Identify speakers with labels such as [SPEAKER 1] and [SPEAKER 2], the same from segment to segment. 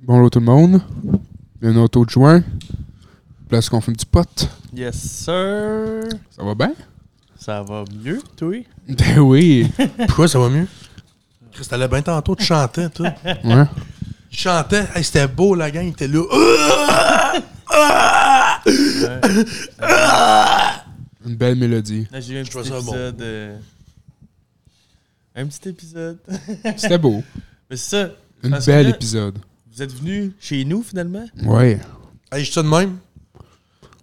[SPEAKER 1] Bonjour tout le monde. Un auto de juin. Place qu'on fait du pot.
[SPEAKER 2] Yes, sir.
[SPEAKER 1] Ça va bien?
[SPEAKER 2] Ça va mieux, toi?
[SPEAKER 1] Ben oui.
[SPEAKER 3] Pourquoi ça va mieux? Chris, t'allais bien tantôt, tu chantais, toi.
[SPEAKER 1] Ouais.
[SPEAKER 3] Tu chantais, Hey, c'était beau, la gang, était là. Ah! Ah! Ah!
[SPEAKER 1] Une belle mélodie.
[SPEAKER 2] Là, j'ai eu un petit
[SPEAKER 3] vois ça
[SPEAKER 2] épisode. euh, Un petit épisode.
[SPEAKER 1] C'était beau.
[SPEAKER 2] Mais c'est ça.
[SPEAKER 1] Une
[SPEAKER 2] Parce que
[SPEAKER 1] belle
[SPEAKER 2] là,
[SPEAKER 1] épisode.
[SPEAKER 2] Vous êtes venus chez nous, finalement?
[SPEAKER 1] Ouais.
[SPEAKER 3] Hey, je suis de même.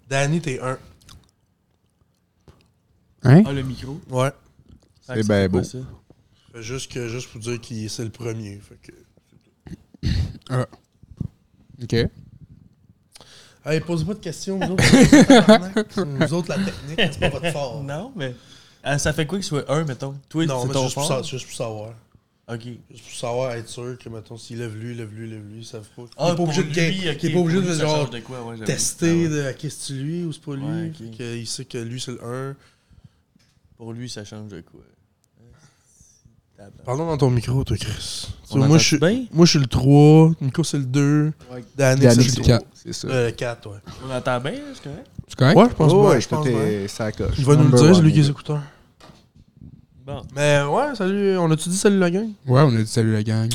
[SPEAKER 3] Danny, t'es un.
[SPEAKER 1] Hein?
[SPEAKER 2] Ah, le micro.
[SPEAKER 3] Ouais.
[SPEAKER 2] Ah,
[SPEAKER 1] C'est
[SPEAKER 2] ça
[SPEAKER 1] ben
[SPEAKER 2] fait pas
[SPEAKER 1] beau.
[SPEAKER 2] ça.
[SPEAKER 3] Fait Juste, que, juste pour dire qu'il c'est le premier. Fait que...
[SPEAKER 1] OK.
[SPEAKER 3] Hey, pose pas de questions, vous autres. tabarnak. vous autres, la technique, c'est pas votre fort.
[SPEAKER 2] Non, mais. Ah, ça fait quoi que soit un, mettons? Toi,
[SPEAKER 3] Non,
[SPEAKER 2] c'est
[SPEAKER 3] mais
[SPEAKER 2] ton Ah,
[SPEAKER 3] juste pour,
[SPEAKER 2] fort?
[SPEAKER 3] sa- juste pour savoir.
[SPEAKER 2] Ok.
[SPEAKER 3] Juste pour savoir, être sûr que, mettons, s'il lève lui, lève lui, lève lui, ça savent pas. T'es
[SPEAKER 2] Ah,
[SPEAKER 3] pas obligé
[SPEAKER 2] pour
[SPEAKER 3] de
[SPEAKER 2] lui,
[SPEAKER 3] gain-
[SPEAKER 2] ok,
[SPEAKER 3] T'es pas
[SPEAKER 2] pour
[SPEAKER 3] obligé
[SPEAKER 2] lui,
[SPEAKER 3] de
[SPEAKER 2] ça
[SPEAKER 3] genre
[SPEAKER 2] change de quoi, ouais, j'avoue.
[SPEAKER 3] testé
[SPEAKER 2] Ah ouais.
[SPEAKER 3] de à qui c'est lui ou c'est pas lui.
[SPEAKER 2] Ouais, ok.
[SPEAKER 3] fait que il sait que lui c'est le 1.
[SPEAKER 2] Pour lui, ça change de quoi? Tabarnak.
[SPEAKER 3] Parlons dans ton micro, toi, Chris.
[SPEAKER 2] On entend-tu
[SPEAKER 3] moi, je suis,
[SPEAKER 2] bien?
[SPEAKER 3] moi, je suis le 3, Nico c'est le 2,
[SPEAKER 2] Ouais.
[SPEAKER 3] Danny
[SPEAKER 4] Danny,
[SPEAKER 3] c'est
[SPEAKER 4] c'est
[SPEAKER 3] le
[SPEAKER 4] le
[SPEAKER 3] 3.
[SPEAKER 1] Quatre, C'est ça.
[SPEAKER 3] Euh, le 4, ouais.
[SPEAKER 2] On entend bien, là, c'est correct?
[SPEAKER 1] Tu correct?
[SPEAKER 3] Ouais, je pense
[SPEAKER 4] Oh,
[SPEAKER 3] bien,
[SPEAKER 4] ouais,
[SPEAKER 3] je pense
[SPEAKER 4] tout
[SPEAKER 3] bien.
[SPEAKER 4] est sa coche.
[SPEAKER 3] Il va nous le
[SPEAKER 4] Number
[SPEAKER 3] dire, c'est
[SPEAKER 4] one,
[SPEAKER 3] lui qui les
[SPEAKER 4] il-
[SPEAKER 3] écouteurs.
[SPEAKER 2] Bon,
[SPEAKER 3] Mais ouais, salut, on a-tu dit salut la gang?
[SPEAKER 1] Ouais, on a dit salut la gang.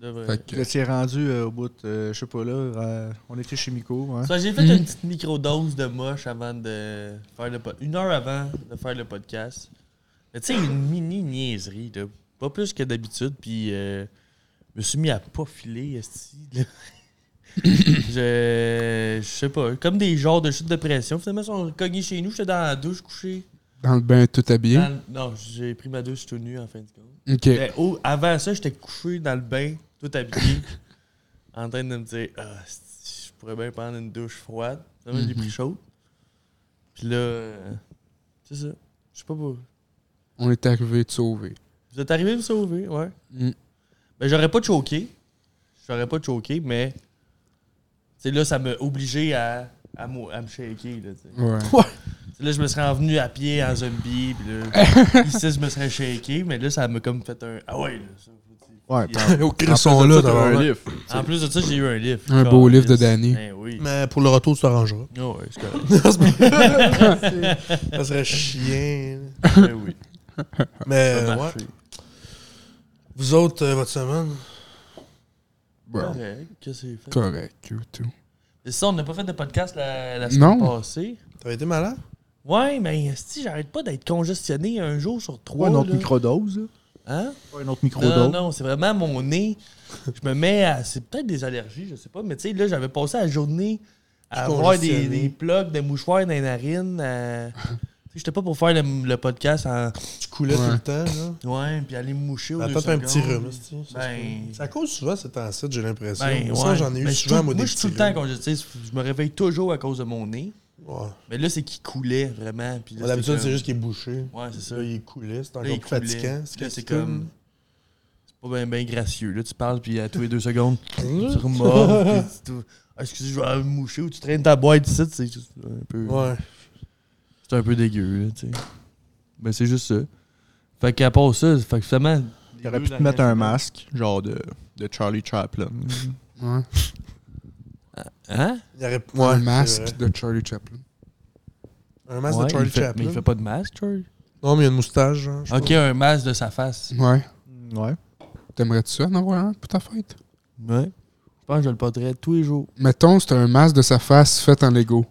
[SPEAKER 2] devrait.
[SPEAKER 1] Fait que-
[SPEAKER 4] Là, tu es rendu euh, au bout, de, euh, je sais pas là, euh, on était chez Miko. Hein?
[SPEAKER 2] Ça, j'ai fait
[SPEAKER 1] Mhm.
[SPEAKER 2] une petite microdose de moche avant de faire le pod- Une heure avant de faire le podcast. Mais tu sais, une mini niaiserie, là. Pas plus que d'habitude, puis euh, je me suis mis à pas filer, esti, là. je, je sais pas, comme des genres de chutes de pression. Finalement, ils sont cognés chez nous. J'étais dans la douche couché.
[SPEAKER 1] Dans le bain tout habillé.
[SPEAKER 2] Dans le- non, j'ai pris ma douche tout nu en fin de compte.
[SPEAKER 1] OK.
[SPEAKER 2] Mais Ben, au- avant ça, j'étais couché dans le bain, tout habillé, en train de me dire Ah, si, je pourrais bien prendre une douche froide. Ça m'a j'ai
[SPEAKER 1] Mhm.
[SPEAKER 2] pris chaude. Puis là, euh, c'est ça. Je sais pas pour-
[SPEAKER 1] On est arrivé de sauver.
[SPEAKER 2] Vous êtes arrivé me sauver, ouais.
[SPEAKER 1] Mm.
[SPEAKER 2] Ben, j'aurais pas choqué. J'aurais pas choqué, mais. Tu sais, là, ça m'a obligé à, à, mo- à me shaker. Là, tu sais.
[SPEAKER 1] Ouais.
[SPEAKER 2] Tu sais, là, je me serais envenu à pied en zombie. Puis là, ici, je me serais shaké, mais là, ça m'a comme fait un. Ah ouais, là, ça. faut dire.
[SPEAKER 4] Ouais,
[SPEAKER 2] Puis,
[SPEAKER 4] puis en-
[SPEAKER 3] Oh,
[SPEAKER 4] en
[SPEAKER 3] Chris
[SPEAKER 4] plus
[SPEAKER 3] sont
[SPEAKER 4] de
[SPEAKER 3] là,
[SPEAKER 4] ça, t'as un
[SPEAKER 3] t'as
[SPEAKER 4] livre.
[SPEAKER 2] En plus de ça, j'ai eu un livre.
[SPEAKER 1] Un beau livre de Danny.
[SPEAKER 2] Ben oui.
[SPEAKER 3] Mais pour le retour, tu t'arrangeras.
[SPEAKER 2] Ah ouais, c'est correct.
[SPEAKER 3] Ça serait chien.
[SPEAKER 2] Ben oui.
[SPEAKER 3] Mais
[SPEAKER 2] Ça a
[SPEAKER 3] euh, ouais.
[SPEAKER 2] marché.
[SPEAKER 3] Vous autres, euh, votre semaine?
[SPEAKER 1] Bon,
[SPEAKER 2] Correct. Qu'est-ce que c'est fait?
[SPEAKER 1] correct. ou tout.
[SPEAKER 2] C'est ça, on n'a pas fait de podcast la, la semaine
[SPEAKER 1] Non.
[SPEAKER 2] passée.
[SPEAKER 3] T'avais été malade?
[SPEAKER 2] Ouais, mais si j'arrête pas d'être congestionné un jour sur trois.
[SPEAKER 4] Pas une autre
[SPEAKER 2] là.
[SPEAKER 4] microdose. là.
[SPEAKER 2] Hein?
[SPEAKER 4] Pas une autre
[SPEAKER 2] Non,
[SPEAKER 4] microdose.
[SPEAKER 2] non, c'est vraiment mon nez. Je me mets à. C'est peut-être des allergies, je sais pas, mais tu sais, là, j'avais passé la journée à
[SPEAKER 3] Je suis
[SPEAKER 2] avoir des,
[SPEAKER 3] congestionné.
[SPEAKER 2] des plugs, des mouchoirs dans les narines. à- Tu sais, J'étais pas pour faire le, le podcast en.
[SPEAKER 3] Tu coulais
[SPEAKER 1] Ouais.
[SPEAKER 3] tout le temps, là?
[SPEAKER 2] Ouais, puis aller me moucher au
[SPEAKER 3] T'as peut-être un petit rhume,
[SPEAKER 2] Ben.
[SPEAKER 3] Ça cause souvent cet ancêtre, j'ai l'impression.
[SPEAKER 2] Ben,
[SPEAKER 3] Ça,
[SPEAKER 2] ouais.
[SPEAKER 3] j'en ai eu
[SPEAKER 2] Ben, je suis
[SPEAKER 3] souvent,
[SPEAKER 2] tout-
[SPEAKER 3] moi, des
[SPEAKER 2] je suis tout le
[SPEAKER 3] petits
[SPEAKER 2] temps congestionné. Je me réveille toujours à cause de mon nez.
[SPEAKER 3] rhumes. Ouais.
[SPEAKER 2] Mais là, c'est qu'il coulait vraiment. Puis là,
[SPEAKER 3] Moi, D'habitude, c'est
[SPEAKER 2] comme-
[SPEAKER 3] juste qu'il est bouché.
[SPEAKER 2] Ouais, c'est ça.
[SPEAKER 3] Là, il coulait, c'est
[SPEAKER 2] Là, il
[SPEAKER 3] encore plus
[SPEAKER 2] coulait.
[SPEAKER 3] fatigant.
[SPEAKER 2] Là, c'est comme. C'est pas bien gracieux. Là, tu parles, puis à tous les deux secondes, tu
[SPEAKER 3] Hein?
[SPEAKER 2] remords. puis tu te- Ah, Excusez, je vais me moucher ou tu traînes ta boîte ici. C'est juste un peu,
[SPEAKER 3] Ouais.
[SPEAKER 2] c'est un peu dégueu. Là, tu sais. Mais c'est juste ça. Fait qu'à part ça, fait que finalement.
[SPEAKER 4] T'aurais pu te mettre un masque, genre de, de Charlie Chaplin. Mm,
[SPEAKER 1] Ouais.
[SPEAKER 2] Hein?
[SPEAKER 3] Il aurait... ouais
[SPEAKER 1] Un
[SPEAKER 3] c'est
[SPEAKER 1] masque
[SPEAKER 3] vrai.
[SPEAKER 1] de Charlie Chaplin.
[SPEAKER 3] Un masque
[SPEAKER 2] Ouais,
[SPEAKER 3] de Charlie
[SPEAKER 2] il fait-
[SPEAKER 3] Chaplin.
[SPEAKER 2] Mais il fait pas de masque, Charlie.
[SPEAKER 3] Non, mais il y a une moustache, genre. je sais
[SPEAKER 2] Ok, un masque de sa face.
[SPEAKER 1] Ouais.
[SPEAKER 4] ouais.
[SPEAKER 1] T'aimerais-tu ça en avoir un pour ta fête?
[SPEAKER 2] Ouais. Je pense que je le porterai tous les jours.
[SPEAKER 1] Mettons, c'est un masque de sa face fait en Lego.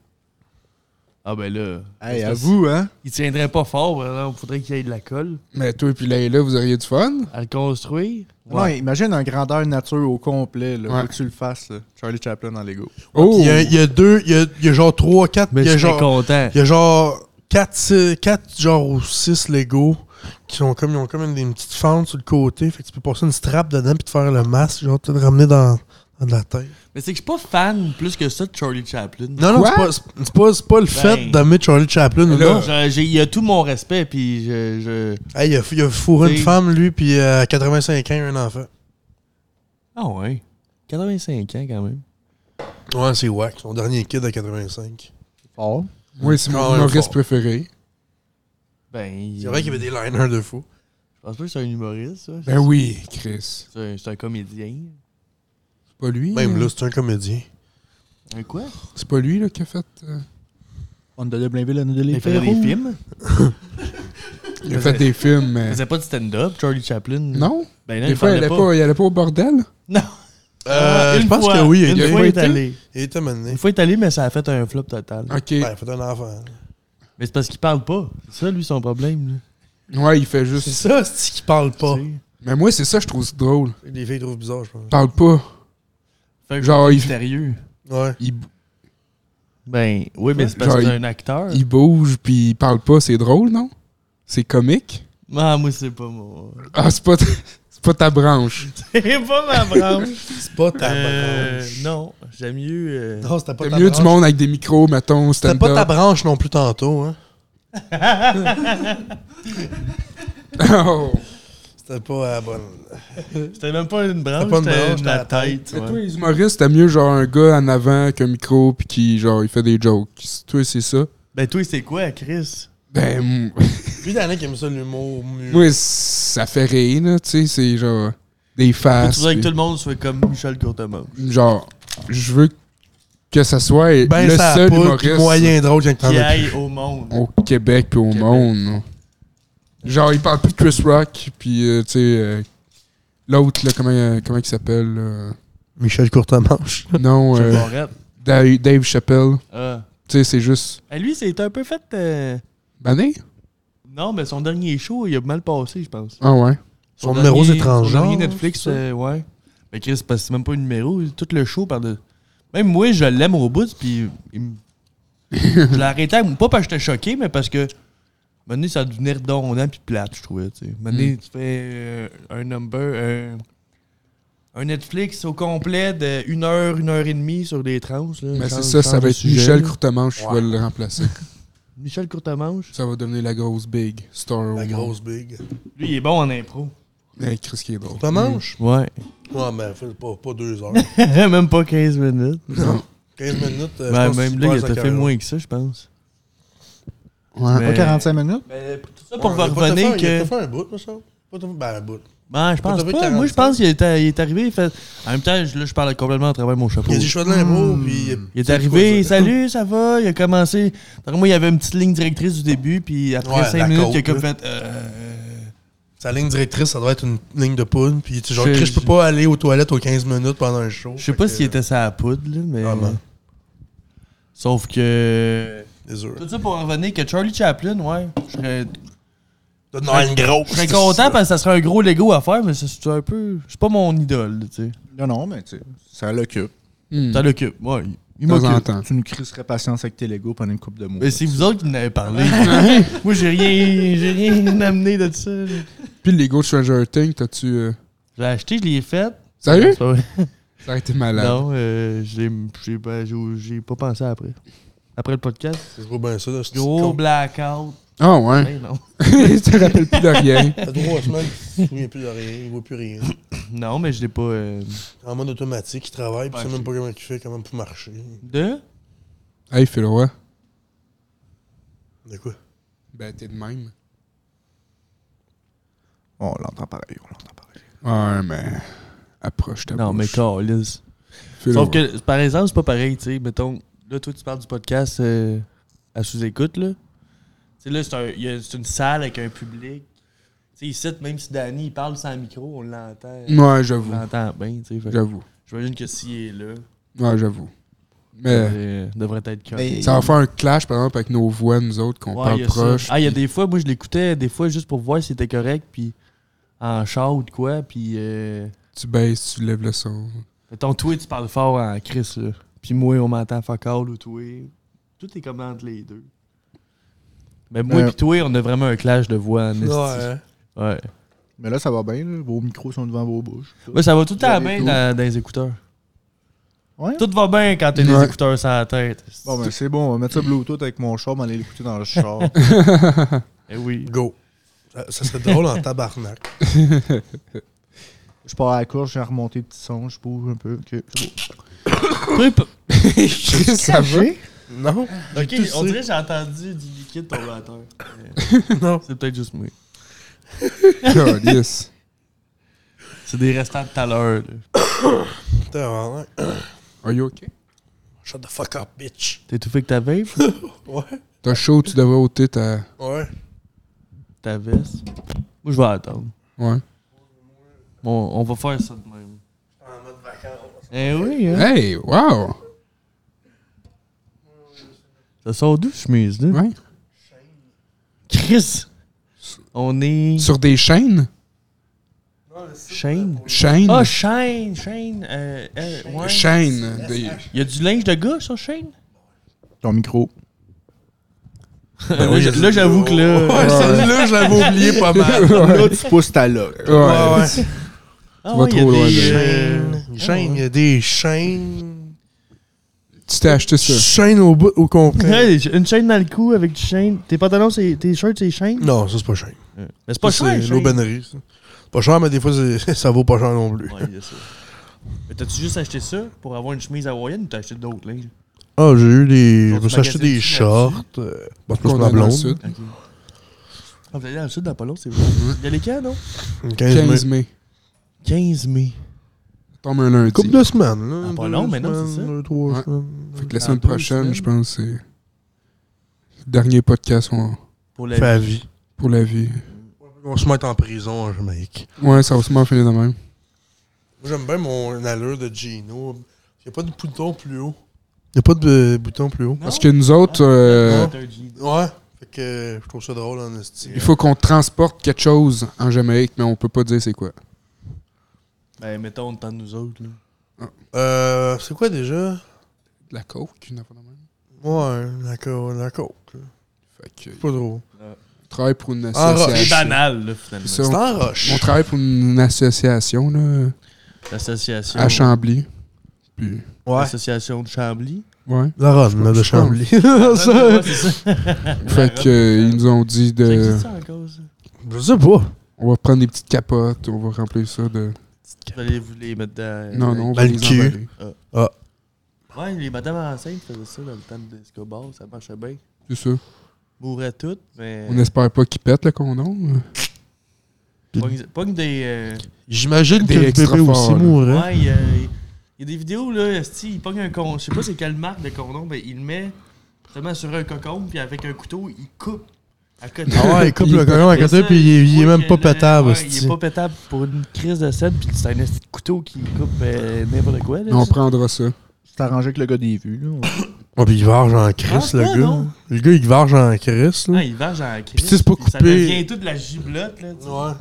[SPEAKER 2] Ah ben là.
[SPEAKER 4] Hey,
[SPEAKER 2] Parce
[SPEAKER 4] à
[SPEAKER 2] que
[SPEAKER 4] vous, hein?
[SPEAKER 2] Il tiendrait pas fort, alors il faudrait qu'il y ait de la colle
[SPEAKER 1] Mais toi et puis Layla, vous auriez du fun?
[SPEAKER 2] à le construire.
[SPEAKER 4] Ouais. imagine en grandeur nature au complet, là.
[SPEAKER 1] Ouais.
[SPEAKER 4] Faut que tu le fasses, là. Charlie Chaplin dans Lego.
[SPEAKER 3] pas.
[SPEAKER 1] Oh!
[SPEAKER 3] Il y a, euh, il y a deux, il y a, il y a genre trois, quatre,
[SPEAKER 2] Mais
[SPEAKER 3] il y
[SPEAKER 2] je
[SPEAKER 3] a
[SPEAKER 2] suis
[SPEAKER 3] genre,
[SPEAKER 2] content.
[SPEAKER 3] il y a genre quatre, six- quatre genre ou six Lego qui ont comme, ils ont comme une, une petite fente sur le côté, fait que tu peux passer une strap dedans puis te faire le masque, genre te le ramener dans, dans la tête.
[SPEAKER 2] Mais c'est que je suis pas fan plus que ça de Charlie Chaplin.
[SPEAKER 3] Non, non,
[SPEAKER 1] Quoi?
[SPEAKER 3] c'est pas, c'est- c'est pas, c'est pas le
[SPEAKER 2] Ben.
[SPEAKER 3] fait d'amener Charlie Chaplin. ou
[SPEAKER 1] Là,
[SPEAKER 3] non.
[SPEAKER 2] Je- j'ai- il a tout mon respect, puis je. je...
[SPEAKER 3] Hey, il, a, il a fourré
[SPEAKER 2] T'sais-
[SPEAKER 3] une femme, lui, puis euh, à 85 ans, il a un enfant.
[SPEAKER 2] Ah ouais. 85 ans quand même.
[SPEAKER 3] Ouais, c'est wack. Son dernier kid à 85.
[SPEAKER 4] Fort.
[SPEAKER 1] Moi, c'est
[SPEAKER 3] Quand
[SPEAKER 1] mon
[SPEAKER 3] même
[SPEAKER 1] humoriste
[SPEAKER 3] fort.
[SPEAKER 1] préféré.
[SPEAKER 2] Ben.
[SPEAKER 3] C'est vrai qu'il y avait des liners de fou.
[SPEAKER 2] Ben Je pense pas que c'est un humoriste, ça.
[SPEAKER 1] Ben oui, Chris.
[SPEAKER 2] C'est un, c'est un comédien.
[SPEAKER 1] C'est pas lui.
[SPEAKER 3] Même
[SPEAKER 1] là.
[SPEAKER 3] là, c'est un comédien.
[SPEAKER 4] Un quoi?
[SPEAKER 1] C'est pas lui là, qui a fait. euh,
[SPEAKER 4] On de Blainville, on de
[SPEAKER 2] Il faisait des films.
[SPEAKER 1] il a fait des films,
[SPEAKER 2] Il
[SPEAKER 1] mais.
[SPEAKER 2] faisait pas du stand-up, Charlie Chaplin.
[SPEAKER 1] Non?
[SPEAKER 2] Ben là,
[SPEAKER 1] Des
[SPEAKER 2] il
[SPEAKER 1] fois, il
[SPEAKER 2] parlait
[SPEAKER 1] allait
[SPEAKER 2] pas.
[SPEAKER 1] pas. il allait pas au bordel.
[SPEAKER 2] Non.
[SPEAKER 3] Euh,
[SPEAKER 2] Une
[SPEAKER 3] je pense
[SPEAKER 2] fois,
[SPEAKER 3] que oui,
[SPEAKER 2] Une
[SPEAKER 3] il a-
[SPEAKER 2] fois, il est
[SPEAKER 1] été?
[SPEAKER 2] allé.
[SPEAKER 3] Il était mené.
[SPEAKER 2] Une fois, il est allé, mais ça a fait un flop total.
[SPEAKER 1] Ok.
[SPEAKER 3] Ben, il fait un enfant.
[SPEAKER 2] Mais c'est parce qu'il parle pas. C'est ça, lui, son problème. là.
[SPEAKER 1] Ouais, il fait
[SPEAKER 3] C'est
[SPEAKER 1] juste.
[SPEAKER 3] ça, c'est qu'il parle pas.
[SPEAKER 2] Tu sais.
[SPEAKER 1] Mais moi, c'est ça, je trouve ça drôle.
[SPEAKER 3] Les filles trouvent bizarre, je pense.
[SPEAKER 1] Il parle pas.
[SPEAKER 2] Fait que
[SPEAKER 1] Genre, il-
[SPEAKER 2] mystérieux.
[SPEAKER 3] Ouais.
[SPEAKER 1] Il,
[SPEAKER 2] Ben, oui, mais c'est parce
[SPEAKER 1] Genre,
[SPEAKER 2] que c'est
[SPEAKER 1] il-
[SPEAKER 2] un acteur.
[SPEAKER 1] il bouge, puis il parle pas. C'est drôle, non? C'est comique.
[SPEAKER 2] Ah, moi, c'est pas mon.
[SPEAKER 1] Ah, c'est pas, c'est pas ta branche.
[SPEAKER 2] c'est pas ma branche.
[SPEAKER 3] C'est pas ta
[SPEAKER 2] Euh,
[SPEAKER 3] branche.
[SPEAKER 2] non, j'aime mieux. euh,
[SPEAKER 3] Non, c'était pas
[SPEAKER 1] T'as
[SPEAKER 3] ta
[SPEAKER 1] mieux
[SPEAKER 3] branche.
[SPEAKER 1] du monde avec des micros, mettons,
[SPEAKER 3] C'était pas ta
[SPEAKER 1] stand-up.
[SPEAKER 3] branche non plus tantôt, hein.
[SPEAKER 1] Oh.
[SPEAKER 3] C'était pas la bonne.
[SPEAKER 2] C'était même pas une branche,
[SPEAKER 3] C'était pas une
[SPEAKER 2] c'était
[SPEAKER 3] branche,
[SPEAKER 2] une la
[SPEAKER 3] c'était la
[SPEAKER 2] tête.
[SPEAKER 1] Mais
[SPEAKER 2] ouais.
[SPEAKER 1] toi, les humoristes, t'as mieux genre un gars en avant qu'un micro puis qui genre il fait des jokes. Toi, c'est ça.
[SPEAKER 2] Ben, toi, c'est quoi, Chris?
[SPEAKER 1] Ben m-
[SPEAKER 3] Lui, il y en a qui aime ça l'humour mieux.
[SPEAKER 1] moi, ça fait rire, là, tu sais, c'est genre des
[SPEAKER 2] Faut
[SPEAKER 1] faces.
[SPEAKER 2] toujours que
[SPEAKER 1] puis-
[SPEAKER 2] tout le monde soit comme Michel Courtemanche.
[SPEAKER 1] Genre, je veux que ça soit
[SPEAKER 3] Ben,
[SPEAKER 1] le
[SPEAKER 3] ça a
[SPEAKER 1] seul
[SPEAKER 3] pas de
[SPEAKER 1] humoriste
[SPEAKER 3] moyen drôle quand t'en
[SPEAKER 2] Qui
[SPEAKER 3] as plus.
[SPEAKER 2] aille au monde.
[SPEAKER 1] au Québec puis au
[SPEAKER 2] Québec.
[SPEAKER 1] monde. là. Genre, il parle plus de Chris Rock puis euh, tu sais euh, l'autre là, comment euh, comment il s'appelle là?
[SPEAKER 3] Michel Courtemanche.
[SPEAKER 1] Non,
[SPEAKER 2] Michel
[SPEAKER 1] euh,
[SPEAKER 2] Barrette.
[SPEAKER 1] Dave, Dave Chappelle.
[SPEAKER 2] Ah.
[SPEAKER 1] Tu sais, c'est juste
[SPEAKER 2] Eh, lui, c'est un peu fait. euh,
[SPEAKER 1] banné.
[SPEAKER 2] Non, mais son dernier show, il a mal passé, je pense.
[SPEAKER 1] Ah ouais.
[SPEAKER 3] Son numéro, c'est
[SPEAKER 2] dernier-
[SPEAKER 3] transgenre,
[SPEAKER 2] Son dernier Netflix,
[SPEAKER 3] c'est ça?
[SPEAKER 2] euh, ouais. Mais Chris, parce que c'est même pas un numéro, tout le show par de. Même moi, je l'aime au bout, puis il me- je l'ai arrêté, pas parce que j'étais choqué, mais parce que. Maintenant, ça devenait redondant puis plate, je trouvais. tu sais. Maintenant,
[SPEAKER 1] Mm.
[SPEAKER 2] tu fais euh, un number, euh, un Netflix au complet de 1 heure, 1 heure et demie sur des trans. là.
[SPEAKER 1] Mais Ben, c'est
[SPEAKER 2] Change-
[SPEAKER 1] ça, ça
[SPEAKER 2] change
[SPEAKER 1] va
[SPEAKER 2] de
[SPEAKER 1] être
[SPEAKER 2] sujet,
[SPEAKER 1] Michel
[SPEAKER 2] là.
[SPEAKER 1] Courtemanche qui va
[SPEAKER 2] Ouais.
[SPEAKER 1] le remplacer.
[SPEAKER 2] Michel Courtemanche.
[SPEAKER 1] Ça va devenir la grosse big star. au
[SPEAKER 3] La
[SPEAKER 1] monde.
[SPEAKER 3] grosse big.
[SPEAKER 2] Lui, il est bon en impro.
[SPEAKER 1] Hey, Chris qui est drôle.
[SPEAKER 3] Courtemanche?
[SPEAKER 2] Ouais.
[SPEAKER 3] Ouais, mais fait pas, pas deux heures.
[SPEAKER 2] même pas 15 minutes.
[SPEAKER 1] Non.
[SPEAKER 3] 15 minutes. euh, je
[SPEAKER 2] Ben,
[SPEAKER 3] pense que
[SPEAKER 2] même
[SPEAKER 3] tu
[SPEAKER 2] là,
[SPEAKER 3] perds
[SPEAKER 2] il
[SPEAKER 3] sa
[SPEAKER 2] a fait
[SPEAKER 3] carrière.
[SPEAKER 2] moins que ça, je pense.
[SPEAKER 1] Ouais.
[SPEAKER 2] Mais-
[SPEAKER 4] Pas 45 minutes?
[SPEAKER 2] Mais tout ça
[SPEAKER 3] Ouais,
[SPEAKER 2] pour
[SPEAKER 3] il a pas
[SPEAKER 2] revenir
[SPEAKER 3] tout fait- Il a
[SPEAKER 2] que.
[SPEAKER 3] pas fait un bout, me semble. Pas tout- Ben, un bout.
[SPEAKER 2] Ben, je pense
[SPEAKER 3] pas
[SPEAKER 2] pas.
[SPEAKER 3] fait
[SPEAKER 2] Moi, je
[SPEAKER 3] 45.
[SPEAKER 2] pense qu'il est, il est arrivé. Il fait... En même temps, je- là, je parle complètement à travers mon chapeau.
[SPEAKER 3] Il a dit, je fais de l'impro, puis... il a-
[SPEAKER 2] Hmm. Il est
[SPEAKER 3] c'est
[SPEAKER 2] arrivé,
[SPEAKER 3] quoi, ça?
[SPEAKER 2] salut, ça va. Il a commencé. D'après moi, il y avait une petite ligne directrice du début, puis après
[SPEAKER 3] Ouais,
[SPEAKER 2] 5
[SPEAKER 3] la
[SPEAKER 2] minutes,
[SPEAKER 3] côte,
[SPEAKER 2] il a comme
[SPEAKER 3] là.
[SPEAKER 2] fait. euh,
[SPEAKER 3] Sa ligne directrice, ça doit être une ligne de poudre. Puis tu sais, genre,
[SPEAKER 2] Je-
[SPEAKER 3] Chris, je peux pas aller aux toilettes aux 15 minutes pendant un show.
[SPEAKER 2] Je sais pas
[SPEAKER 3] Fait
[SPEAKER 2] s'il
[SPEAKER 3] que-
[SPEAKER 2] était ça à poudre, là, mais.
[SPEAKER 3] Ah, ben.
[SPEAKER 2] Sauf que.
[SPEAKER 3] Désolé.
[SPEAKER 2] Tout ça pour revenir que Charlie Chaplin, ouais. Je serais,
[SPEAKER 3] Non, une grosse.
[SPEAKER 2] je serais content parce que ça serait un gros Lego à faire, mais ça, c'est un peu. C'est pas mon idole, tu sais.
[SPEAKER 4] Non, non, mais tu sais, ça l'occupe.
[SPEAKER 1] Hmm.
[SPEAKER 2] Ça l'occupe. Ouais, il- il
[SPEAKER 1] De temps en
[SPEAKER 2] m'occupe.
[SPEAKER 1] temps.
[SPEAKER 4] Tu nous criserais patience avec tes Legos pendant une coupe de mois.
[SPEAKER 2] Mais c'est vous autres qui en avez parlé. Moi, j'ai rien, j'ai rien amené de ça. Je
[SPEAKER 1] Puis le Lego Stranger Things, t'as-tu. euh,
[SPEAKER 2] l'ai acheté, je l'ai fait.
[SPEAKER 3] Ah
[SPEAKER 1] Sérieux?
[SPEAKER 2] C'est pas vrai.
[SPEAKER 1] Ça a été malade.
[SPEAKER 2] Non, euh, j'ai, j'ai, pas- j'ai- j'ai pas pensé après. Après le podcast.
[SPEAKER 3] C'est trop bien ça, là. c'est
[SPEAKER 2] Gros
[SPEAKER 3] con.
[SPEAKER 2] blackout.
[SPEAKER 1] Ah ouais.
[SPEAKER 2] Ben non.
[SPEAKER 1] Tu te rappelles plus de rien.
[SPEAKER 3] Ça fait trois semaines qu'il ne souvient plus de rien, il voit plus rien.
[SPEAKER 2] Non, mais je l'ai pas. euh,
[SPEAKER 3] En mode automatique, il travaille, puis il
[SPEAKER 2] Ouais,
[SPEAKER 3] sait même pas comment il fait, comment pour marcher.
[SPEAKER 2] De?
[SPEAKER 1] Hey, Phil Roy.
[SPEAKER 3] De quoi?
[SPEAKER 1] Ben, t'es de même.
[SPEAKER 4] On l'entend pareil, on l'entend pareil.
[SPEAKER 1] Ouais, mais. Approche ta
[SPEAKER 2] Non, mais
[SPEAKER 1] bouche.
[SPEAKER 2] calice.
[SPEAKER 1] Phil
[SPEAKER 2] Sauf
[SPEAKER 1] Roy.
[SPEAKER 2] que, par exemple, c'est pas pareil, tu sais. Mettons, là, toi, tu parles du podcast euh, à sous-écoute, là. Tu sais, là, c'est un- il y a- c'est une salle avec un public. Tu sais, ici, même si Danny, il parle sans micro, on l'entend.
[SPEAKER 1] Ouais,
[SPEAKER 2] On
[SPEAKER 1] j'avoue.
[SPEAKER 2] l'entend bien, tu sais. fait que
[SPEAKER 1] J'avoue.
[SPEAKER 2] J'imagine que s'il est là,
[SPEAKER 1] Ouais, j'avoue. Mais
[SPEAKER 2] euh, devrait être correct.
[SPEAKER 1] ça va faire un clash, par exemple, avec nos voix, nous autres, qu'on
[SPEAKER 2] Ouais,
[SPEAKER 1] parle
[SPEAKER 2] y a ça.
[SPEAKER 1] proche.
[SPEAKER 2] Ah, il y a
[SPEAKER 1] puis-
[SPEAKER 2] des fois, moi, je l'écoutais des fois juste pour voir si c'était correct, puis en chat ou de quoi, puis... Euh,
[SPEAKER 1] Tu baisses, tu lèves le son.
[SPEAKER 2] mettons, toi, tu parles fort en Chris, là. Puis moi, on m'entend fuck all ou toi. Tout est comme entre les deux. Mais moi
[SPEAKER 4] Euh.
[SPEAKER 2] puis toi, on a vraiment un clash de voix en esti. Ouais.
[SPEAKER 3] Ouais.
[SPEAKER 4] Mais là, ça va bien, là. vos micros sont devant vos bouches.
[SPEAKER 2] Ouais, ça va tout le temps
[SPEAKER 4] J'avais
[SPEAKER 2] bien
[SPEAKER 4] tout.
[SPEAKER 2] dans, dans les écouteurs.
[SPEAKER 4] Ouais.
[SPEAKER 2] Tout va bien quand t'as
[SPEAKER 1] Ouais.
[SPEAKER 2] des écouteurs sur la tête.
[SPEAKER 4] Bon, ben c'est bon, on va mettre ça Bluetooth avec mon char, on va aller l'écouter dans le char.
[SPEAKER 2] Eh oui.
[SPEAKER 3] Go. Ça, ça serait drôle en tabarnak.
[SPEAKER 4] je pars à la course, j'ai remonté le petit son, je bouge un peu. Ok, c'est beau.
[SPEAKER 2] Toi, p-
[SPEAKER 1] ça va?
[SPEAKER 3] Non?
[SPEAKER 2] Ok,
[SPEAKER 3] J'ai
[SPEAKER 2] on
[SPEAKER 3] toussé.
[SPEAKER 2] dirait que j'ai entendu du liquide tomber à terre.
[SPEAKER 3] Non.
[SPEAKER 2] C'est peut-être juste moi.
[SPEAKER 1] Calice.
[SPEAKER 2] C'est des restants de tout à l'heure. là.
[SPEAKER 3] Tabarnak.
[SPEAKER 1] Are you okay?
[SPEAKER 3] hein. Shut the fuck up, bitch.
[SPEAKER 2] T'es tout fait que ta vape?
[SPEAKER 3] Ouais.
[SPEAKER 1] T'as chaud, tu devrais ôter ta.
[SPEAKER 3] Ouais.
[SPEAKER 2] ta veste? Moi, je vais attendre.
[SPEAKER 1] Ouais.
[SPEAKER 2] Bon, on va faire ça de même.
[SPEAKER 3] En mode vacances.
[SPEAKER 2] Eh oui, hein?
[SPEAKER 1] Hey, wow!
[SPEAKER 2] Ça sort d'où, chemise, là?
[SPEAKER 1] Ouais.
[SPEAKER 2] Hein? Chris! On est...
[SPEAKER 1] Sur des chaînes?
[SPEAKER 2] Shane?
[SPEAKER 1] Chaînes?
[SPEAKER 2] Ah, Shane! Shane! Euh, euh, ouais.
[SPEAKER 1] Chaînes. Des...
[SPEAKER 2] Y a du linge de gars sur Shane?
[SPEAKER 4] Ton micro.
[SPEAKER 2] Là,
[SPEAKER 3] oui,
[SPEAKER 2] j-
[SPEAKER 3] je-
[SPEAKER 2] là, j'avoue que là... euh,
[SPEAKER 3] Ouais, celle-là, je l'avais oublié pas mal.
[SPEAKER 4] Là, tu pousses ta loque.
[SPEAKER 1] Ouais.
[SPEAKER 3] Ouais, ouais.
[SPEAKER 2] Ah,
[SPEAKER 1] Tu vas
[SPEAKER 2] ouais, y a
[SPEAKER 1] trop loin,
[SPEAKER 2] des,
[SPEAKER 1] là.
[SPEAKER 2] euh,
[SPEAKER 3] Chaîne. Chaîne, il y a des chaînes.
[SPEAKER 1] Tu t'es acheté ça.
[SPEAKER 3] Chaîne au bout, au complet.
[SPEAKER 2] Ouais, une chaîne dans le cou avec du chaîne. Tes pantalons, c'est- tes shirts, c'est Euh, chaîne.
[SPEAKER 3] Non, ça, c'est pas chaîne.
[SPEAKER 2] Mais c'est pas
[SPEAKER 3] Ça,
[SPEAKER 2] cher.
[SPEAKER 3] C'est
[SPEAKER 2] chaîne.
[SPEAKER 3] l'aubainerie. ça. Pas cher, mais des fois, c'est- ça vaut pas cher non plus.
[SPEAKER 2] Ouais, il y a ça. Mais t'as-tu juste acheté ça pour avoir une chemise hawaïenne ou t'as acheté d'autres linges?
[SPEAKER 3] Ah, j'ai eu des. Je
[SPEAKER 2] D'autres
[SPEAKER 3] me suis acheté
[SPEAKER 2] magasins
[SPEAKER 3] des
[SPEAKER 2] dessus,
[SPEAKER 3] shorts. euh, Bon, c'est
[SPEAKER 1] Qu'on
[SPEAKER 3] plus
[SPEAKER 1] est
[SPEAKER 3] ma
[SPEAKER 1] dans le
[SPEAKER 3] blonde.
[SPEAKER 1] sud.
[SPEAKER 2] Ok. Ah, vous allez dans le sud dans pas long, c'est vrai. Il y a les camps, non?
[SPEAKER 3] 15
[SPEAKER 1] 15
[SPEAKER 3] mai.
[SPEAKER 1] mai.
[SPEAKER 2] 15 mai.
[SPEAKER 1] Tombe un lundi.
[SPEAKER 3] Couple de semaines, là.
[SPEAKER 2] Ah, pas
[SPEAKER 3] deux
[SPEAKER 2] long, mais non, c'est
[SPEAKER 3] semaines,
[SPEAKER 2] ça.
[SPEAKER 3] Deux, trois
[SPEAKER 1] Ouais.
[SPEAKER 3] semaines.
[SPEAKER 1] Fait que la
[SPEAKER 2] Dans
[SPEAKER 1] semaine
[SPEAKER 2] deux
[SPEAKER 1] prochaine,
[SPEAKER 2] semaines.
[SPEAKER 1] je pense, c'est le dernier podcast on-
[SPEAKER 2] Pour
[SPEAKER 3] Fait
[SPEAKER 2] la
[SPEAKER 3] à
[SPEAKER 2] vie.
[SPEAKER 3] vie.
[SPEAKER 1] pour la vie.
[SPEAKER 3] On se met en prison en Jamaïque.
[SPEAKER 1] Ouais, ça va sûrement finir de même.
[SPEAKER 3] Moi, j'aime bien mon allure de Gino. Il n'y a pas de bouton plus haut. Il n'y a pas de euh, bouton plus haut.
[SPEAKER 1] Parce que nous autres, euh,
[SPEAKER 2] Ah, t'as un jean.
[SPEAKER 3] Ouais. Fait que euh, je trouve ça drôle en esti.
[SPEAKER 1] il faut qu'on transporte quelque chose en Jamaïque, mais on peut pas dire c'est quoi.
[SPEAKER 2] Ben, mettons, on tente nous autres, là.
[SPEAKER 3] Euh, c'est quoi déjà?
[SPEAKER 1] De la coke, une affaire de même.
[SPEAKER 3] Ouais, la, co la coke. là.
[SPEAKER 1] Fait que,
[SPEAKER 3] C'est pas drôle.
[SPEAKER 1] on travaille pour une
[SPEAKER 3] Ah,
[SPEAKER 2] C'est
[SPEAKER 1] association.
[SPEAKER 2] banal, là, finalement.
[SPEAKER 1] C'est
[SPEAKER 3] C'est
[SPEAKER 1] ça,
[SPEAKER 3] en roche.
[SPEAKER 1] on, on travaille pour une association, là,
[SPEAKER 2] L'association.
[SPEAKER 1] à Chambly. Puis,
[SPEAKER 3] Ouais.
[SPEAKER 2] L'association de Chambly.
[SPEAKER 1] ouais.
[SPEAKER 3] La ronde, là, de
[SPEAKER 1] Je pense.
[SPEAKER 3] Chambly.
[SPEAKER 2] Ouais, c'est ça.
[SPEAKER 1] Fait que, euh, ils nous ont dit
[SPEAKER 2] Ça
[SPEAKER 1] de.
[SPEAKER 2] existe ça encore, ça?
[SPEAKER 3] Je sais pas.
[SPEAKER 1] On va prendre des petites capotes, on va remplir ça de.
[SPEAKER 2] Vous allez vous les mettre dans.
[SPEAKER 1] Non, non, on va
[SPEAKER 3] Dans le
[SPEAKER 1] les
[SPEAKER 3] cul.
[SPEAKER 1] emballer.
[SPEAKER 2] Ouais, les madames enceintes faisaient ça dans le temps de Escobar, ça marchait bien.
[SPEAKER 1] C'est ça.
[SPEAKER 2] Mouraient toutes, mais.
[SPEAKER 1] On n'espère pas qu'ils pètent le condom.
[SPEAKER 2] Pogne- Pogne des. euh,
[SPEAKER 3] J'imagine
[SPEAKER 1] Des
[SPEAKER 3] que le
[SPEAKER 1] extra
[SPEAKER 3] bébé
[SPEAKER 1] forts,
[SPEAKER 3] aussi
[SPEAKER 1] là.
[SPEAKER 3] mourrait.
[SPEAKER 2] Ouais, il y, a- il y a des vidéos, là, esti, il pogne un con. Je sais pas c'est quelle marque de condom, mais il le met seulement sur un cocon, puis avec un couteau, il coupe à côté.
[SPEAKER 3] Ah ouais, il coupe le cocon à
[SPEAKER 2] C'est
[SPEAKER 3] côté,
[SPEAKER 2] ça,
[SPEAKER 3] puis il est- il est
[SPEAKER 2] voit
[SPEAKER 3] même
[SPEAKER 2] que
[SPEAKER 3] pas
[SPEAKER 2] le-
[SPEAKER 3] pétable.
[SPEAKER 2] ouais, il
[SPEAKER 3] esti.
[SPEAKER 2] est pas pétable pour une crise de scène, puis c'est un esti de couteau qui coupe euh, n'importe quoi. Là,
[SPEAKER 1] Mais on prendra ça.
[SPEAKER 4] Tu t'es arrangé avec le gars des vues, là.
[SPEAKER 3] Ah, puis il varge en crise,
[SPEAKER 2] Ah,
[SPEAKER 3] le
[SPEAKER 2] ouais,
[SPEAKER 3] gars.
[SPEAKER 2] non.
[SPEAKER 3] Le gars, il varge en crise, là.
[SPEAKER 2] Ah, il venge en crise.
[SPEAKER 3] Puis tu sais, c'est pas
[SPEAKER 2] Ça
[SPEAKER 3] coupé.
[SPEAKER 2] devient toute la giblotte, là. tu sais.
[SPEAKER 3] Ouais.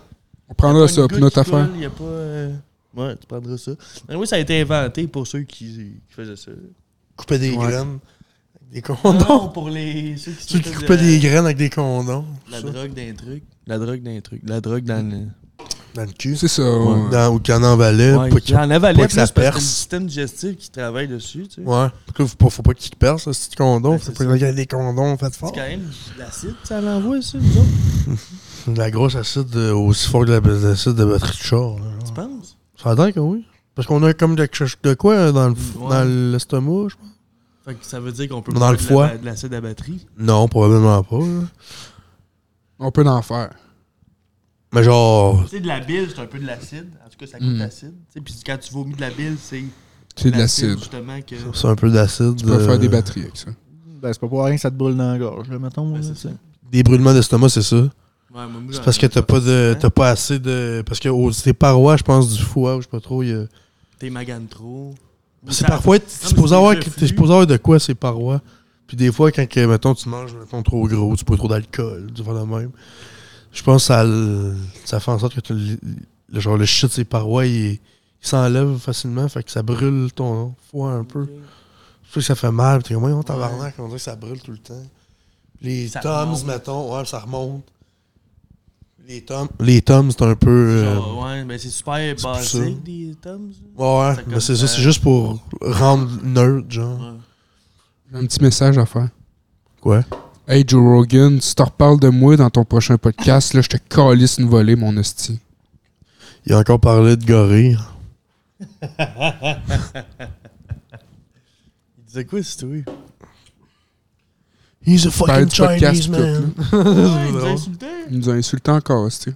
[SPEAKER 1] On prendra ça pour notre affaire.
[SPEAKER 2] Il y a pas. euh, Ouais, tu prendras ça. Mais oui, ça a été inventé pour ceux qui, qui faisaient ça.
[SPEAKER 3] Couper des
[SPEAKER 1] Ouais.
[SPEAKER 3] graines. Des
[SPEAKER 2] non,
[SPEAKER 3] condoms.
[SPEAKER 2] pour les ceux qui
[SPEAKER 3] Tu
[SPEAKER 2] s'occupent de
[SPEAKER 3] coupais
[SPEAKER 2] la-
[SPEAKER 3] des graines avec des condoms.
[SPEAKER 2] La
[SPEAKER 3] ça,
[SPEAKER 2] drogue d'un truc. La drogue d'un truc. La drogue dans le.
[SPEAKER 3] Dans le cul.
[SPEAKER 1] C'est ça.
[SPEAKER 2] Ouais.
[SPEAKER 3] Dans, ou qu'il y en envalait.
[SPEAKER 2] Ouais,
[SPEAKER 3] pas
[SPEAKER 2] il y
[SPEAKER 3] qu'il-
[SPEAKER 2] en avait
[SPEAKER 3] pas
[SPEAKER 2] l'air
[SPEAKER 3] que ça
[SPEAKER 2] plus parce que c'est le
[SPEAKER 3] perce.
[SPEAKER 2] système digestif qui travaille dessus, tu sais.
[SPEAKER 3] Ouais. Parce que faut, faut pas qu'il perce, ce petit condom.
[SPEAKER 2] Ouais,
[SPEAKER 3] faut
[SPEAKER 2] c'est
[SPEAKER 3] pas
[SPEAKER 2] ça.
[SPEAKER 3] qu'il y ait des condoms faites
[SPEAKER 2] C'est
[SPEAKER 3] fort.
[SPEAKER 2] quand même de l'acide, ça l'envoie, ça, nous autres,
[SPEAKER 3] De La grosse acide euh, aussi fort que la- de l'acide de batterie de char. là, genre.
[SPEAKER 2] tu penses?
[SPEAKER 3] Ça a l'air que oui. Parce qu'on a comme quelque chose de quoi euh, dans le f-
[SPEAKER 2] Ouais.
[SPEAKER 3] dans l'estomac, je pense.
[SPEAKER 2] Fait que ça veut dire qu'on peut
[SPEAKER 3] Dans
[SPEAKER 2] prendre
[SPEAKER 3] le
[SPEAKER 2] de la-
[SPEAKER 3] foie.
[SPEAKER 2] de l'acide à batterie.
[SPEAKER 3] Non, probablement pas. là.
[SPEAKER 1] On peut en faire.
[SPEAKER 3] Mais genre.
[SPEAKER 2] Tu sais, de la bile, c'est un peu de l'acide. En tout cas, ça coûte
[SPEAKER 1] Mm.
[SPEAKER 2] l'acide. Tu sais, puis quand tu vomis de la bile, c'est.
[SPEAKER 1] C'est de l'acide.
[SPEAKER 2] Justement, que.
[SPEAKER 3] C'est un peu d'acide.
[SPEAKER 1] Tu peux
[SPEAKER 3] euh,
[SPEAKER 1] faire des batteries avec ça.
[SPEAKER 4] Ben, c'est pas pour rien que ça te brûle dans la gorge, là, mettons.
[SPEAKER 2] Ouais,
[SPEAKER 4] là,
[SPEAKER 2] c'est
[SPEAKER 4] tu sais.
[SPEAKER 2] ça.
[SPEAKER 3] Des brûlements d'estomac, c'est ça.
[SPEAKER 2] Ouais, moi, moi,
[SPEAKER 3] C'est
[SPEAKER 2] j'en
[SPEAKER 3] parce que
[SPEAKER 2] ai
[SPEAKER 3] t'as pas de.
[SPEAKER 2] Hein?
[SPEAKER 3] T'as pas assez de. Parce que aux- c'est parois, je pense, du foie, ou je sais pas trop. il y a-
[SPEAKER 2] T'es magane trop. Ou
[SPEAKER 3] C'est
[SPEAKER 2] ça-
[SPEAKER 3] parfois, t'es
[SPEAKER 2] mais
[SPEAKER 3] supposé
[SPEAKER 2] c'est
[SPEAKER 3] avoir,
[SPEAKER 2] déjà
[SPEAKER 3] t'es
[SPEAKER 2] flux.
[SPEAKER 3] supposé avoir de quoi ces parois. Puis des fois, quand, que, mettons, tu manges, mettons, trop gros, tu bois trop d'alcool, tu vois la même. Je pense que ça, le- ça fait en sorte que tu le, le- genre, le shit de ces parois, il, il s'enlève facilement, fait que ça brûle ton foie un peu. Je sais que ça fait mal, puis t'es comme, voyons, tabarnak, on dirait que ça brûle tout le temps. Les
[SPEAKER 2] Ça
[SPEAKER 3] toms,
[SPEAKER 2] remonte.
[SPEAKER 3] mettons, ouais, ça remonte. Les toms, les toms, c'est un peu... euh,
[SPEAKER 2] Genre, ouais, mais c'est super
[SPEAKER 3] c'est plus ça.
[SPEAKER 2] basique, des tomes. là.
[SPEAKER 3] ouais,
[SPEAKER 2] c'est
[SPEAKER 3] mais
[SPEAKER 2] comme,
[SPEAKER 3] c'est ça,
[SPEAKER 2] euh,
[SPEAKER 3] c'est juste pour rendre neutre, genre.
[SPEAKER 2] Ouais.
[SPEAKER 1] J'ai un petit message à faire.
[SPEAKER 3] Quoi?
[SPEAKER 1] Hey Joe Rogan, si t'en reparles de moi dans ton prochain podcast, là, je te calisse une volée, mon hostie.
[SPEAKER 3] Il a encore parlé de gorille.
[SPEAKER 2] Il disait quoi, c'est toi?
[SPEAKER 3] He's a
[SPEAKER 1] Parler
[SPEAKER 3] fucking
[SPEAKER 1] du podcast
[SPEAKER 3] Chinese
[SPEAKER 1] pis tout,
[SPEAKER 3] man.
[SPEAKER 2] Ouais, il
[SPEAKER 3] drôle.
[SPEAKER 2] nous insultait.
[SPEAKER 1] Il nous a insulté encore, hostie.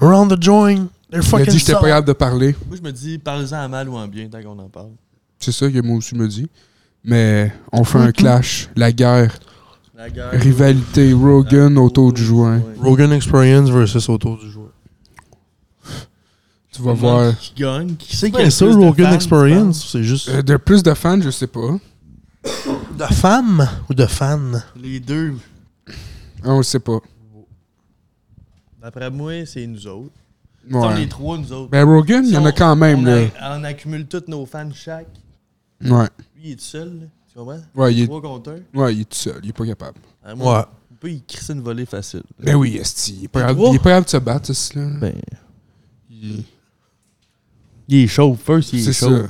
[SPEAKER 3] Around the joint.
[SPEAKER 1] Il a
[SPEAKER 3] They're
[SPEAKER 1] dit
[SPEAKER 3] fucking
[SPEAKER 1] que j'étais pas
[SPEAKER 3] soft.
[SPEAKER 1] capable de parler.
[SPEAKER 2] Moi, je me dis, parlez-en en mal ou en bien, tant qu'on en parle.
[SPEAKER 1] C'est ça que moi aussi me dit. Mais on fait un clash, la guerre,
[SPEAKER 2] La guerre.
[SPEAKER 1] rivalité, Rogan autour du joint.
[SPEAKER 3] Rogan Experience versus autour du joueur.
[SPEAKER 1] Tu vas voir.
[SPEAKER 2] Qui gagne Qui
[SPEAKER 3] C'est
[SPEAKER 2] sait
[SPEAKER 3] quoi ça, Rogan Experience C'est juste.
[SPEAKER 1] Euh, de plus de fans, je sais pas.
[SPEAKER 3] De femme ou de fan
[SPEAKER 2] Les deux.
[SPEAKER 1] Ah, on le sait pas.
[SPEAKER 2] D'après moi, c'est nous autres. On est les
[SPEAKER 1] Ouais.
[SPEAKER 2] trois, nous autres.
[SPEAKER 1] Ben Rogan, il y en a quand même,
[SPEAKER 2] on,
[SPEAKER 1] là.
[SPEAKER 2] a- on accumule tous nos fans chaque.
[SPEAKER 1] Ouais.
[SPEAKER 2] Lui, il est tout seul, là. Tu comprends
[SPEAKER 1] Ouais, il est,
[SPEAKER 2] Trois contre un.
[SPEAKER 1] ouais, il est tout seul. Il est pas capable.
[SPEAKER 2] Ah, moi,
[SPEAKER 3] Ouais.
[SPEAKER 2] On peut y crisser une volée facile.
[SPEAKER 1] Ben oui, esti. Il est pas
[SPEAKER 2] Les
[SPEAKER 1] capable,
[SPEAKER 2] trois?
[SPEAKER 1] il est pas capable de se battre, ce là.
[SPEAKER 2] Ben. Il il est chaud, first, il est
[SPEAKER 1] C'est ça.
[SPEAKER 2] chaud.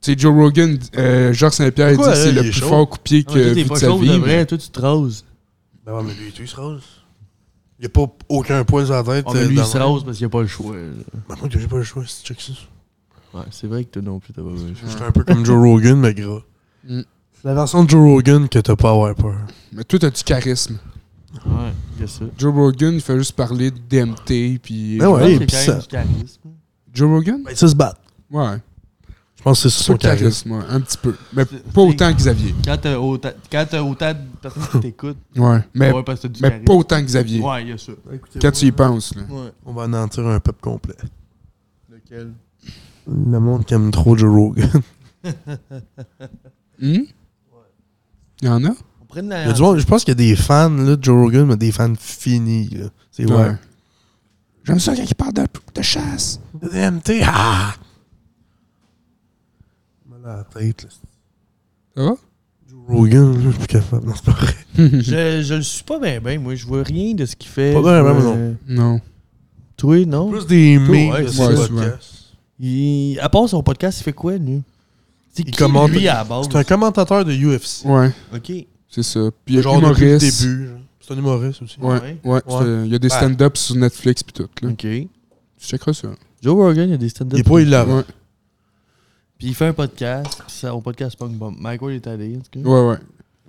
[SPEAKER 1] Tu sais, Joe Rogan, euh, Georges Saint-Pierre, il dit
[SPEAKER 3] Pourquoi,
[SPEAKER 1] que c'est
[SPEAKER 2] hein,
[SPEAKER 3] elle,
[SPEAKER 1] le
[SPEAKER 3] il est
[SPEAKER 1] plus
[SPEAKER 3] chaud?
[SPEAKER 1] fort coupier
[SPEAKER 2] Ah,
[SPEAKER 1] que
[SPEAKER 2] mais Ah, toi,
[SPEAKER 1] vu
[SPEAKER 2] t'es
[SPEAKER 1] de
[SPEAKER 2] pas
[SPEAKER 1] sa
[SPEAKER 2] chaud
[SPEAKER 1] vie.
[SPEAKER 2] de
[SPEAKER 1] mais-
[SPEAKER 2] vrai, toi, tu te roses.
[SPEAKER 3] Ben ouais, mais lui, il se rose. Il n'y a pas aucun poil sur la tête.
[SPEAKER 2] Ah, mais lui,
[SPEAKER 3] euh,
[SPEAKER 2] il
[SPEAKER 3] dans-
[SPEAKER 2] se rase parce qu'il a pas le choix.
[SPEAKER 3] Ben moi, j'ai pas le choix, c'est check ça.
[SPEAKER 2] Ouais, c'est vrai que toi non plus, t'as pas le choix.
[SPEAKER 3] Je suis un peu comme Joe Rogan, mais gras.
[SPEAKER 1] Mm.
[SPEAKER 3] C'est la version de Joe Rogan que t'as pas à avoir peur.
[SPEAKER 1] Mais toi, t'as du charisme.
[SPEAKER 2] Ouais, qu'est-ce que ça?
[SPEAKER 1] Joe Rogan, il fait juste parler d'MT, puis...
[SPEAKER 3] Ben ouais.
[SPEAKER 2] Je pense qu'il y a
[SPEAKER 3] puis
[SPEAKER 2] quand
[SPEAKER 3] ça-
[SPEAKER 2] même du charisme.
[SPEAKER 1] Joe Rogan?
[SPEAKER 3] Ben, ça se bat.
[SPEAKER 1] Ouais.
[SPEAKER 3] Je pense que c'est
[SPEAKER 1] Son
[SPEAKER 3] son
[SPEAKER 1] charisme,
[SPEAKER 3] charisme.
[SPEAKER 1] ouais, un petit peu. Mais
[SPEAKER 2] C'est-
[SPEAKER 1] pas autant que Xavier.
[SPEAKER 2] Quand t'as autant, quand t'as autant de personnes qui t'écoutent,
[SPEAKER 1] Ouais. Mais,
[SPEAKER 2] ouais, parce que t'as du
[SPEAKER 1] mais
[SPEAKER 2] charisme.
[SPEAKER 1] pas autant que Xavier.
[SPEAKER 2] Ouais, il y a ça.
[SPEAKER 1] Quand tu y penses, là.
[SPEAKER 2] Ouais.
[SPEAKER 3] On va anéantir un peuple complet.
[SPEAKER 2] Lequel?
[SPEAKER 3] Le monde qui aime trop Joe Rogan. Hmm?
[SPEAKER 1] Hum? Il y en a?
[SPEAKER 2] On prend de la...
[SPEAKER 3] Il y a du monde, je pense qu'il y a des fans là, de Joe Rogan, mais des fans finis. là. C'est vrai.
[SPEAKER 1] J'aime ça quand il parle de, de chasse.
[SPEAKER 3] DMT, ah! Mal à la tête, là.
[SPEAKER 1] Ça va?
[SPEAKER 3] Joe Rogan, là, je suis plus capable. Non, c'est pas vrai.
[SPEAKER 2] Je, je le suis pas bien, ben, moi. Je vois rien de ce qu'il fait.
[SPEAKER 3] Pas ben,
[SPEAKER 2] Je
[SPEAKER 3] ben,
[SPEAKER 2] vois-
[SPEAKER 3] non.
[SPEAKER 1] non.
[SPEAKER 2] Toi, non?
[SPEAKER 3] Plus des memes
[SPEAKER 2] ouais,
[SPEAKER 3] de
[SPEAKER 2] c'est
[SPEAKER 3] ses
[SPEAKER 1] ouais,
[SPEAKER 3] podcasts.
[SPEAKER 2] Il- À part son podcast, il fait quoi, lui? C'est
[SPEAKER 3] Il
[SPEAKER 2] qui,
[SPEAKER 3] commente-
[SPEAKER 2] lui, à la base?
[SPEAKER 3] C'est un commentateur de UFC.
[SPEAKER 1] Ouais,
[SPEAKER 2] OK.
[SPEAKER 1] c'est ça. Puis il y a
[SPEAKER 3] Genre depuis le
[SPEAKER 1] humoriste.
[SPEAKER 3] début. genre. C'est un humoriste aussi.
[SPEAKER 1] Ouais,
[SPEAKER 2] Ouais.
[SPEAKER 1] ouais. c'est- Il y a des
[SPEAKER 3] Ouais. Hmm.
[SPEAKER 1] stand-ups sur Netflix puis tout. Là.
[SPEAKER 2] OK.
[SPEAKER 1] Tu checkeras ça.
[SPEAKER 2] Joe Rogan, il y a des stand-up.
[SPEAKER 3] Il est pas hilarant.
[SPEAKER 1] Ouais,
[SPEAKER 2] Puis il fait un podcast. Puis ça, au podcast, c'est pas une bombe. Mike Ward est allé, en tout cas.
[SPEAKER 1] ouais. ouais.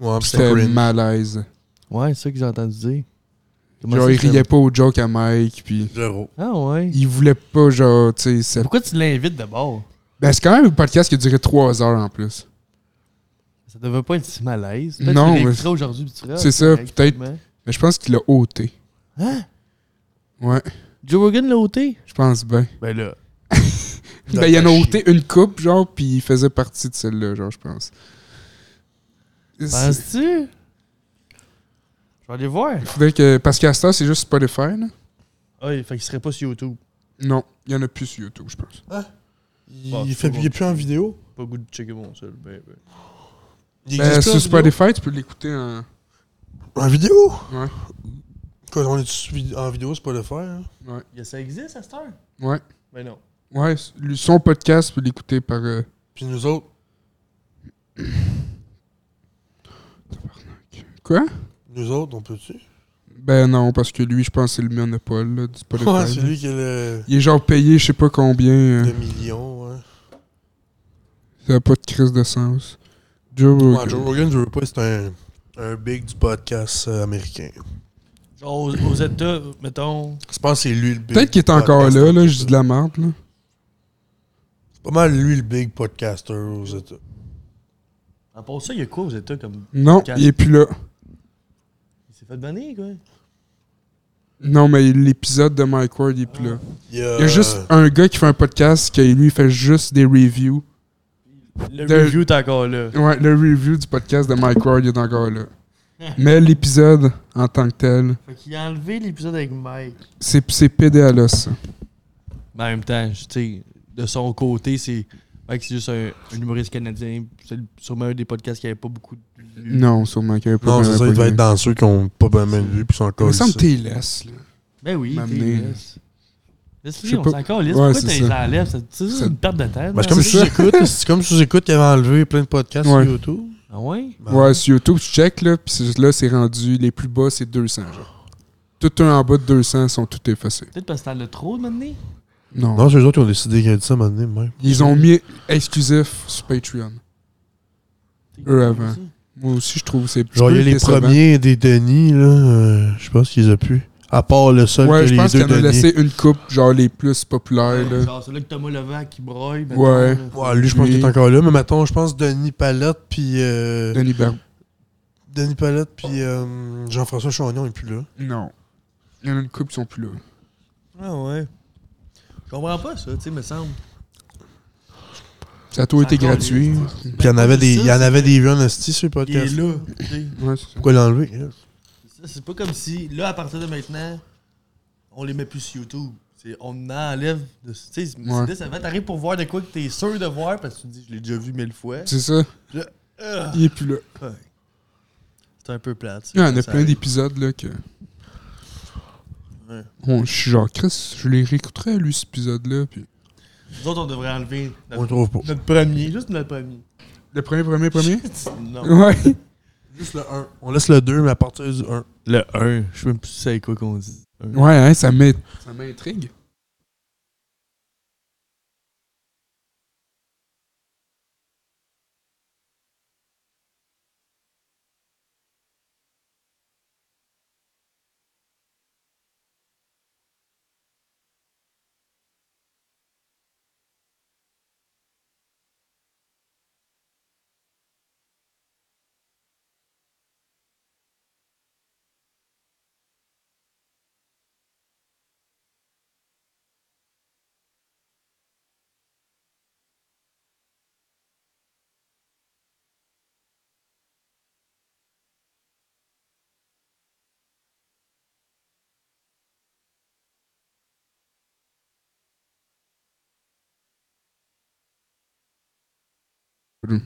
[SPEAKER 3] Ouais,
[SPEAKER 1] Puis
[SPEAKER 3] c'est un
[SPEAKER 1] C'était
[SPEAKER 3] cringe.
[SPEAKER 1] malaise.
[SPEAKER 2] Ouais, c'est ça que j'ai entendu dire. Comment
[SPEAKER 1] Genre,
[SPEAKER 2] ça,
[SPEAKER 1] il
[SPEAKER 2] c'est-
[SPEAKER 1] riait pas aux jokes à Mike, puis
[SPEAKER 3] Zéro.
[SPEAKER 2] Ah ouais.
[SPEAKER 1] il voulait pas, genre, tu sais. ça-
[SPEAKER 2] Pourquoi tu l'invites de bord?
[SPEAKER 1] Ben, c'est quand même un podcast qui durait trois heures en plus.
[SPEAKER 2] Ça devait pas être si malaise. Peut-être
[SPEAKER 1] Non,
[SPEAKER 2] que tu
[SPEAKER 1] mais-
[SPEAKER 2] l'écouteras aujourd'hui puis tu feras,
[SPEAKER 1] C'est ça,
[SPEAKER 2] correct,
[SPEAKER 1] peut-être.
[SPEAKER 2] finalement.
[SPEAKER 1] Mais je pense qu'il l'a ôté.
[SPEAKER 2] Hein?
[SPEAKER 1] Ouais,
[SPEAKER 2] Joe Rogan l'a ôté?
[SPEAKER 1] je pense bien.
[SPEAKER 2] Ben là.
[SPEAKER 1] Ben, il en a ôté une coupe, genre, puis il faisait partie de celle-là, genre, je pense.
[SPEAKER 2] Ben,
[SPEAKER 1] C'est-
[SPEAKER 2] Penses-tu? Je vais aller voir.
[SPEAKER 1] Faudrait que. Parce qu'à ce temps, c'est juste Spotify, là.
[SPEAKER 2] Ah, il fait qu'il serait pas sur YouTube.
[SPEAKER 1] Non, il y en a plus sur YouTube, je pense.
[SPEAKER 3] Il,
[SPEAKER 2] Bah,
[SPEAKER 3] fait,
[SPEAKER 2] c'est
[SPEAKER 3] il est
[SPEAKER 2] bon.
[SPEAKER 3] plus en vidéo.
[SPEAKER 2] Pas goût de checker mon seul. Ben, ben.
[SPEAKER 3] Il
[SPEAKER 1] Ben,
[SPEAKER 3] existe plus en
[SPEAKER 1] sur
[SPEAKER 3] vidéo?
[SPEAKER 1] Spotify, tu peux l'écouter en.
[SPEAKER 3] En vidéo?
[SPEAKER 1] Ouais.
[SPEAKER 3] Quand on est vid- en vidéo, c'est pas le faire. hein.
[SPEAKER 2] Yeah, Ça existe à cette heure?
[SPEAKER 1] Ouais.
[SPEAKER 2] Ben non.
[SPEAKER 1] Ouais, le- son podcast, tu peux l'écouter par. euh,
[SPEAKER 3] Puis nous autres,
[SPEAKER 1] Quoi?
[SPEAKER 3] nous autres, on peut-tu?
[SPEAKER 1] Ben non, parce que lui, je pense que c'est le monopole là, du Spotify.
[SPEAKER 3] Ouais,
[SPEAKER 1] là.
[SPEAKER 3] c'est lui qui a le,
[SPEAKER 1] hein. Il est genre payé, je sais pas combien. euh,
[SPEAKER 3] le million. Ouais.
[SPEAKER 1] Ça a pas de crise de sens. Joe
[SPEAKER 3] Ouais,
[SPEAKER 1] Rogan.
[SPEAKER 3] Joe Rogan, je veux pas, c'est un, un big du podcast euh, américain.
[SPEAKER 2] Genre, aux, aux États, mettons.
[SPEAKER 3] Je pense que c'est lui le big.
[SPEAKER 1] Peut-être qu'il est encore
[SPEAKER 3] podcaster
[SPEAKER 1] là, là,
[SPEAKER 3] aux
[SPEAKER 1] je dis de la merde, là.
[SPEAKER 3] États. C'est pas mal lui le big podcaster aux États.
[SPEAKER 2] À part ça, il y a quoi aux États comme.
[SPEAKER 1] Non,
[SPEAKER 2] Podcast.
[SPEAKER 1] il est plus là.
[SPEAKER 2] Il s'est fait bannir, quoi.
[SPEAKER 1] Non, mais l'épisode de Mike Ward, il est plus là.
[SPEAKER 3] Il y a,
[SPEAKER 1] Il y a juste
[SPEAKER 3] Euh.
[SPEAKER 1] un gars qui fait un podcast qui, lui, fait juste des reviews.
[SPEAKER 2] Le
[SPEAKER 1] De-
[SPEAKER 2] review, t'es encore là.
[SPEAKER 1] Ouais, le review du podcast de Mike Ward, il est encore là. Mais l'épisode, en tant que tel,
[SPEAKER 2] Fait qu'il a enlevé l'épisode avec Mike.
[SPEAKER 1] c'est c'est PDLS, ça.
[SPEAKER 2] Mais en même temps, je- tu sais, de son côté, c'est. Mike, c'est juste un, un humoriste canadien. C'est le- sûrement un des podcasts qui avait pas beaucoup de. vues.
[SPEAKER 1] Non, sûrement qu'il y avait pas
[SPEAKER 3] Non,
[SPEAKER 1] bien
[SPEAKER 3] c'est ça, il devait
[SPEAKER 1] abonné.
[SPEAKER 3] être dans ceux qui ont pas bien même vu puis sont
[SPEAKER 1] Il
[SPEAKER 3] encore
[SPEAKER 1] me semble TLS, là.
[SPEAKER 2] Ben oui, t'es
[SPEAKER 1] M'amener.
[SPEAKER 2] laisse.
[SPEAKER 1] Je sais
[SPEAKER 2] Laisse-le, on
[SPEAKER 1] pas.
[SPEAKER 2] s'en calisse.
[SPEAKER 1] Ouais,
[SPEAKER 2] Pourquoi
[SPEAKER 1] c'est
[SPEAKER 2] t'es
[SPEAKER 1] ça.
[SPEAKER 2] les enlèves? C'est c'est
[SPEAKER 1] Ça- Ben,
[SPEAKER 2] une perte de temps.
[SPEAKER 3] Parce
[SPEAKER 2] là.
[SPEAKER 3] que comme sous-écoute, Ben, c'est comme sous-écoute qu'il avait enlevé plein de podcasts
[SPEAKER 1] Ouais.
[SPEAKER 3] sur YouTube.
[SPEAKER 2] Ah ouais?
[SPEAKER 3] Ben,
[SPEAKER 1] Ouais, sur YouTube, tu check, là, puis c'est- là, c'est rendu, les plus bas, c'est 200, genre. Tout un en bas de 200 sont tout effacés.
[SPEAKER 2] Peut-être parce que t'en as trop maintenant.
[SPEAKER 1] Non.
[SPEAKER 3] Non, c'est eux autres qui ont décidé qu'il y a dit ça à un moment donné, même.
[SPEAKER 1] Ils ont mis exclusif sur Patreon. Eux avant. Moi aussi, je trouve que c'est
[SPEAKER 3] Genre, il y a
[SPEAKER 1] peu
[SPEAKER 3] les
[SPEAKER 1] décevant.
[SPEAKER 3] premiers des Denis, là. euh, je pense qu'ils ont pu. À part le seul
[SPEAKER 1] Ouais,
[SPEAKER 3] que
[SPEAKER 1] je
[SPEAKER 3] les
[SPEAKER 1] pense qu'il y en
[SPEAKER 3] deux
[SPEAKER 1] a
[SPEAKER 3] donnaient.
[SPEAKER 1] laissé une coupe, genre les plus populaires. là.
[SPEAKER 2] Genre, c'est là que Thomas Levac qui broille. mettons,
[SPEAKER 1] Ouais.
[SPEAKER 2] là.
[SPEAKER 3] Ouais, lui, je pense
[SPEAKER 1] Lui.
[SPEAKER 3] qu'il est encore là. Mais mettons, je pense Denis Palotte, puis. euh,
[SPEAKER 1] Denis Ber-
[SPEAKER 3] Denis Palotte, puis euh, Jean-François Chagnon est plus là.
[SPEAKER 1] Non. Il y en a une coupe qui sont plus là.
[SPEAKER 2] Ah ouais. Je comprends pas ça, tu sais, me semble.
[SPEAKER 1] Ça a tout été
[SPEAKER 2] Encore,
[SPEAKER 1] gratuit.
[SPEAKER 2] il-
[SPEAKER 3] Puis il y en
[SPEAKER 2] Ben,
[SPEAKER 3] avait des,
[SPEAKER 2] ça,
[SPEAKER 3] il y en
[SPEAKER 2] c'est-
[SPEAKER 3] avait des runs hosties sur le
[SPEAKER 2] Il est
[SPEAKER 3] podcast.
[SPEAKER 2] là. tu sais.
[SPEAKER 1] Ouais, c'est ça.
[SPEAKER 3] Pourquoi l'enlever? hein?
[SPEAKER 2] Ça, C'est pas comme si, là, à partir de maintenant, on les met plus sur YouTube. C'est- On enlève. de- Tu sais, c'est
[SPEAKER 1] Ouais.
[SPEAKER 2] décevant. T'arrives pour voir de quoi que t'es sûr de voir parce que tu te dis, je l'ai déjà vu mille fois.
[SPEAKER 1] C'est ça.
[SPEAKER 2] Ah,
[SPEAKER 1] Il est plus là.
[SPEAKER 2] ouais. C'est un peu plate. ça.
[SPEAKER 1] Il y en a
[SPEAKER 2] Ça
[SPEAKER 1] plein
[SPEAKER 2] arrive.
[SPEAKER 1] d'épisodes là que.
[SPEAKER 2] Ouais.
[SPEAKER 1] Bon, je suis genre Chris, je les réécouterai lui cet épisode-là. Puis...
[SPEAKER 2] Nous autres, on devrait enlever
[SPEAKER 3] On le
[SPEAKER 2] notre,
[SPEAKER 3] trouve pas.
[SPEAKER 2] notre premier, juste notre premier.
[SPEAKER 1] Le premier, premier, premier?
[SPEAKER 2] non.
[SPEAKER 1] ouais.
[SPEAKER 3] Juste le 1. On laisse le 2, mais à partir du 1.
[SPEAKER 2] Le 1, je sais même plus c'est quoi qu'on dit.
[SPEAKER 1] Ouais, hein, ça m'est- ça m'intrigue. Hmm.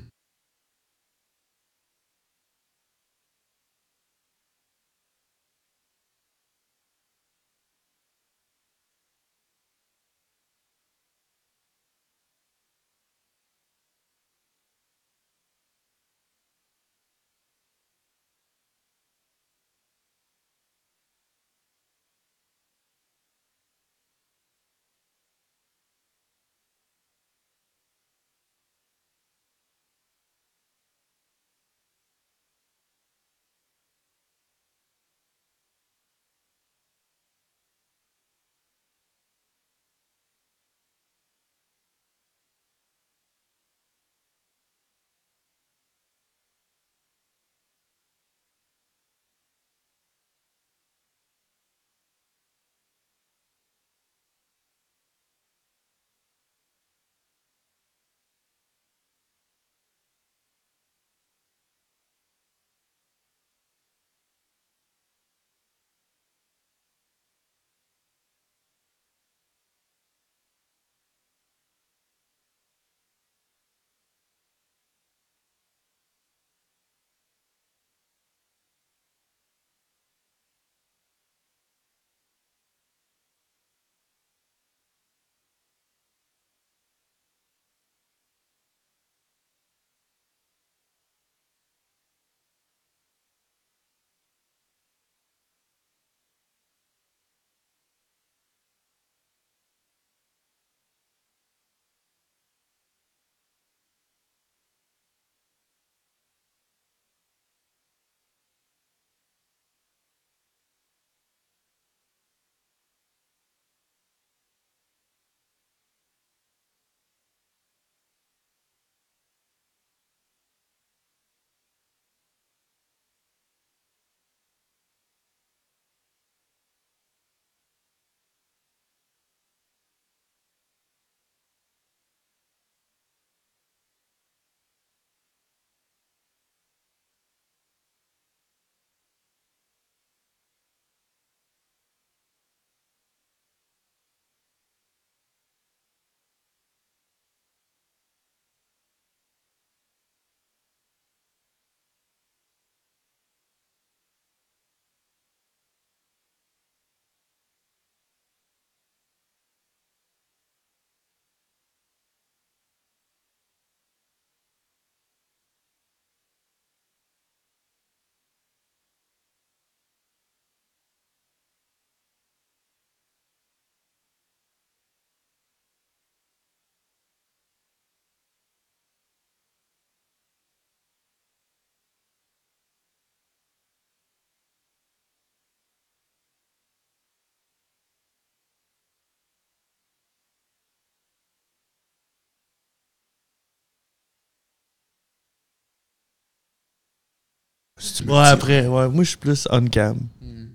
[SPEAKER 1] si tu me
[SPEAKER 2] Ouais,
[SPEAKER 1] dis.
[SPEAKER 2] après, ouais. Moi, je suis plus on cam.
[SPEAKER 1] Hmm.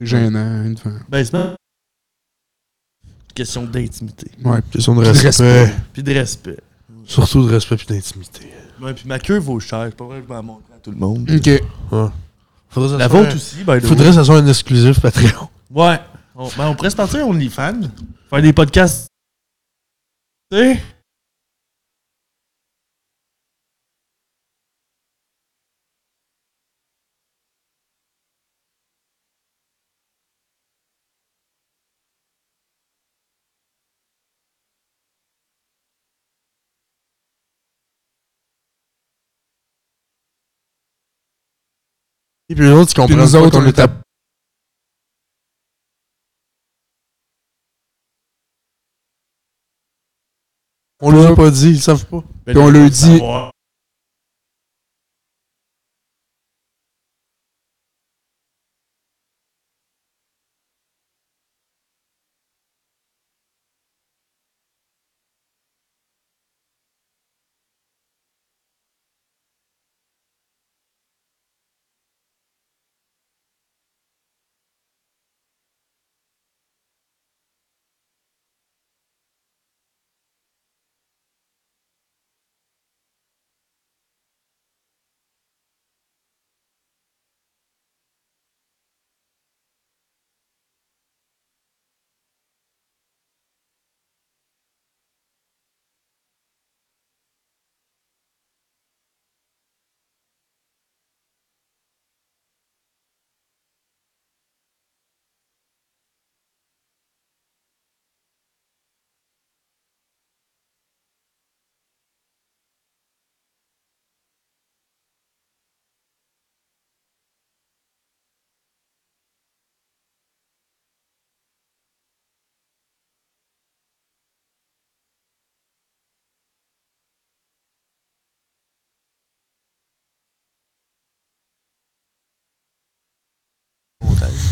[SPEAKER 1] Gênant, une fois.
[SPEAKER 2] Ben, c'est pas. Question d'intimité.
[SPEAKER 1] Ouais.
[SPEAKER 3] Question de
[SPEAKER 1] Puis de
[SPEAKER 3] respect.
[SPEAKER 1] respect.
[SPEAKER 2] Puis de respect.
[SPEAKER 3] Surtout de respect puis d'intimité.
[SPEAKER 2] Ouais, puis ma queue vaut cher. C'est pas vrai que je vais la montrer à tout le monde.
[SPEAKER 1] Ok.
[SPEAKER 3] Faudrait que ça
[SPEAKER 2] La
[SPEAKER 3] soit
[SPEAKER 2] vôtre
[SPEAKER 3] un-
[SPEAKER 2] aussi, ben,
[SPEAKER 3] Faudrait que ça soit un exclusif Patreon.
[SPEAKER 2] Ouais. On, ben, on pourrait se partir OnlyFans. Faire des podcasts. Tu sais?
[SPEAKER 3] Et puis les autres, ils
[SPEAKER 1] Puis
[SPEAKER 3] comprennent
[SPEAKER 1] nous
[SPEAKER 3] pas
[SPEAKER 1] autres,
[SPEAKER 3] qu'on
[SPEAKER 1] on
[SPEAKER 3] est à
[SPEAKER 1] était
[SPEAKER 3] On leur a pas dit, ils savent pas.
[SPEAKER 2] Ben,
[SPEAKER 1] Puis on
[SPEAKER 2] là,
[SPEAKER 1] leur
[SPEAKER 2] faut
[SPEAKER 1] dit-
[SPEAKER 2] savoir.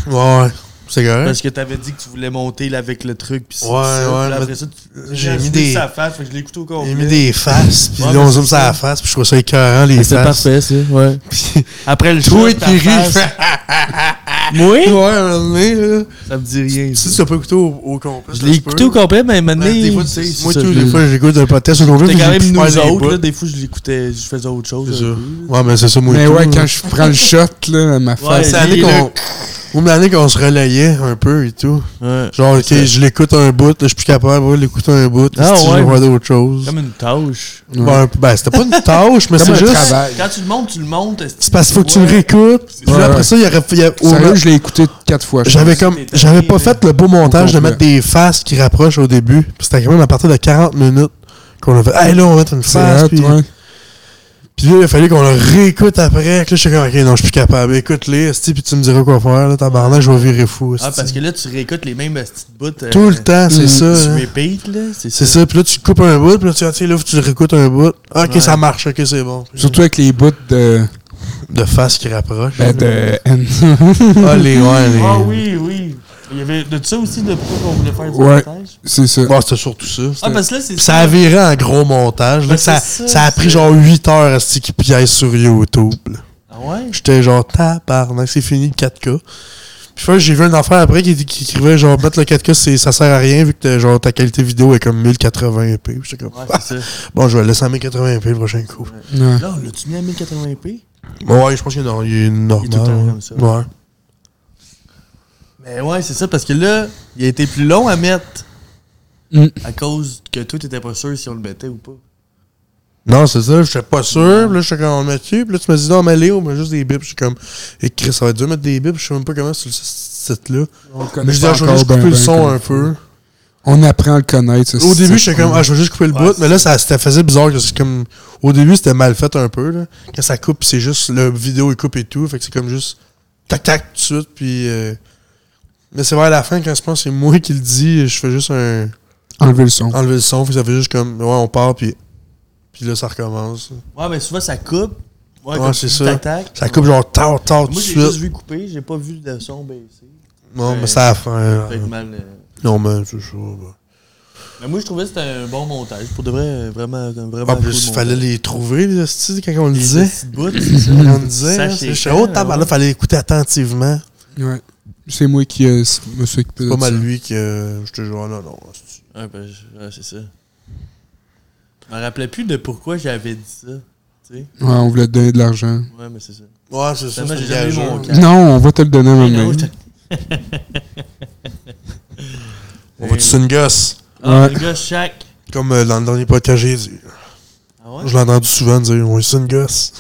[SPEAKER 3] Ouais, Ben, c'est correct.
[SPEAKER 2] Parce que t'avais dit que tu voulais monter là, avec le truc. Pis
[SPEAKER 3] Ouais, ouais,
[SPEAKER 2] Après
[SPEAKER 3] mais-
[SPEAKER 2] ça, tu-
[SPEAKER 3] J'ai
[SPEAKER 2] j'ai
[SPEAKER 3] mis
[SPEAKER 2] mis
[SPEAKER 3] des-
[SPEAKER 2] sa face. Fait que je l'ai écouté au complet.
[SPEAKER 3] J'ai mis des faces, puis
[SPEAKER 2] Ouais,
[SPEAKER 3] là, on
[SPEAKER 2] mais
[SPEAKER 3] zoome
[SPEAKER 2] c'est
[SPEAKER 3] ça à
[SPEAKER 2] ça.
[SPEAKER 3] la face, puis je trouve ça écœurant, les
[SPEAKER 2] Ah, C'est
[SPEAKER 3] faces.
[SPEAKER 2] parfait, ça. Ouais.
[SPEAKER 3] Puis-
[SPEAKER 2] Après le show,
[SPEAKER 3] Toi
[SPEAKER 2] ta
[SPEAKER 3] qui ris,
[SPEAKER 2] face,
[SPEAKER 3] fais-
[SPEAKER 2] Moi?
[SPEAKER 3] Ouais, un moment donné, là.
[SPEAKER 2] Ça me dit rien.
[SPEAKER 3] Si
[SPEAKER 2] ça.
[SPEAKER 3] tu l'as pas écouté au, au complet,
[SPEAKER 2] Je
[SPEAKER 3] ça
[SPEAKER 2] l'ai
[SPEAKER 3] se peut.
[SPEAKER 2] écouté au complet, mais maintenant.
[SPEAKER 3] Ouais, Ben, Des fois, tu sais,
[SPEAKER 2] c'est
[SPEAKER 3] moi,
[SPEAKER 2] ça,
[SPEAKER 3] tu
[SPEAKER 2] je
[SPEAKER 3] des
[SPEAKER 2] l'ai-
[SPEAKER 3] fois, j'écoute un podcast au complet,
[SPEAKER 2] C'était
[SPEAKER 3] puis
[SPEAKER 2] quand
[SPEAKER 3] j'ai
[SPEAKER 2] même
[SPEAKER 3] pu
[SPEAKER 2] nous
[SPEAKER 3] faire des
[SPEAKER 2] autres.
[SPEAKER 3] bouts.
[SPEAKER 2] Là, des fois, je l'écoutais, je faisais autre chose.
[SPEAKER 3] C'est
[SPEAKER 2] un
[SPEAKER 3] ça.
[SPEAKER 2] peu.
[SPEAKER 3] Ouais, mais c'est ça, moi,
[SPEAKER 1] Mais
[SPEAKER 3] et tout,
[SPEAKER 1] ouais,
[SPEAKER 3] là.
[SPEAKER 1] quand je prends le shot, là, dans ma
[SPEAKER 2] Ouais,
[SPEAKER 1] face.
[SPEAKER 3] C'est
[SPEAKER 2] il
[SPEAKER 3] l'année
[SPEAKER 2] est
[SPEAKER 3] qu'on. Ou une année qu'on se relayait un peu et tout.
[SPEAKER 2] Ouais.
[SPEAKER 3] Genre, ok,
[SPEAKER 2] C'est-
[SPEAKER 3] je l'écoute un bout, là, je suis plus capable ouais, de l'écouter un bout,
[SPEAKER 2] Ah,
[SPEAKER 3] si je
[SPEAKER 2] ouais.
[SPEAKER 3] vais voir d'autres choses.
[SPEAKER 2] Comme une tâche.
[SPEAKER 1] Ouais.
[SPEAKER 3] Ben, ben, c'était pas une tâche, mais
[SPEAKER 1] Comme
[SPEAKER 3] c'est
[SPEAKER 1] un
[SPEAKER 3] juste.
[SPEAKER 1] travail.
[SPEAKER 2] Quand tu le montes, tu le montes.
[SPEAKER 3] C'est parce qu'il faut que tu le
[SPEAKER 2] Ouais.
[SPEAKER 3] réécoutes. Puis
[SPEAKER 1] Ouais,
[SPEAKER 3] là, après
[SPEAKER 1] ouais.
[SPEAKER 3] ça, il y aurait. il y a- au-
[SPEAKER 1] Sérieux, je l'ai écouté quatre fois. je
[SPEAKER 3] J'avais
[SPEAKER 1] pense.
[SPEAKER 3] comme.
[SPEAKER 2] t'es
[SPEAKER 3] J'avais
[SPEAKER 2] tanné,
[SPEAKER 3] pas
[SPEAKER 2] là.
[SPEAKER 3] fait le beau montage de
[SPEAKER 1] complet.
[SPEAKER 3] mettre des faces qui rapprochent au début. Puis c'était quand même à partir de 40 minutes qu'on a fait. Hey, là, on va mettre une
[SPEAKER 1] C'est
[SPEAKER 3] face.
[SPEAKER 1] hot,
[SPEAKER 3] Puis,
[SPEAKER 1] ouais.
[SPEAKER 3] puis là, il a fallu qu'on le réécoute après. Que là, je suis comme, ok, non, je suis plus capable. Écoute-les, esti, puis tu me diras quoi faire. Là, tabarnak, je vais virer fou.
[SPEAKER 2] Ah,
[SPEAKER 3] esti.
[SPEAKER 2] parce que là, tu réécoutes les mêmes petites bouts. euh,
[SPEAKER 3] Tout le temps, c'est
[SPEAKER 1] Mm.
[SPEAKER 3] ça. hein.
[SPEAKER 2] Tu repeats, là. C'est
[SPEAKER 3] C'est
[SPEAKER 2] ça.
[SPEAKER 3] ça, puis là tu coupes un bout, puis là tu tiens, là, faut que tu le réécoutes un bout. Ah, ok,
[SPEAKER 2] Ouais.
[SPEAKER 3] ça marche, ok, c'est bon.
[SPEAKER 1] Surtout avec les bouts de.
[SPEAKER 3] De face qui rapproche.
[SPEAKER 1] Ben, de.
[SPEAKER 3] Ah, les, ouais, les.
[SPEAKER 2] Ah oui, oui. Il y avait de ça aussi, de pourquoi on voulait faire du
[SPEAKER 1] Ouais.
[SPEAKER 2] montage.
[SPEAKER 1] C'est ça.
[SPEAKER 3] Bon, c'était surtout ça. c'était-
[SPEAKER 2] Ah, parce que là, c'est
[SPEAKER 3] Puis ça a viré en gros montage. là,
[SPEAKER 2] Ben,
[SPEAKER 3] que ça,
[SPEAKER 2] c'est
[SPEAKER 3] ça,
[SPEAKER 2] ça,
[SPEAKER 3] a
[SPEAKER 2] c'est-
[SPEAKER 3] pris genre 8 heures à ce qui pièce sur YouTube. là.
[SPEAKER 2] Ah ouais?
[SPEAKER 3] J'étais genre tabarnak, c'est fini le 4K. Puis fois, j'ai vu un enfant après qui, qui écrivait genre mettre le 4K, c'est- ça sert à rien vu que t'as- genre, ta qualité vidéo est comme 1080p. Puis j'étais comme,
[SPEAKER 2] Ouais,
[SPEAKER 3] ah,
[SPEAKER 2] c'est ça.
[SPEAKER 3] bon, je vais le laisser à 1080p le prochain coup.
[SPEAKER 1] Ouais.
[SPEAKER 2] Là, on l'a-tu mis à 1080p?
[SPEAKER 3] Bon, ouais, je pense qu'il est nor- il est normal.
[SPEAKER 2] tout le temps
[SPEAKER 3] ouais.
[SPEAKER 2] comme ça.
[SPEAKER 3] Ouais.
[SPEAKER 2] Mais ouais, c'est ça, parce que là, il a été plus long à mettre
[SPEAKER 1] Mm.
[SPEAKER 2] à cause que toi, t'étais pas sûr si on le mettait ou pas.
[SPEAKER 3] Non, c'est ça, j'étais pas sûr. Puis là, j'étais comme, on le met dessus. Puis là, tu me dis, non, mais Léo, mais juste des bips. Je suis comme, et Chris, ça va être dur de mettre des bips. Je sais même pas comment sur ce site-là.
[SPEAKER 1] On
[SPEAKER 3] Mais je dis, ah, je vais juste couper le son un peu.
[SPEAKER 1] On apprend à le connaître. ça,
[SPEAKER 3] Au
[SPEAKER 1] c'est-
[SPEAKER 3] début, j'étais comme, ah, je vais juste couper le
[SPEAKER 2] Ouais,
[SPEAKER 3] bout.
[SPEAKER 2] c'est
[SPEAKER 3] Mais là, ça, ça faisait bizarre. que c'est comme, au début, c'était mal fait un peu. Là. Quand ça coupe, c'est juste, le vidéo, il coupe et tout. Fait que c'est comme juste, tac, tac, tout de suite. Puis. euh, Mais c'est vers la fin, quand je pense que c'est moi qui le dis, je fais juste un.
[SPEAKER 1] Enlever le son.
[SPEAKER 3] Enlever le son, puis ça fait juste comme, ouais, on part, puis. Puis là, ça recommence.
[SPEAKER 2] Ouais, mais souvent, ça coupe.
[SPEAKER 3] Ouais,
[SPEAKER 2] comme
[SPEAKER 3] c'est
[SPEAKER 2] tu dis,
[SPEAKER 3] ça.
[SPEAKER 2] tac-tac.
[SPEAKER 3] Ça coupe genre tard, tard, tout de
[SPEAKER 2] Moi, j'ai
[SPEAKER 3] suite.
[SPEAKER 2] juste vu couper, j'ai pas vu le son baisser.
[SPEAKER 3] Non,
[SPEAKER 2] Ouais.
[SPEAKER 3] mais ça a fait.
[SPEAKER 2] Fait que mal. euh,
[SPEAKER 3] Non, mais c'est ça. bah.
[SPEAKER 2] Mais moi, je trouvais que c'était un bon montage. Pour de vrai, euh, vraiment, vraiment.
[SPEAKER 3] En plus, Ah, il fallait les trouver, les hosties, quand on le disait. Quand on le
[SPEAKER 2] On
[SPEAKER 3] disait, là, c'est- j'étais oh, tabarnak, là, fallait écouter attentivement.
[SPEAKER 1] Ouais. C'est moi qui euh, s- me suis occupé
[SPEAKER 3] C'est
[SPEAKER 1] de
[SPEAKER 3] pas mal
[SPEAKER 1] ça.
[SPEAKER 3] lui que euh, je te jure, ah, non, non. hostie.
[SPEAKER 2] Ouais, ben, je- ouais, c'est ça. Je me rappelais plus de pourquoi j'avais dit ça. Tu sais?
[SPEAKER 1] Ouais, on voulait te donner de l'argent.
[SPEAKER 2] Ouais, mais c'est ça.
[SPEAKER 3] Ouais, c'est ça,
[SPEAKER 2] Finalement,
[SPEAKER 3] c'est
[SPEAKER 2] j'ai jamais eu
[SPEAKER 3] gageur.
[SPEAKER 2] mon cas.
[SPEAKER 1] Non, on va te le donner
[SPEAKER 2] Hey,
[SPEAKER 1] maintenant.
[SPEAKER 2] non, j'étais-
[SPEAKER 3] On va tuer une gosse.
[SPEAKER 2] Ah,
[SPEAKER 1] Ouais.
[SPEAKER 2] le gars, chaque.
[SPEAKER 3] Comme euh, dans le dernier podcast, j'ai dit.
[SPEAKER 2] Ah ouais?
[SPEAKER 3] Je l'ai entendu souvent dire, on va tuer une gosse.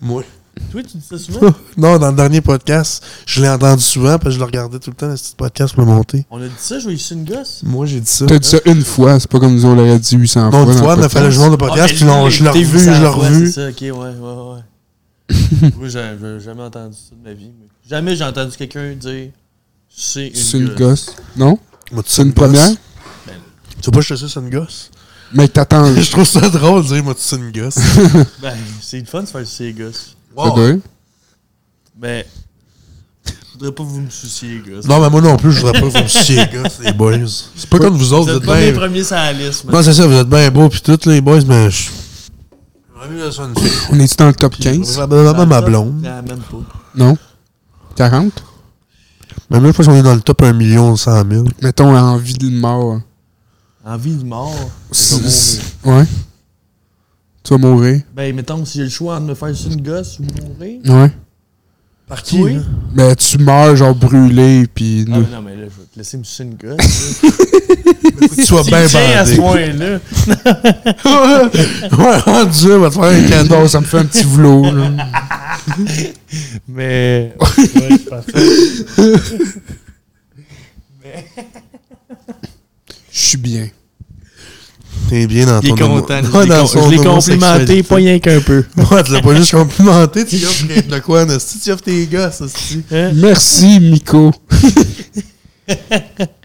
[SPEAKER 3] Moi.
[SPEAKER 2] Toi, tu dis ça souvent?
[SPEAKER 3] Non, dans le dernier podcast, je l'ai entendu souvent parce que je le regardais tout le temps, le petit podcast pour le monter.
[SPEAKER 2] On a dit ça, je vais ici une gosse.
[SPEAKER 3] Moi, j'ai dit ça.
[SPEAKER 1] T'as dit ça une fois, c'est pas comme nous on l'aurait dit 800
[SPEAKER 3] Non,
[SPEAKER 1] fois.
[SPEAKER 3] une
[SPEAKER 1] dans
[SPEAKER 3] fois,
[SPEAKER 1] le
[SPEAKER 3] mais fallait que je monte
[SPEAKER 2] Ah,
[SPEAKER 3] le podcast, puis non, je l'ai revu, je l'ai revu.
[SPEAKER 2] C'est ça, ok, ouais, ouais, ouais. Moi, j'ai j'ai jamais entendu ça de ma vie. mais Jamais j'ai entendu quelqu'un dire c'est une,
[SPEAKER 1] podcast. C'est une gosse. Non?
[SPEAKER 3] Moi, tu
[SPEAKER 1] C'est une première?
[SPEAKER 3] Tu sais pas, je sais ça, c'est une gosse.
[SPEAKER 1] Mais t'attends.
[SPEAKER 3] Je trouve ça drôle de dire, moi, tu sais une gosse.
[SPEAKER 2] Ben, c'est le fun de faire c'est gosse.
[SPEAKER 1] Ça doit être.
[SPEAKER 2] Ben, faudrait pas que vous me souciez, gosse.
[SPEAKER 3] Non, mais moi non plus, je voudrais pas que vous me chiez, les gars, c'est les boys. C'est pas comme vous
[SPEAKER 2] vous
[SPEAKER 3] autres,
[SPEAKER 2] êtes
[SPEAKER 3] vous
[SPEAKER 2] pas les
[SPEAKER 3] êtes bien.
[SPEAKER 2] premiers sur la liste, man.
[SPEAKER 3] Non, c'est ça, vous êtes bien beaux, puis toutes les boys, mais je. J'aurais mieux besoin d'une fille.
[SPEAKER 1] On est-tu dans le top
[SPEAKER 3] Je
[SPEAKER 1] 15?
[SPEAKER 3] vais Probablement ma blonde.
[SPEAKER 2] Non, même pas.
[SPEAKER 1] Non? 40?
[SPEAKER 3] Mais même, je pense qu'on est dans le top 1 million 100 000.
[SPEAKER 1] Mettons en vie de mort.
[SPEAKER 2] Envie de mort.
[SPEAKER 1] S-
[SPEAKER 2] mais
[SPEAKER 1] s-
[SPEAKER 2] je vais mourir.
[SPEAKER 1] Ouais. Tu vas mourir.
[SPEAKER 2] Ben, mettons, si j'ai le choix entre me faire sucer une gosse ou mourir.
[SPEAKER 1] Ouais.
[SPEAKER 3] Par
[SPEAKER 2] Oui.
[SPEAKER 3] là?
[SPEAKER 1] Mais tu meurs genre brûlé, puis
[SPEAKER 2] Ah,
[SPEAKER 1] nous-
[SPEAKER 2] mais non, mais là, je vais te laisser me sucer une gosse. là.
[SPEAKER 3] Faut que tu sois
[SPEAKER 2] Tu
[SPEAKER 3] bien
[SPEAKER 2] tiens à ce
[SPEAKER 3] bandé.
[SPEAKER 2] point-là.
[SPEAKER 3] Ouais, oh Dieu, va te faire un cadeau.
[SPEAKER 1] Non, ça me fait un petit vlog. là.
[SPEAKER 2] Mais. Ouais, je pense ça.
[SPEAKER 1] Je suis bien.
[SPEAKER 3] T'es bien dans ton
[SPEAKER 4] Il est
[SPEAKER 3] homo-
[SPEAKER 4] content.
[SPEAKER 3] Ouais, dans son
[SPEAKER 4] Je l'ai complimenté,
[SPEAKER 3] homosexualité.
[SPEAKER 4] pas rien qu'un peu.
[SPEAKER 3] Ouais, tu l'as pas juste complimenté, tu lui offres de quoi, Nasty? Tu offres tes gosses, Nasty.
[SPEAKER 2] Hein?
[SPEAKER 1] Merci, Miko.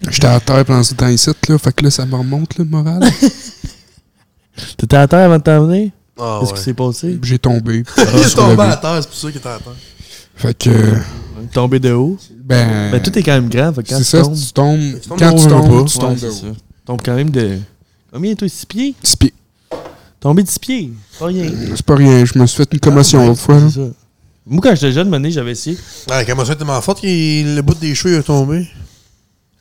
[SPEAKER 1] J'étais à terre pendant ce temps ici, là. Fait que là, ça me remonte, le moral.
[SPEAKER 2] T'étais à terre avant de t'en venir?
[SPEAKER 3] Ah
[SPEAKER 2] Qu'est-ce qui s'est passé?
[SPEAKER 1] J'ai tombé. puis je
[SPEAKER 3] Il est
[SPEAKER 1] suis relevé.
[SPEAKER 3] tombé à terre, c'est pour ça qu'il est à terre.
[SPEAKER 1] Fait que,
[SPEAKER 2] Tombé de haut.
[SPEAKER 1] ben.
[SPEAKER 2] Ben, tout est quand même grand. Fait que quand
[SPEAKER 1] c'est
[SPEAKER 2] tu
[SPEAKER 1] ça,
[SPEAKER 2] tombes,
[SPEAKER 1] si tu tombes.
[SPEAKER 3] Tu tombes
[SPEAKER 1] Quand tu
[SPEAKER 3] de haut,
[SPEAKER 1] tombes,
[SPEAKER 3] pas.
[SPEAKER 1] tu tombes
[SPEAKER 2] Ouais,
[SPEAKER 1] de
[SPEAKER 2] c'est
[SPEAKER 1] haut.
[SPEAKER 2] ça. Tombe quand même de. Combien, toi, 6 pieds?
[SPEAKER 1] Six pieds.
[SPEAKER 2] Tombé de 6 pieds. Pas rien.
[SPEAKER 1] C'est pas rien, je me suis fait une commotion l'autre fois. là.
[SPEAKER 2] C'est ça. Moi, quand j'étais jeune, mané, j'avais essayé.
[SPEAKER 3] Ouais, comment ça, t'es en forte, qu'il- le bout des cheveux est tombé?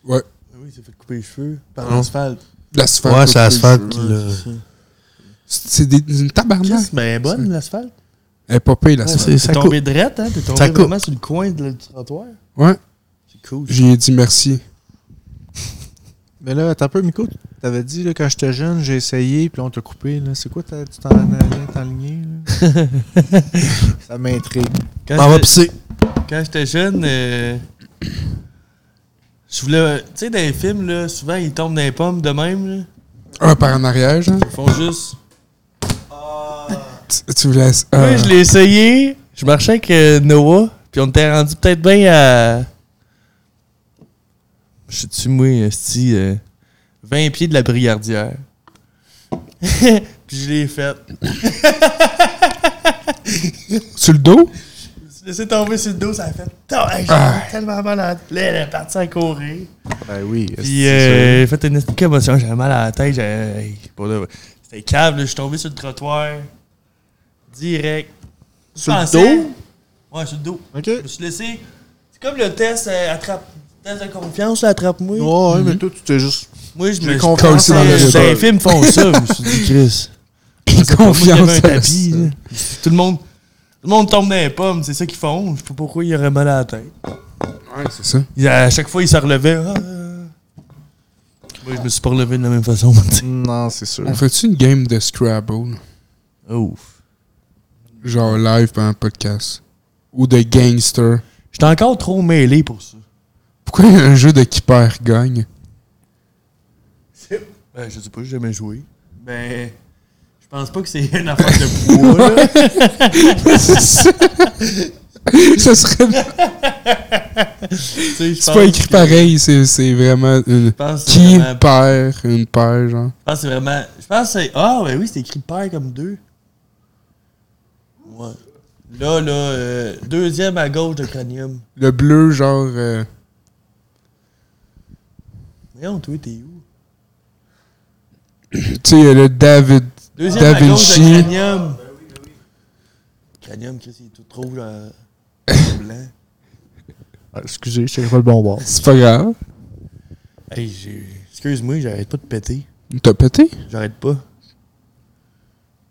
[SPEAKER 1] Ouais.
[SPEAKER 2] Oui, il s'est fait couper les cheveux par
[SPEAKER 3] Non.
[SPEAKER 2] l'asphalte.
[SPEAKER 1] L'asphalte.
[SPEAKER 3] Ouais, c'est
[SPEAKER 1] là,
[SPEAKER 3] l'asphalte.
[SPEAKER 1] c'est-
[SPEAKER 3] Puis le-
[SPEAKER 2] Ouais, c'est ça.
[SPEAKER 1] C'est des- une tabarnak.
[SPEAKER 2] Chris, mais elle est bonne, l'asphalte.
[SPEAKER 1] Elle est pas payée, l'asphalte.
[SPEAKER 3] c'est-
[SPEAKER 2] T'es
[SPEAKER 3] ça coupe.
[SPEAKER 2] tombé drette, hein? T'es
[SPEAKER 3] Ça
[SPEAKER 2] tombé
[SPEAKER 3] coupe.
[SPEAKER 2] vraiment sur le coin de- du trottoir.
[SPEAKER 1] Ouais,
[SPEAKER 2] C'est cool.
[SPEAKER 1] j'ai dit merci.
[SPEAKER 4] Mais là, t'as un peu, Miko, t'avais dit, là, quand j'étais jeune, j'ai essayé, puis là, on t'a coupé. Là. C'est quoi, t'as- tu t'en allais t'enligner? là? ça m'intrigue.
[SPEAKER 2] Quand
[SPEAKER 3] M'en va
[SPEAKER 2] j'étais-
[SPEAKER 3] pisser.
[SPEAKER 2] Quand j'étais jeune, euh, je voulais. Tu sais, dans les films, là, souvent, ils tombent dans les pommes de même. Là.
[SPEAKER 1] Un par en arrière, genre.
[SPEAKER 2] Ils font juste.
[SPEAKER 1] Tu, euh, tu me laisses.
[SPEAKER 3] Ah.
[SPEAKER 2] Moi, je l'ai essayé. Je marchais avec euh, Noah. Puis on était rendu peut-être bien à. Je suis-tu, moi, esti, euh, 20 pieds de la brigardière. puis je l'ai faite.
[SPEAKER 1] Sur le dos?
[SPEAKER 2] Je me suis laissé tomber sur le dos, ça a fait. Ah, hey, j'ai
[SPEAKER 1] Ah.
[SPEAKER 2] tellement mal à la tête. Là, elle est partie à courir.
[SPEAKER 4] Ben oui.
[SPEAKER 2] Puis euh, j'ai fait une petite commotion, j'avais mal à la tête. j'avais- hey, pour de- C'était cave, là, je suis tombé sur le trottoir. Direct.
[SPEAKER 4] Sur le
[SPEAKER 2] Pensais-
[SPEAKER 4] dos?
[SPEAKER 2] Ouais, sur le dos.
[SPEAKER 4] OK.
[SPEAKER 2] Je me suis laissé. C'est comme le test euh, attrape. Test de confiance, là, attrape-moi.
[SPEAKER 4] Ouais, mais toi, tu t'es juste.
[SPEAKER 2] Moi, je
[SPEAKER 4] J'ai
[SPEAKER 2] me suis
[SPEAKER 4] confiance
[SPEAKER 1] dans le
[SPEAKER 2] dans
[SPEAKER 1] résultat.
[SPEAKER 2] les films font ça. Je me suis dit, Chris. c'est pas moi qui
[SPEAKER 1] Confiance.
[SPEAKER 2] avais un
[SPEAKER 1] à
[SPEAKER 2] tapis,
[SPEAKER 1] ça.
[SPEAKER 2] là. Tout le monde. Tout le monde tombe dans les pommes, c'est ça qu'ils font. Je sais pas pourquoi ils auraient mal à la tête.
[SPEAKER 1] Ouais, c'est ça.
[SPEAKER 2] Ils- À chaque fois, ils se relevaient. Ah. Moi, je me suis pas relevé de la même façon. tu sais.
[SPEAKER 4] Non, c'est sûr.
[SPEAKER 1] On fait-tu une game de Scrabble?
[SPEAKER 2] Ouf.
[SPEAKER 1] Genre live pendant le podcast. Ou de gangster.
[SPEAKER 2] J'étais encore trop mêlé pour ça.
[SPEAKER 1] Pourquoi il y a un jeu de qui perd gagne?
[SPEAKER 2] Ben, je sais pas, j'ai jamais joué. Ben, je pense pas que c'est une affaire de poids, là.
[SPEAKER 1] Ça serait
[SPEAKER 2] Tu sais, je
[SPEAKER 1] c'est
[SPEAKER 2] pense
[SPEAKER 1] pas écrit
[SPEAKER 2] que-
[SPEAKER 1] pareil, c'est c'est vraiment une.
[SPEAKER 2] Je pense que c'est
[SPEAKER 1] Qui
[SPEAKER 2] vraiment-
[SPEAKER 1] perd une paire, genre?
[SPEAKER 2] je pense que c'est vraiment. Je pense que c'est. Ah, ben oui, c'est écrit pair comme deux. Ouais. Là, là, euh, deuxième à gauche de cranium.
[SPEAKER 1] Le bleu, genre. euh,
[SPEAKER 2] Voyons, toi, t'es où?
[SPEAKER 1] tu sais, le David.
[SPEAKER 2] Deuxième
[SPEAKER 1] Da
[SPEAKER 2] à gauche,
[SPEAKER 1] Vinci.
[SPEAKER 2] le cranium. Cranium, Chris, il est tout trop euh, blanc.
[SPEAKER 4] Ah, excusez, je pas le bon bord.
[SPEAKER 1] C'est pas grave.
[SPEAKER 2] Hey, j'ai... Excuse-moi, j'arrête pas de péter.
[SPEAKER 1] T'as pété?
[SPEAKER 2] J'arrête pas.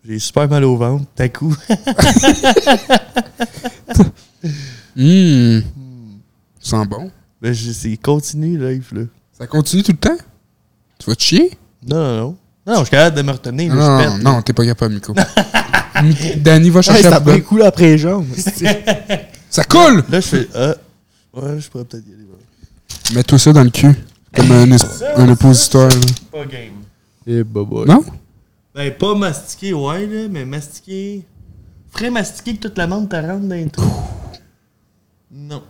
[SPEAKER 2] J'ai super mal au ventre, d'un coup.
[SPEAKER 1] Hum. Sent bon.
[SPEAKER 2] Mais je- Ben, c'est continu, live, là.
[SPEAKER 1] Ça continue tout le temps? Tu vas te chier?
[SPEAKER 2] Non, non, non. Non, non, je suis capable de me retenir,
[SPEAKER 1] Non,
[SPEAKER 2] là, je
[SPEAKER 1] non,
[SPEAKER 2] pète.
[SPEAKER 1] non, t'es pas capable, Miko. Mi- Danny va
[SPEAKER 4] Hey,
[SPEAKER 1] chercher
[SPEAKER 4] ça
[SPEAKER 1] la
[SPEAKER 4] a pris
[SPEAKER 1] poubelle.
[SPEAKER 4] cool après les jambes.
[SPEAKER 1] Ça coule!
[SPEAKER 2] Là, je fais. Ah. Ouais, je pourrais peut-être y aller. ouais.
[SPEAKER 1] Mets-toi ça dans le cul. Comme un, es- un oppositoire. là.
[SPEAKER 2] Pas game.
[SPEAKER 4] Et bobo.
[SPEAKER 1] Non?
[SPEAKER 2] Ben, pas mastiquer, ouais, là, mais mastiquer. Ferais mastiquer que toute la menthe te rentre dans les trous. Non.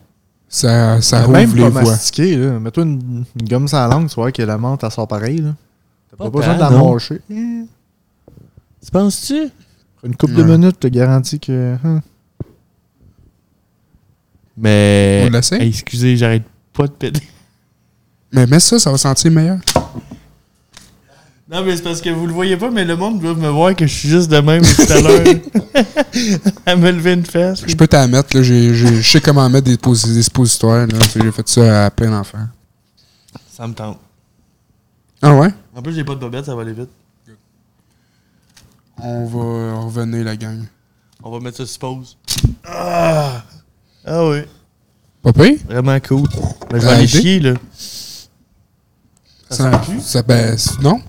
[SPEAKER 1] Ça, ça rouvre
[SPEAKER 4] Même
[SPEAKER 1] les
[SPEAKER 4] pas
[SPEAKER 1] voies.
[SPEAKER 4] mastiqué, là. Mets-toi une, une gomme sans langue, tu vois que la menthe, elle sort pareil, là. T'as pas,
[SPEAKER 2] Pas
[SPEAKER 4] besoin de
[SPEAKER 2] tant,
[SPEAKER 4] la
[SPEAKER 2] non.
[SPEAKER 4] mâcher. Hein.
[SPEAKER 2] Tu penses-tu?
[SPEAKER 4] Une couple de
[SPEAKER 1] Ouais.
[SPEAKER 4] minutes, je te garantis que. hein.
[SPEAKER 2] Mais.
[SPEAKER 1] On l'essaie?
[SPEAKER 2] Hey, excusez, j'arrête pas de péter.
[SPEAKER 1] Mais mets ça, ça va sentir meilleur.
[SPEAKER 2] Non, mais c'est parce que vous le voyez pas, mais le monde doit me voir que je suis juste de même depuis tout à l'heure. à me lever une fesse.
[SPEAKER 1] Je peux t'en mettre, là. j'ai- j'ai- Je sais comment mettre des, posi- des expositoires, là. Tu sais, J'ai fait ça à plein d'enfants.
[SPEAKER 2] Ça me tente.
[SPEAKER 1] Ah ouais?
[SPEAKER 2] En plus, j'ai pas de bobette, ça va aller vite.
[SPEAKER 1] On va revenir, la gang.
[SPEAKER 2] On va mettre ça sur pause. Ah! Ah oui.
[SPEAKER 1] Pas pire?
[SPEAKER 2] Vraiment cool. Ben, je vais
[SPEAKER 1] T'as
[SPEAKER 2] aller
[SPEAKER 1] idée?
[SPEAKER 2] chier, là. Ça
[SPEAKER 1] Ça,
[SPEAKER 2] sent plus?
[SPEAKER 1] ça baisse. Non?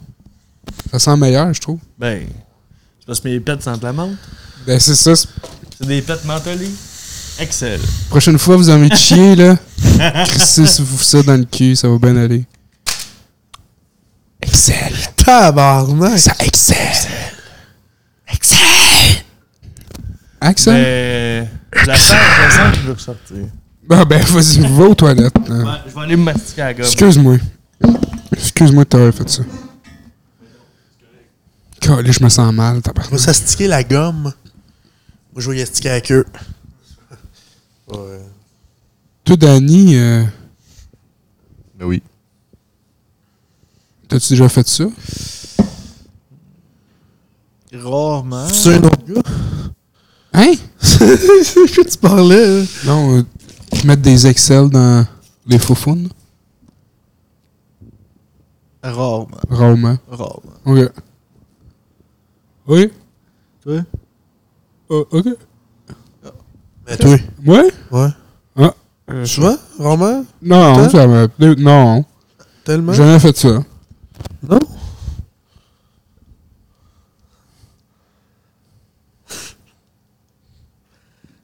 [SPEAKER 1] Ça sent meilleur, je trouve.
[SPEAKER 2] Ben, c'est parce que mes pets sentent la menthe.
[SPEAKER 1] Ben, c'est ça. c'est-
[SPEAKER 2] C'est des pets mentholées. Excellent.
[SPEAKER 1] Prochaine fois, vous en envie de chier, là. Crissez-vous ça dans le cul, ça va bien aller. Excel.
[SPEAKER 3] Tabarnak!
[SPEAKER 1] Ça excelle. Excel. Axel?
[SPEAKER 2] Ben- Mais la face, je sens que je veux ressortir.
[SPEAKER 1] Ah ben, vas-y, va aux toilettes. là.
[SPEAKER 2] Ouais, je vais aller me mastiquer à la gomme.
[SPEAKER 1] Excuse-moi. Excuse-moi de t'avoir fait ça. Calé, je me sens mal,
[SPEAKER 3] On va
[SPEAKER 1] tabarnak.
[SPEAKER 3] s'astiquer la gomme. Moi, je vais y astiquer la queue. Ouais.
[SPEAKER 1] Toi, Danny, euh,
[SPEAKER 3] Ben oui.
[SPEAKER 1] t'as-tu déjà fait ça?
[SPEAKER 4] Rarement.
[SPEAKER 3] C'est un autre gars?
[SPEAKER 1] Hein?
[SPEAKER 3] C'est que tu parlais, hein? là.
[SPEAKER 1] Non, euh, mettre des Excel dans les faufounes,
[SPEAKER 4] Rarement.
[SPEAKER 1] rarement.
[SPEAKER 4] Rarement.
[SPEAKER 1] Ok. Oui?
[SPEAKER 4] Toi?
[SPEAKER 1] Euh, ok.
[SPEAKER 3] Mais toi?
[SPEAKER 1] Moi?
[SPEAKER 3] Ouais. Euh,
[SPEAKER 1] Ah.
[SPEAKER 3] Souvent? Vraiment?
[SPEAKER 1] Non,
[SPEAKER 3] Toi?
[SPEAKER 1] jamais. Euh, Non,
[SPEAKER 3] Tellement?
[SPEAKER 1] j'ai jamais fait ça.
[SPEAKER 3] Non?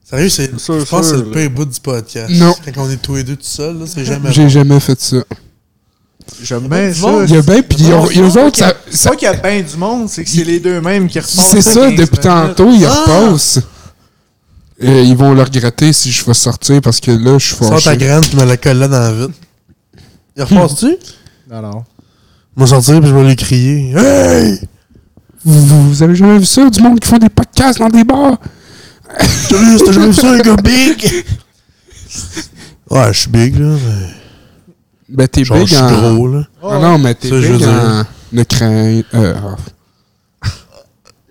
[SPEAKER 3] Sérieux, c'est,
[SPEAKER 4] Sûr,
[SPEAKER 3] je pense que c'est
[SPEAKER 4] sûr,
[SPEAKER 3] le
[SPEAKER 4] là.
[SPEAKER 3] pire bout du podcast.
[SPEAKER 1] Non.
[SPEAKER 3] Quand on est tous les deux tout seuls, là, c'est jamais
[SPEAKER 1] J'ai
[SPEAKER 3] bon.
[SPEAKER 1] jamais fait ça.
[SPEAKER 4] J'aime bien
[SPEAKER 3] du
[SPEAKER 4] ça.
[SPEAKER 3] monde.
[SPEAKER 1] Il y a bien, puis ils ont- ils eux autres,
[SPEAKER 4] C'est
[SPEAKER 1] ça-
[SPEAKER 4] pas
[SPEAKER 1] ça-
[SPEAKER 4] qu'il y a bien du monde, c'est que c'est les deux mêmes qui repassent.
[SPEAKER 1] C'est ça,
[SPEAKER 4] 15
[SPEAKER 1] depuis
[SPEAKER 4] minutes.
[SPEAKER 1] tantôt, ils
[SPEAKER 3] Ah!
[SPEAKER 1] repassent. Et ils vont le regretter si je vais sortir parce que là, je suis
[SPEAKER 3] Sors ta
[SPEAKER 1] fâché.
[SPEAKER 3] graine, tu me la colles là dans la vitre. Il repense-tu?
[SPEAKER 1] Hmm.
[SPEAKER 4] Non, non.
[SPEAKER 3] Je vais sortir puis je vais lui crier. Hey!
[SPEAKER 1] Vous, vous- vous avez jamais vu ça, du monde qui font des podcasts dans des bars?
[SPEAKER 3] Sérieux, t'as jamais vu ça, un gars big? Ouais, je suis big, là. Mais...
[SPEAKER 1] Ben, t'es
[SPEAKER 3] Genre, je
[SPEAKER 1] big
[SPEAKER 3] suis
[SPEAKER 1] en...
[SPEAKER 3] gros, là.
[SPEAKER 1] Non, Ah non, mais t'es
[SPEAKER 3] Ça, je
[SPEAKER 1] big
[SPEAKER 3] veux
[SPEAKER 1] en... Ne crains... euh, ah.
[SPEAKER 4] Oh,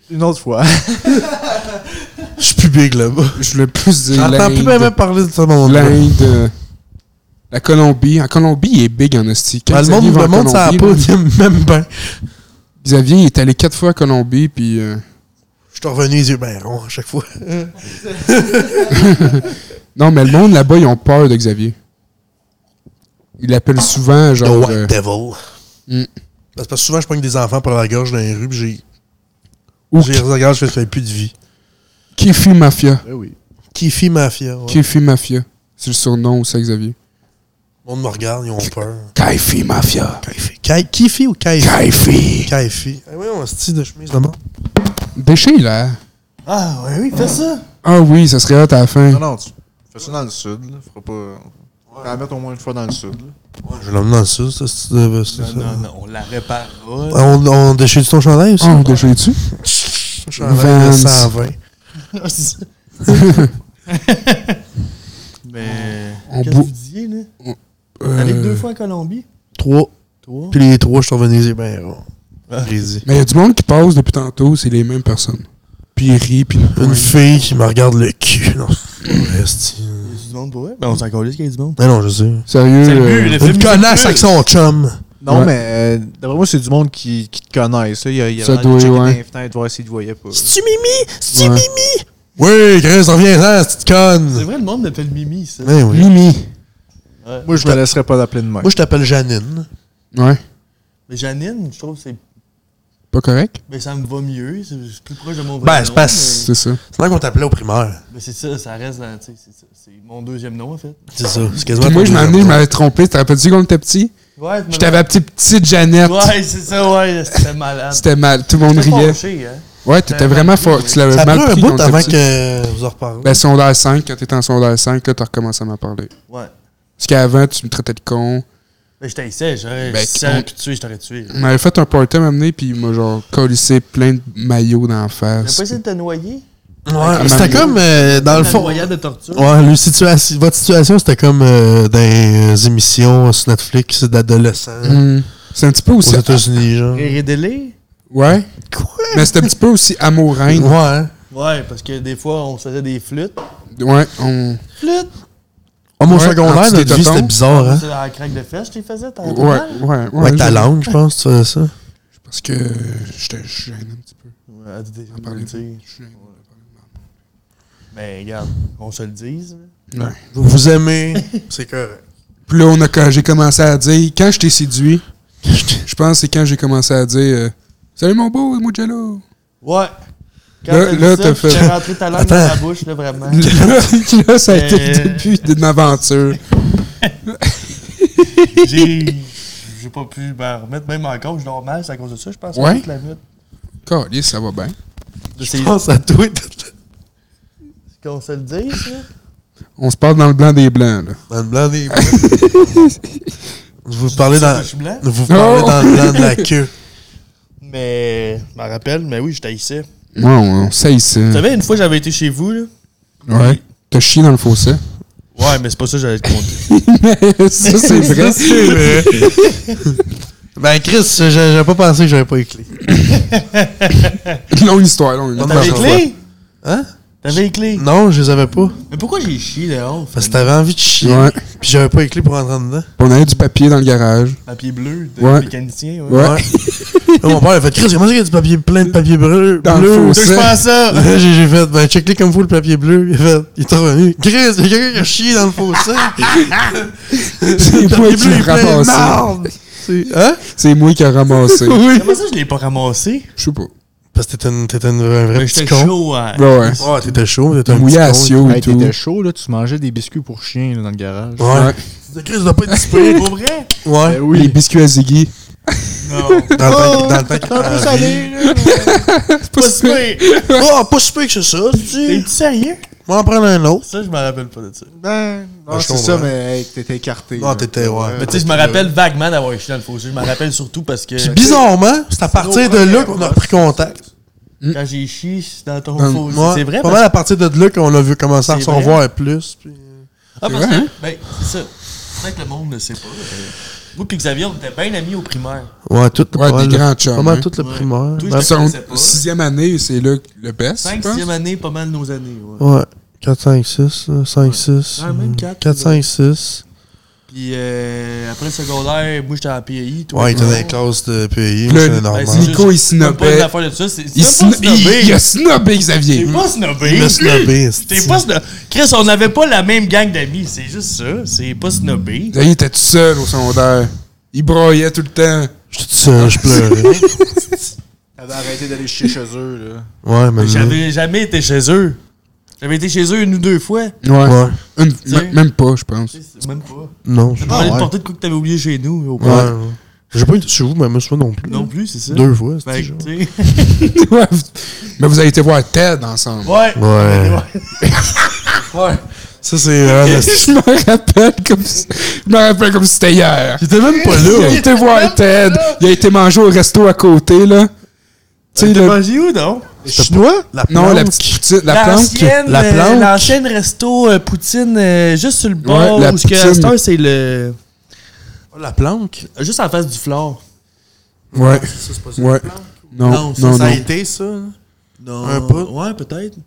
[SPEAKER 4] Une autre fois.
[SPEAKER 3] Je suis plus big, là-bas.
[SPEAKER 1] je voulais plus dire
[SPEAKER 3] J'entends plus même
[SPEAKER 1] l'Inde.
[SPEAKER 3] parler de ce monde-là.
[SPEAKER 1] L'Inde... euh, La Colombie. En Colombie, il est big en esti. Quand
[SPEAKER 3] Ben, le
[SPEAKER 1] Xavier
[SPEAKER 3] monde,
[SPEAKER 1] va
[SPEAKER 3] le
[SPEAKER 1] en
[SPEAKER 3] monde, ça a pas,
[SPEAKER 1] Colombie,
[SPEAKER 3] il aime même bien.
[SPEAKER 1] là, Xavier, il est allé quatre fois à Colombie, puis... euh,
[SPEAKER 3] Je suis revenu les yeux bien ronds à chaque fois.
[SPEAKER 1] Non, mais le monde là-bas, ils ont peur de Xavier. Ils l'appellent souvent,
[SPEAKER 3] The
[SPEAKER 1] genre...
[SPEAKER 3] White
[SPEAKER 1] euh,
[SPEAKER 3] Devil.
[SPEAKER 1] Mm.
[SPEAKER 3] Parce que souvent, je prends des enfants par la gorge dans les rues, puis j'ai.
[SPEAKER 1] Ou
[SPEAKER 3] J'ai regarde, je fais plus de vie.
[SPEAKER 1] Kifi Mafia.
[SPEAKER 4] Ben oui.
[SPEAKER 3] Kifi Mafia. Ouais.
[SPEAKER 1] Kifi Mafia. C'est le surnom aussi à Xavier.
[SPEAKER 3] Le monde me regarde, ils ont peur.
[SPEAKER 1] Kaifi Mafia.
[SPEAKER 3] Kifi. Ki- Kifi ou Kaifi
[SPEAKER 1] Kaifi.
[SPEAKER 3] Kaifi. Ah oui, on a style de chemise là-bas.
[SPEAKER 1] Déchet, là.
[SPEAKER 2] Ah, ouais, oui, fais ça.
[SPEAKER 1] Ah oui, ça serait hot à la
[SPEAKER 4] Non,
[SPEAKER 1] fin.
[SPEAKER 4] non, tu fais ça dans le sud, là. Faudra pas. Faut la mettre au moins une fois dans le sud, là.
[SPEAKER 3] Je l'emmène dans le sud, ça, c'est de. c'est
[SPEAKER 2] Non,
[SPEAKER 3] ça.
[SPEAKER 2] non, non, on la réparera.
[SPEAKER 3] Ah, On, on déchire ton chandail aussi?
[SPEAKER 1] Ah, déchet dessus.
[SPEAKER 3] chandail de
[SPEAKER 1] Vans.
[SPEAKER 3] 120.
[SPEAKER 2] Mais.
[SPEAKER 1] On
[SPEAKER 2] Qu'est-ce que
[SPEAKER 1] Ah, bou-
[SPEAKER 2] vous disiez, là?
[SPEAKER 1] Euh,
[SPEAKER 2] Allez deux fois en Colombie?
[SPEAKER 3] Trois.
[SPEAKER 2] Toi?
[SPEAKER 3] Puis les trois, ben, oh, je suis revenu les yeux bien ronds. Crazy.
[SPEAKER 1] Mais il y a du monde qui passe depuis tantôt, c'est les mêmes personnes. Puis ils rient, puis ils nous
[SPEAKER 3] Une
[SPEAKER 1] pointent.
[SPEAKER 3] fille qui me regarde le cul. Non, reste.
[SPEAKER 2] Il y a du monde pour vrai? Ben, on s'en calisse qu'il y a du monde.
[SPEAKER 3] Non, non, je sais.
[SPEAKER 1] Sérieux.
[SPEAKER 2] C'est le but,
[SPEAKER 1] euh,
[SPEAKER 2] le
[SPEAKER 3] Une
[SPEAKER 2] film,
[SPEAKER 3] connasse
[SPEAKER 2] c'est
[SPEAKER 3] avec son chum.
[SPEAKER 4] Non,
[SPEAKER 1] Ouais.
[SPEAKER 4] mais euh, d'après moi, c'est du monde qui, qui te connaissent. là. Il y a, il y a
[SPEAKER 1] Ça
[SPEAKER 4] l'air de
[SPEAKER 1] doit,
[SPEAKER 4] checker
[SPEAKER 1] ouais.
[SPEAKER 4] dans les fenêtres, voir s'ils te voyaient pas.
[SPEAKER 3] C'est-tu Mimi? C'est-tu
[SPEAKER 1] Ouais.
[SPEAKER 3] Mimi? Oui, Chris, reviens-en, petite
[SPEAKER 2] C'est
[SPEAKER 3] conne.
[SPEAKER 2] vrai, le monde m'appelle Mimi, ça.
[SPEAKER 3] Ben oui.
[SPEAKER 1] Mimi.
[SPEAKER 2] Ouais.
[SPEAKER 4] Moi, je me laisserais pas d'appeler de même.
[SPEAKER 3] Moi, je t'appelle Janine.
[SPEAKER 1] Ouais.
[SPEAKER 2] Mais Janine, je trouve que c'est.
[SPEAKER 1] Pas correct?
[SPEAKER 2] Ben, ça me va mieux, c'est c'est plus proche de mon vrai
[SPEAKER 3] Ben,
[SPEAKER 2] nom,
[SPEAKER 3] c'est parce-
[SPEAKER 2] mais-
[SPEAKER 1] C'est ça.
[SPEAKER 3] C'est là qu'on t'appelait au primaire.
[SPEAKER 2] Ben, c'est ça, ça reste dans. tu sais, c'est ça, C'est mon deuxième nom, en fait.
[SPEAKER 3] C'est ça. C'est quasiment
[SPEAKER 1] Puis moi,
[SPEAKER 3] ton
[SPEAKER 1] je m'en
[SPEAKER 3] deuxième
[SPEAKER 1] ai, je
[SPEAKER 3] nom.
[SPEAKER 1] m'avais trompé. Tu te rappelles-tu quand on était petit?
[SPEAKER 2] Ouais, tu me
[SPEAKER 1] Je t'avais appelé petite Jeannette.
[SPEAKER 2] Ouais, c'est ça, ouais, c'était malade.
[SPEAKER 1] C'était mal. Tout le monde
[SPEAKER 2] J'étais
[SPEAKER 1] riait.
[SPEAKER 2] fâché, hein.
[SPEAKER 1] Ouais, t'étais vraiment fort. Tu l'avais
[SPEAKER 3] Ça
[SPEAKER 1] mal
[SPEAKER 3] prend un
[SPEAKER 1] pris quand
[SPEAKER 3] bout
[SPEAKER 1] t'étais
[SPEAKER 3] avant
[SPEAKER 1] petit.
[SPEAKER 3] que vous en reparlez.
[SPEAKER 1] Ben, sondage 5, quand t'étais en sondage 5, là, t'as recommencé à m'en parler.
[SPEAKER 2] Ouais.
[SPEAKER 1] Parce qu'avant, tu me traitais de con.
[SPEAKER 2] Ben, je t'essayais, j'aurais.
[SPEAKER 1] Ben,
[SPEAKER 2] si ça avait
[SPEAKER 1] on- Mm.
[SPEAKER 2] pu te tuer, je t'aurais tué.
[SPEAKER 1] On avait fait un party à m'amener, puis il m'a genre collissé plein de maillots dans la
[SPEAKER 2] T'as
[SPEAKER 1] face.
[SPEAKER 2] pas essayé de te noyer?
[SPEAKER 3] Ouais,
[SPEAKER 1] Mario.
[SPEAKER 3] c'était comme euh, dans le
[SPEAKER 2] Ta
[SPEAKER 3] fond.
[SPEAKER 2] noyade de torture.
[SPEAKER 3] Ouais, le situation, votre situation, c'était comme euh, dans les émissions sur Netflix d'adolescents
[SPEAKER 1] Hmm. C'est un petit peu
[SPEAKER 3] aux
[SPEAKER 1] aussi.
[SPEAKER 3] États-Unis, genre.
[SPEAKER 2] Rire et délai?
[SPEAKER 1] Ouais.
[SPEAKER 3] Quoi?
[SPEAKER 1] Mais c'était un petit peu aussi amouraine.
[SPEAKER 3] Ouais.
[SPEAKER 2] Ouais, parce que des fois, on se faisait des flûtes.
[SPEAKER 1] Ouais, on.
[SPEAKER 2] Flûtes!
[SPEAKER 3] Ah, mon
[SPEAKER 1] Ouais, en
[SPEAKER 3] secondaire,
[SPEAKER 1] dessous
[SPEAKER 3] notre
[SPEAKER 1] des
[SPEAKER 3] vie, c'était
[SPEAKER 1] tontons.
[SPEAKER 3] bizarre, hein?
[SPEAKER 2] C'est dans la craque de fesses, tu les faisais, t'as
[SPEAKER 1] Ouais, ouais, ouais.
[SPEAKER 3] Avec ta
[SPEAKER 1] je-
[SPEAKER 3] langue, je pense, tu faisais ça.
[SPEAKER 1] Parce que euh, j'étais je suis gêné un petit peu.
[SPEAKER 2] Ouais, à des-
[SPEAKER 1] En parler
[SPEAKER 2] tu sais.
[SPEAKER 1] Je suis gêné.
[SPEAKER 2] Ben, regarde, on se le dise.
[SPEAKER 1] Ouais.
[SPEAKER 3] Vous vous aimez, c'est correct.
[SPEAKER 1] Puis là, on a, quand j'ai commencé à dire, quand je t'ai séduit, je pense que c'est quand j'ai commencé à dire euh, Salut mon beau, moi Jello.
[SPEAKER 2] Ouais. Quand
[SPEAKER 1] Là-
[SPEAKER 2] t'as
[SPEAKER 1] là,
[SPEAKER 2] dit
[SPEAKER 1] t'as
[SPEAKER 2] ça,
[SPEAKER 1] fait-
[SPEAKER 2] puis t'as rentré ta langue dans la bouche, là, vraiment.
[SPEAKER 1] Là, là, ça a été le
[SPEAKER 2] Ah. Euh.
[SPEAKER 1] début d'une aventure.
[SPEAKER 2] J'ai. J'ai pas pu me remettre même en cause, normal, c'est à cause de ça, je pense.
[SPEAKER 1] Ouais.
[SPEAKER 2] toute la nuit.
[SPEAKER 1] Calice, ça va bien.
[SPEAKER 2] C'est
[SPEAKER 3] pense à toi.
[SPEAKER 2] qu'on se le dise, là.
[SPEAKER 1] On se parle dans le blanc des blancs, là.
[SPEAKER 3] Dans le blanc des... vous parlez dans...
[SPEAKER 2] Je suis blanc.
[SPEAKER 3] Vous parlez
[SPEAKER 1] Oh!
[SPEAKER 3] dans le blanc de la queue.
[SPEAKER 2] Mais. Je m'en rappelle, mais oui, j'étais ici.
[SPEAKER 1] Ouais, on, on sait ça.
[SPEAKER 2] Tu savais, une fois, j'avais été chez vous, là.
[SPEAKER 1] Ouais. T'as chié dans le fossé.
[SPEAKER 2] Ouais, mais c'est pas ça que j'allais te compter.
[SPEAKER 1] Mais ça, c'est vrai.
[SPEAKER 3] Ben, Chris, j'ai- j'avais pas pensé que j'avais pas les clés. hein.
[SPEAKER 1] longue histoire, longue histoire.
[SPEAKER 3] T'avais les
[SPEAKER 2] T'avais
[SPEAKER 3] Non,
[SPEAKER 2] les clés?
[SPEAKER 3] Hein?
[SPEAKER 2] T'avais les clés?
[SPEAKER 3] Non, je les avais pas.
[SPEAKER 2] Mais pourquoi j'ai chié dehors?
[SPEAKER 3] Parce que t'avais envie de chier.
[SPEAKER 1] Ouais.
[SPEAKER 3] Puis j'avais pas les clés pour entrer dedans.
[SPEAKER 1] On avait du papier dans le garage.
[SPEAKER 2] Papier bleu, de
[SPEAKER 1] Ouais.
[SPEAKER 2] mécanicien, ouais.
[SPEAKER 1] Ouais.
[SPEAKER 3] Là, mon père a fait Chris, comment ça qu'il y a du papier plein de papier bleu?
[SPEAKER 1] Dans le
[SPEAKER 3] bleu?
[SPEAKER 1] fossé.
[SPEAKER 2] Je pense à ça!
[SPEAKER 3] Là, j'ai j'ai fait, ben, check-les comme vous le papier bleu. Il a fait, il est revenu. Chris, il y a quelqu'un qui a chié dans le fossé.
[SPEAKER 1] C'est
[SPEAKER 3] Le
[SPEAKER 1] moi qui
[SPEAKER 3] papier bleu, il
[SPEAKER 1] l'ai
[SPEAKER 3] est plein de
[SPEAKER 1] ramassé.
[SPEAKER 3] marde. C'est- Hein?
[SPEAKER 1] C'est moi qui l'ai ramassé.
[SPEAKER 3] Oui.
[SPEAKER 2] Comment ça, je l'ai pas ramassé?
[SPEAKER 1] Je sais pas.
[SPEAKER 3] Parce que t'étais une- t'étais une- un vrai
[SPEAKER 2] Ben,
[SPEAKER 3] petit
[SPEAKER 2] J'étais
[SPEAKER 3] con.
[SPEAKER 2] chaud, ouais.
[SPEAKER 1] Ouais, ouais.
[SPEAKER 3] Ouais, t'étais chaud, mais t'étais
[SPEAKER 1] T'as
[SPEAKER 3] un
[SPEAKER 1] mouillé à
[SPEAKER 3] petit con.
[SPEAKER 1] Sio et
[SPEAKER 4] Hey,
[SPEAKER 1] tout.
[SPEAKER 4] T'étais chaud, là, tu mangeais des biscuits pour chien là, dans le garage. Ben
[SPEAKER 3] Ouais.
[SPEAKER 1] Ouais.
[SPEAKER 3] Tu dis, Chris, doit pas être si pire.
[SPEAKER 2] Pour vrai?
[SPEAKER 3] Ouais.
[SPEAKER 1] Les biscuits à Ziggy.
[SPEAKER 2] Non.
[SPEAKER 3] Dans le temps- dans le temps qu'il
[SPEAKER 4] T'as
[SPEAKER 3] prend
[SPEAKER 4] plus
[SPEAKER 3] la vie.
[SPEAKER 4] salé, là.
[SPEAKER 1] C'est pas
[SPEAKER 2] Pas
[SPEAKER 1] ça.
[SPEAKER 2] super!
[SPEAKER 3] Oh, pas si pire que c'est ça, tu
[SPEAKER 2] T'es-tu sérieux?
[SPEAKER 3] On va en prendre un autre.
[SPEAKER 2] Ça, je me rappelle pas de ça.
[SPEAKER 4] Ben, non,
[SPEAKER 3] Ben, je
[SPEAKER 4] c'est ça,
[SPEAKER 3] comprends.
[SPEAKER 4] mais hey, t'étais écarté.
[SPEAKER 3] Non,
[SPEAKER 4] là. Euh,
[SPEAKER 3] t'étais, ouais.
[SPEAKER 2] Mais Ben, tu sais, je me rappelle vaguement d'avoir chié dans le fossé. Je me rappelle surtout parce que.
[SPEAKER 3] Puis bizarrement, c'est à partir de là qu'on a repris contact.
[SPEAKER 2] Quand j'ai chié dans ton
[SPEAKER 1] Hum,
[SPEAKER 2] fossé.
[SPEAKER 3] Ouais.
[SPEAKER 2] C'est vrai?
[SPEAKER 3] Pas
[SPEAKER 2] parce-
[SPEAKER 3] mal à partir de là qu'on a vu commencer à
[SPEAKER 2] C'est
[SPEAKER 3] se
[SPEAKER 2] vrai.
[SPEAKER 3] revoir plus. puis-
[SPEAKER 2] Ah, parce
[SPEAKER 1] C'est vrai, hein?
[SPEAKER 2] que. Ben, c'est ça. Peut-être que le monde ne sait pas. euh, Moi pis Xavier, on était bien amis au primaire.
[SPEAKER 3] Ouais, tout
[SPEAKER 1] Ouais,
[SPEAKER 3] pas mal,
[SPEAKER 1] des
[SPEAKER 3] là.
[SPEAKER 1] grands chums.
[SPEAKER 3] Pas mal
[SPEAKER 1] hein.
[SPEAKER 3] tout le
[SPEAKER 2] Ouais.
[SPEAKER 3] primaire.
[SPEAKER 2] Toi,
[SPEAKER 3] Ben,
[SPEAKER 2] j'étais-
[SPEAKER 1] Son
[SPEAKER 2] Je sais pas.
[SPEAKER 1] sixième année, c'est là le best. je
[SPEAKER 2] 5
[SPEAKER 1] pense.
[SPEAKER 2] 6 année, pas mal nos années. Ouais.
[SPEAKER 3] Ouais. 4, 5, 6, 5, 6.
[SPEAKER 2] Ouais, Ah, même quatre,
[SPEAKER 3] 4,
[SPEAKER 2] là.
[SPEAKER 3] 5, 6.
[SPEAKER 2] Puis euh, après le secondaire, moi j'étais à PAI. Toi,
[SPEAKER 3] Ouais, il était dans
[SPEAKER 2] non.
[SPEAKER 3] les classes de PI,
[SPEAKER 1] Le-
[SPEAKER 3] c'est
[SPEAKER 2] Ben,
[SPEAKER 3] normal.
[SPEAKER 2] c'est
[SPEAKER 1] Nico, il
[SPEAKER 2] juste- c'est même pas
[SPEAKER 1] snobait.
[SPEAKER 2] une affaire de ça, c'est
[SPEAKER 1] Il,
[SPEAKER 2] c'est même pas
[SPEAKER 1] sno- il- il
[SPEAKER 2] snobé.
[SPEAKER 1] a snobé Xavier.
[SPEAKER 2] T'es pas
[SPEAKER 3] Il me
[SPEAKER 2] snobé.
[SPEAKER 3] snobé.
[SPEAKER 2] T'es pas snobé. Chris, on n'avait pas la même gang d'amis, c'est juste ça. C'est pas snobé.
[SPEAKER 1] Xavier était tout seul au secondaire. Il broyait tout le temps.
[SPEAKER 3] Je suis tout seul, je pleurais.
[SPEAKER 4] T'avais arrêté d'aller chier chez eux, là.
[SPEAKER 3] Ouais, mais. là-
[SPEAKER 2] J'avais jamais été chez eux. J'avais été chez eux une ou deux fois.
[SPEAKER 3] Ouais.
[SPEAKER 1] Une-
[SPEAKER 2] sais.
[SPEAKER 1] m- même pas, je pense.
[SPEAKER 2] Même pas.
[SPEAKER 3] Non, je.
[SPEAKER 2] Je parlais
[SPEAKER 4] ouais.
[SPEAKER 2] de porter de quoi que t'avais oublié chez nous. au père.
[SPEAKER 3] Ah Ouais. J'ai pas été chez vous, mais moi, souvent non plus.
[SPEAKER 2] Non Ben, plus, c'est ça.
[SPEAKER 3] Deux fois,
[SPEAKER 2] Fait
[SPEAKER 3] c'était
[SPEAKER 2] que,
[SPEAKER 3] genre.
[SPEAKER 2] tu sais.
[SPEAKER 1] Ouais. Mais vous avez été voir Ted ensemble.
[SPEAKER 2] Ouais.
[SPEAKER 3] Ouais.
[SPEAKER 2] Ouais.
[SPEAKER 3] Ça, c'est. euh, le-
[SPEAKER 1] Je me rappelle comme si, je me rappelle comme si c'était hier.
[SPEAKER 3] J'étais même pas
[SPEAKER 1] Il a
[SPEAKER 3] là.
[SPEAKER 1] été voir Ted. Il a été manger au resto à côté, là. Tu sais,
[SPEAKER 2] T'as
[SPEAKER 1] le-
[SPEAKER 2] mangé où, non?
[SPEAKER 3] Chinois?
[SPEAKER 1] Non, la petite poutine, la planque.
[SPEAKER 2] L'ancienne,
[SPEAKER 3] La
[SPEAKER 2] euh,
[SPEAKER 3] planque.
[SPEAKER 2] L'ancienne resto euh, Poutine, euh, juste sur le bord,
[SPEAKER 1] la
[SPEAKER 2] où ce que à
[SPEAKER 1] poutine.
[SPEAKER 2] cette heure, c'est le.
[SPEAKER 3] La Oh, planque?
[SPEAKER 2] Juste en face du flore.
[SPEAKER 1] Ouais.
[SPEAKER 3] Ça, c'est pas ça.
[SPEAKER 1] Ouais. Non, non,
[SPEAKER 2] Non, ça,
[SPEAKER 1] non.
[SPEAKER 3] ça a été ça. là?
[SPEAKER 2] Non.
[SPEAKER 3] Un pot?
[SPEAKER 2] Ouais, peut-être.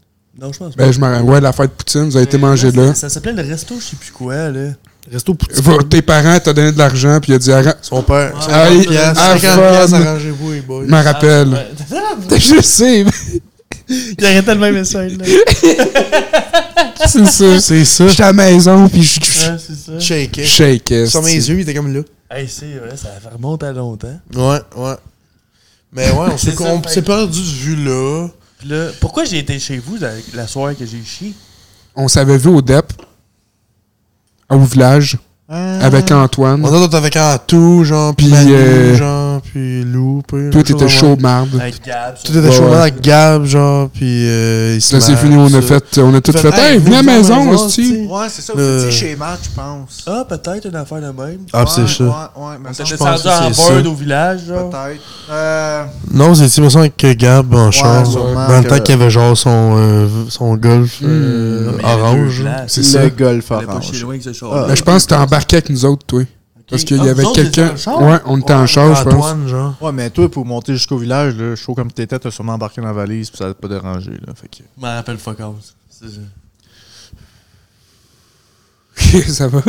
[SPEAKER 2] Non, je pense pas.
[SPEAKER 1] Ben, je m'en- Ouais, l'affaire de Poutine, vous avez été mangé là.
[SPEAKER 2] Ben, Ça s'appelait le resto, je sais plus quoi, là.
[SPEAKER 3] Resto Poutine.
[SPEAKER 1] Va- Tes parents t'ont donné de l'argent, puis il a dit arrête.
[SPEAKER 3] Son père.
[SPEAKER 2] Ouais.
[SPEAKER 3] 50
[SPEAKER 1] Hey,
[SPEAKER 3] piastres,
[SPEAKER 1] have
[SPEAKER 3] 50 piastres,
[SPEAKER 1] fun.
[SPEAKER 3] arrangez-vous, les boys.
[SPEAKER 1] Je m'en rappelle.
[SPEAKER 2] Ah, Ouais.
[SPEAKER 1] Je sais, mais
[SPEAKER 2] Il arrêtait le même essai, là.
[SPEAKER 1] c'est ça.
[SPEAKER 3] C'est ça.
[SPEAKER 1] J'étais à la maison, puis je- je
[SPEAKER 2] Ouais, c'est ça.
[SPEAKER 1] je
[SPEAKER 3] Shake it.
[SPEAKER 1] shake.
[SPEAKER 3] Sur mes yeux, il était comme là.
[SPEAKER 2] Hey, c'est vrai, ça remonte à longtemps.
[SPEAKER 3] Ouais, ouais. Mais ouais, on s'est
[SPEAKER 2] C'est
[SPEAKER 3] con-
[SPEAKER 2] ça,
[SPEAKER 3] on
[SPEAKER 2] fait
[SPEAKER 3] s'est
[SPEAKER 2] que-
[SPEAKER 3] perdu de vue là.
[SPEAKER 2] Puis là, pourquoi j'ai été chez vous la, la soirée que j'ai chié?
[SPEAKER 1] On s'avait vu au DEP, au village,
[SPEAKER 4] Ah.
[SPEAKER 1] avec Antoine.
[SPEAKER 3] On a d'autres avec Antou, genre, puis
[SPEAKER 1] Mm. Puis,
[SPEAKER 3] Manu,
[SPEAKER 1] euh,
[SPEAKER 3] genre, puis Lou, puis...
[SPEAKER 1] Toi,
[SPEAKER 3] quelque chose
[SPEAKER 1] t'étais
[SPEAKER 3] de
[SPEAKER 1] chaud,
[SPEAKER 3] même.
[SPEAKER 1] marde.
[SPEAKER 2] Avec Gab. ça.
[SPEAKER 3] Tout était
[SPEAKER 1] Ouais,
[SPEAKER 3] chaud
[SPEAKER 1] ouais.
[SPEAKER 3] avec Gab, genre, puis euh, il se
[SPEAKER 1] Là, c'est
[SPEAKER 3] marre,
[SPEAKER 1] fini, on a
[SPEAKER 3] tout ça.
[SPEAKER 1] fait, on a tout fait. Hey, venez à la maison, aussi.
[SPEAKER 3] hostie.
[SPEAKER 4] Ouais, c'est ça.
[SPEAKER 3] Le-
[SPEAKER 4] Vous étiez chez Matt, je pense.
[SPEAKER 2] Ah, peut-être une affaire de même.
[SPEAKER 3] Ah, pis c'est
[SPEAKER 4] Ouais,
[SPEAKER 3] ça.
[SPEAKER 4] Ouais, ouais, mais
[SPEAKER 2] On
[SPEAKER 4] ça,
[SPEAKER 2] s'est
[SPEAKER 4] je
[SPEAKER 3] pense
[SPEAKER 2] descendu
[SPEAKER 3] que
[SPEAKER 2] en
[SPEAKER 3] c'est
[SPEAKER 2] bird
[SPEAKER 3] ça.
[SPEAKER 2] au village, genre.
[SPEAKER 4] Peut-être. Euh,
[SPEAKER 3] Non, vous étiez, me semble, avec Gab en char,
[SPEAKER 4] sûrement
[SPEAKER 3] dans le
[SPEAKER 4] que-
[SPEAKER 3] temps qu'il avait, genre, son, euh, son golf euh,
[SPEAKER 2] Hmm. Mais il y avait deux
[SPEAKER 3] orange.
[SPEAKER 2] places.
[SPEAKER 1] C'est ça.
[SPEAKER 4] Le golf
[SPEAKER 2] On est pas chez
[SPEAKER 4] orange.
[SPEAKER 2] loin que ce char.
[SPEAKER 4] Ah.
[SPEAKER 1] Ben, je pense que t'as embarqué avec nous autres, toi. Parce qu'il y avait quelqu'un. Ouais, on était en char, je pense.
[SPEAKER 3] Antoine, genre.
[SPEAKER 4] Ouais, mais toi, pour monter jusqu'au village, là, chaud comme t'étais, t'as sûrement embarqué dans la valise, puis ça t'a pas dérangé. Là, fait que...
[SPEAKER 2] Je m'en rappelle fuck all. C'est ça.
[SPEAKER 1] Ça va?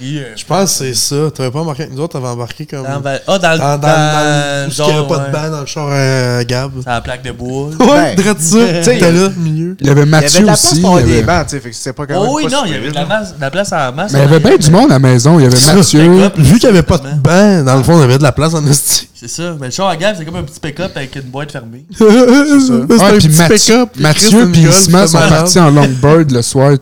[SPEAKER 2] Il, euh,
[SPEAKER 3] Je pense que c'est ça. T'avais pas embarqué avec nous autres, t'avais embarqué comme...
[SPEAKER 2] dans le val- Ah, dans le.
[SPEAKER 3] Dans, dans, dans,
[SPEAKER 2] le-
[SPEAKER 3] où il n'y avait pas
[SPEAKER 2] ouais.
[SPEAKER 3] de bain dans le char à Gab.
[SPEAKER 2] Dans la plaque de bois.
[SPEAKER 4] Ouais,
[SPEAKER 3] drette ça.
[SPEAKER 4] T'sais,
[SPEAKER 3] T'étais là, au milieu.
[SPEAKER 1] Il y avait
[SPEAKER 4] Ah, Il y avait
[SPEAKER 1] Mathieu
[SPEAKER 4] de la place
[SPEAKER 1] aussi.
[SPEAKER 4] pour avoir
[SPEAKER 1] il y
[SPEAKER 4] des
[SPEAKER 1] avait-
[SPEAKER 4] bancs, tu sais, fait que c'était pas quand
[SPEAKER 2] Oh
[SPEAKER 4] même
[SPEAKER 2] oui,
[SPEAKER 4] pas
[SPEAKER 2] non,
[SPEAKER 4] si
[SPEAKER 2] il y avait
[SPEAKER 4] pire,
[SPEAKER 2] de la,
[SPEAKER 4] là.
[SPEAKER 2] masse, de la place en masse.
[SPEAKER 1] Mais il y avait bien du monde à la maison. Il y avait
[SPEAKER 3] Ça,
[SPEAKER 1] Mathieu.
[SPEAKER 2] pick-up.
[SPEAKER 3] Vu qu'il n'y avait pas de bain, dans le fond, on avait de la place en esti.
[SPEAKER 2] C'est ça. Mais le char à gaz, c'est comme un petit pick-up avec une boîte fermée.
[SPEAKER 3] C'est un
[SPEAKER 1] Ah, puis
[SPEAKER 3] petit
[SPEAKER 1] Mathieu,
[SPEAKER 3] pick-up,
[SPEAKER 1] Mathieu
[SPEAKER 3] Chris,
[SPEAKER 1] puis
[SPEAKER 3] une gueule,
[SPEAKER 1] Isma
[SPEAKER 3] c'est
[SPEAKER 1] sont
[SPEAKER 3] malade.
[SPEAKER 1] partis en longboard le soir.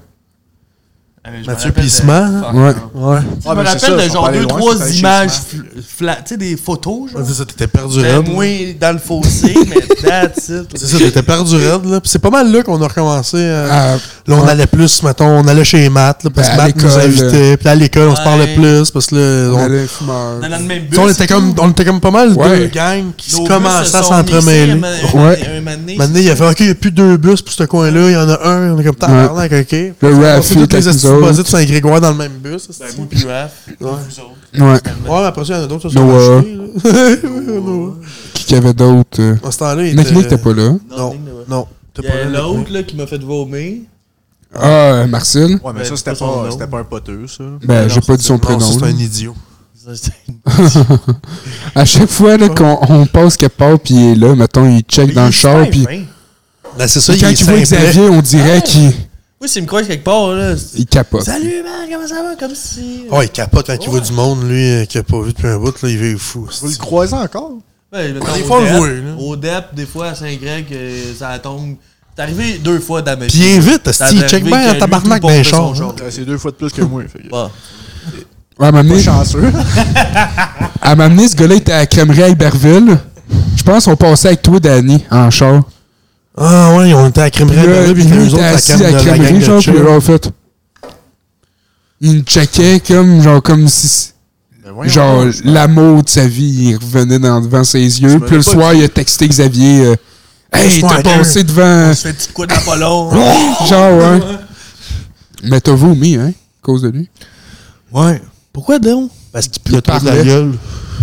[SPEAKER 2] Ah, mais je me
[SPEAKER 3] Mathieu
[SPEAKER 2] rappelle
[SPEAKER 3] puis
[SPEAKER 2] de-
[SPEAKER 3] Isma,
[SPEAKER 2] Fuck.
[SPEAKER 1] Ouais.
[SPEAKER 3] Ouais.
[SPEAKER 2] Je
[SPEAKER 4] Ah,
[SPEAKER 2] me
[SPEAKER 4] mais c'est
[SPEAKER 2] rappelle
[SPEAKER 4] ça,
[SPEAKER 2] de
[SPEAKER 4] ils sont
[SPEAKER 2] genre
[SPEAKER 4] pas allés
[SPEAKER 2] deux,
[SPEAKER 4] loin,
[SPEAKER 2] trois
[SPEAKER 4] c'est allé chez
[SPEAKER 2] images
[SPEAKER 4] Isma.
[SPEAKER 2] fl- flat, tu sais, des photos, genre.
[SPEAKER 3] Ah, C'est ça, t'étais perdu
[SPEAKER 2] Ben,
[SPEAKER 3] raide. là.
[SPEAKER 2] moins dans le fossé, mais that's it.
[SPEAKER 3] C'est ça, t'étais perdu raide, là. Puis c'est pas mal là qu'on a recommencé. euh,
[SPEAKER 1] Ah,
[SPEAKER 3] Là, on
[SPEAKER 1] ouais.
[SPEAKER 3] allait plus, mettons, on allait chez Matt, là, parce
[SPEAKER 1] Ben,
[SPEAKER 3] que
[SPEAKER 1] à
[SPEAKER 3] Matt nous
[SPEAKER 1] l'école,
[SPEAKER 3] invitait. Puis à l'école, on se
[SPEAKER 2] Ouais.
[SPEAKER 3] parlait plus, parce que là,
[SPEAKER 1] On
[SPEAKER 3] on-
[SPEAKER 1] allait fumeur.
[SPEAKER 2] Dans le même
[SPEAKER 3] tu
[SPEAKER 2] bus.
[SPEAKER 3] sais, on, était comme, on était comme pas mal
[SPEAKER 1] Ouais.
[SPEAKER 3] deux gangs qui
[SPEAKER 2] Nos bus
[SPEAKER 3] commençaient
[SPEAKER 2] se
[SPEAKER 3] à
[SPEAKER 2] sont
[SPEAKER 3] s'entremêler.
[SPEAKER 2] mixés un-
[SPEAKER 1] Ouais.
[SPEAKER 2] Un moment donné,
[SPEAKER 3] Maintenant, il a fait OK, il n'y a plus deux bus pour ce coin-là, il y en a un, on est comme tabarnak, OK.
[SPEAKER 1] Le Rafi
[SPEAKER 3] tous
[SPEAKER 1] était avec
[SPEAKER 3] les
[SPEAKER 1] nous
[SPEAKER 3] exposites Saint-Grégoire dans le même bus. c'est-
[SPEAKER 2] Ben, moi puis Raph, vous autres.
[SPEAKER 1] Ouais.
[SPEAKER 3] Ouais, mais après ça, il y en a d'autres qui se
[SPEAKER 1] Noah.
[SPEAKER 3] sont achetés, là. Noah.
[SPEAKER 1] Qui qu'il y avait d'autres? euh,
[SPEAKER 3] En ce temps-là, il
[SPEAKER 1] Nathalie n'était pas là.
[SPEAKER 3] Non,
[SPEAKER 2] non.
[SPEAKER 3] non. t'es
[SPEAKER 2] Il y a
[SPEAKER 3] là,
[SPEAKER 2] l'autre là, qui m'a fait vomir.
[SPEAKER 1] Ah, euh, Marcel.
[SPEAKER 4] Ouais, mais
[SPEAKER 2] Ben,
[SPEAKER 4] ça, c'était
[SPEAKER 2] c'est pas son
[SPEAKER 4] pas,
[SPEAKER 2] nom.
[SPEAKER 4] c'était pas un poteux, ça.
[SPEAKER 1] Ben,
[SPEAKER 3] Non,
[SPEAKER 1] j'ai pas dit son
[SPEAKER 3] non,
[SPEAKER 1] prénom.
[SPEAKER 3] ça, C'est
[SPEAKER 1] là.
[SPEAKER 3] un idiot.
[SPEAKER 2] Ça, c'était-
[SPEAKER 1] À chaque fois là, qu'on on passe quelque part, puis il est là, mettons, il check dans le char, puis
[SPEAKER 2] Hein?
[SPEAKER 3] Là, Ben, c'est ça,
[SPEAKER 1] puis
[SPEAKER 3] il
[SPEAKER 1] quand
[SPEAKER 3] est
[SPEAKER 1] il voit
[SPEAKER 3] simple.
[SPEAKER 1] Xavier, on dirait qu'il
[SPEAKER 2] Oui, s'il me croise quelque part, là. c'est-
[SPEAKER 1] il capote.
[SPEAKER 2] Salut, man, comment ça va? Comme si.
[SPEAKER 3] Oh, il capote quand il voit du monde, lui, euh, qu'il a pas vu depuis un bout, là, il est fou.
[SPEAKER 4] Vous le croisez encore?
[SPEAKER 2] Ben, mettons,
[SPEAKER 3] Des
[SPEAKER 2] au
[SPEAKER 3] fois, on le
[SPEAKER 2] Dep,
[SPEAKER 3] voit, là.
[SPEAKER 2] Au DEP, des fois, à Saint-Greg, euh, ça tombe. C'est arrivé deux fois dans ma vie.
[SPEAKER 3] Puis il est vite,
[SPEAKER 2] Ça
[SPEAKER 3] esti, il
[SPEAKER 2] avait
[SPEAKER 3] check
[SPEAKER 2] arrivé
[SPEAKER 3] bien
[SPEAKER 2] que
[SPEAKER 3] en
[SPEAKER 2] lui,
[SPEAKER 3] tabarnak ben,
[SPEAKER 2] tout
[SPEAKER 3] dans les
[SPEAKER 2] pompait son
[SPEAKER 3] chars.
[SPEAKER 2] genre.
[SPEAKER 4] Euh, C'est deux fois de plus que moi. Fait que...
[SPEAKER 2] Bah,
[SPEAKER 1] Ouais, à m'amener,
[SPEAKER 4] Pas chanceux.
[SPEAKER 1] à m'amener, ce gars-là était à la crèmerie à Iberville. Je pense qu'on passait avec toi, Danny, en char.
[SPEAKER 3] Ah ouais, on était à la crèmerie,
[SPEAKER 1] Puis là,
[SPEAKER 3] là,
[SPEAKER 1] lui,
[SPEAKER 3] puis
[SPEAKER 1] il
[SPEAKER 3] nous
[SPEAKER 1] était
[SPEAKER 3] autres, la
[SPEAKER 1] assis à
[SPEAKER 3] crème de
[SPEAKER 1] la
[SPEAKER 3] la gang
[SPEAKER 1] crèmerie,
[SPEAKER 3] de
[SPEAKER 1] genre, puis
[SPEAKER 3] chill.
[SPEAKER 1] là, en fait. Il me checkait comme, genre, comme si.
[SPEAKER 4] Ben, voyons
[SPEAKER 1] Genre,
[SPEAKER 4] donc, je-
[SPEAKER 1] l'amour de sa vie, il revenait dans, devant ses yeux.
[SPEAKER 4] me
[SPEAKER 1] Puis le
[SPEAKER 4] l'as pas
[SPEAKER 1] soir, il a texté Xavier. euh, hey,
[SPEAKER 3] Laisse-moi
[SPEAKER 1] t'as
[SPEAKER 3] un
[SPEAKER 1] passé devant.
[SPEAKER 2] on se fait du coup dans pas long.
[SPEAKER 1] Genre, ouais. Mais t'as vomi, hein, à cause de lui.
[SPEAKER 3] Ouais.
[SPEAKER 2] Pourquoi donc?
[SPEAKER 3] Parce qu'il puait trop de la
[SPEAKER 1] parlait.
[SPEAKER 3] gueule.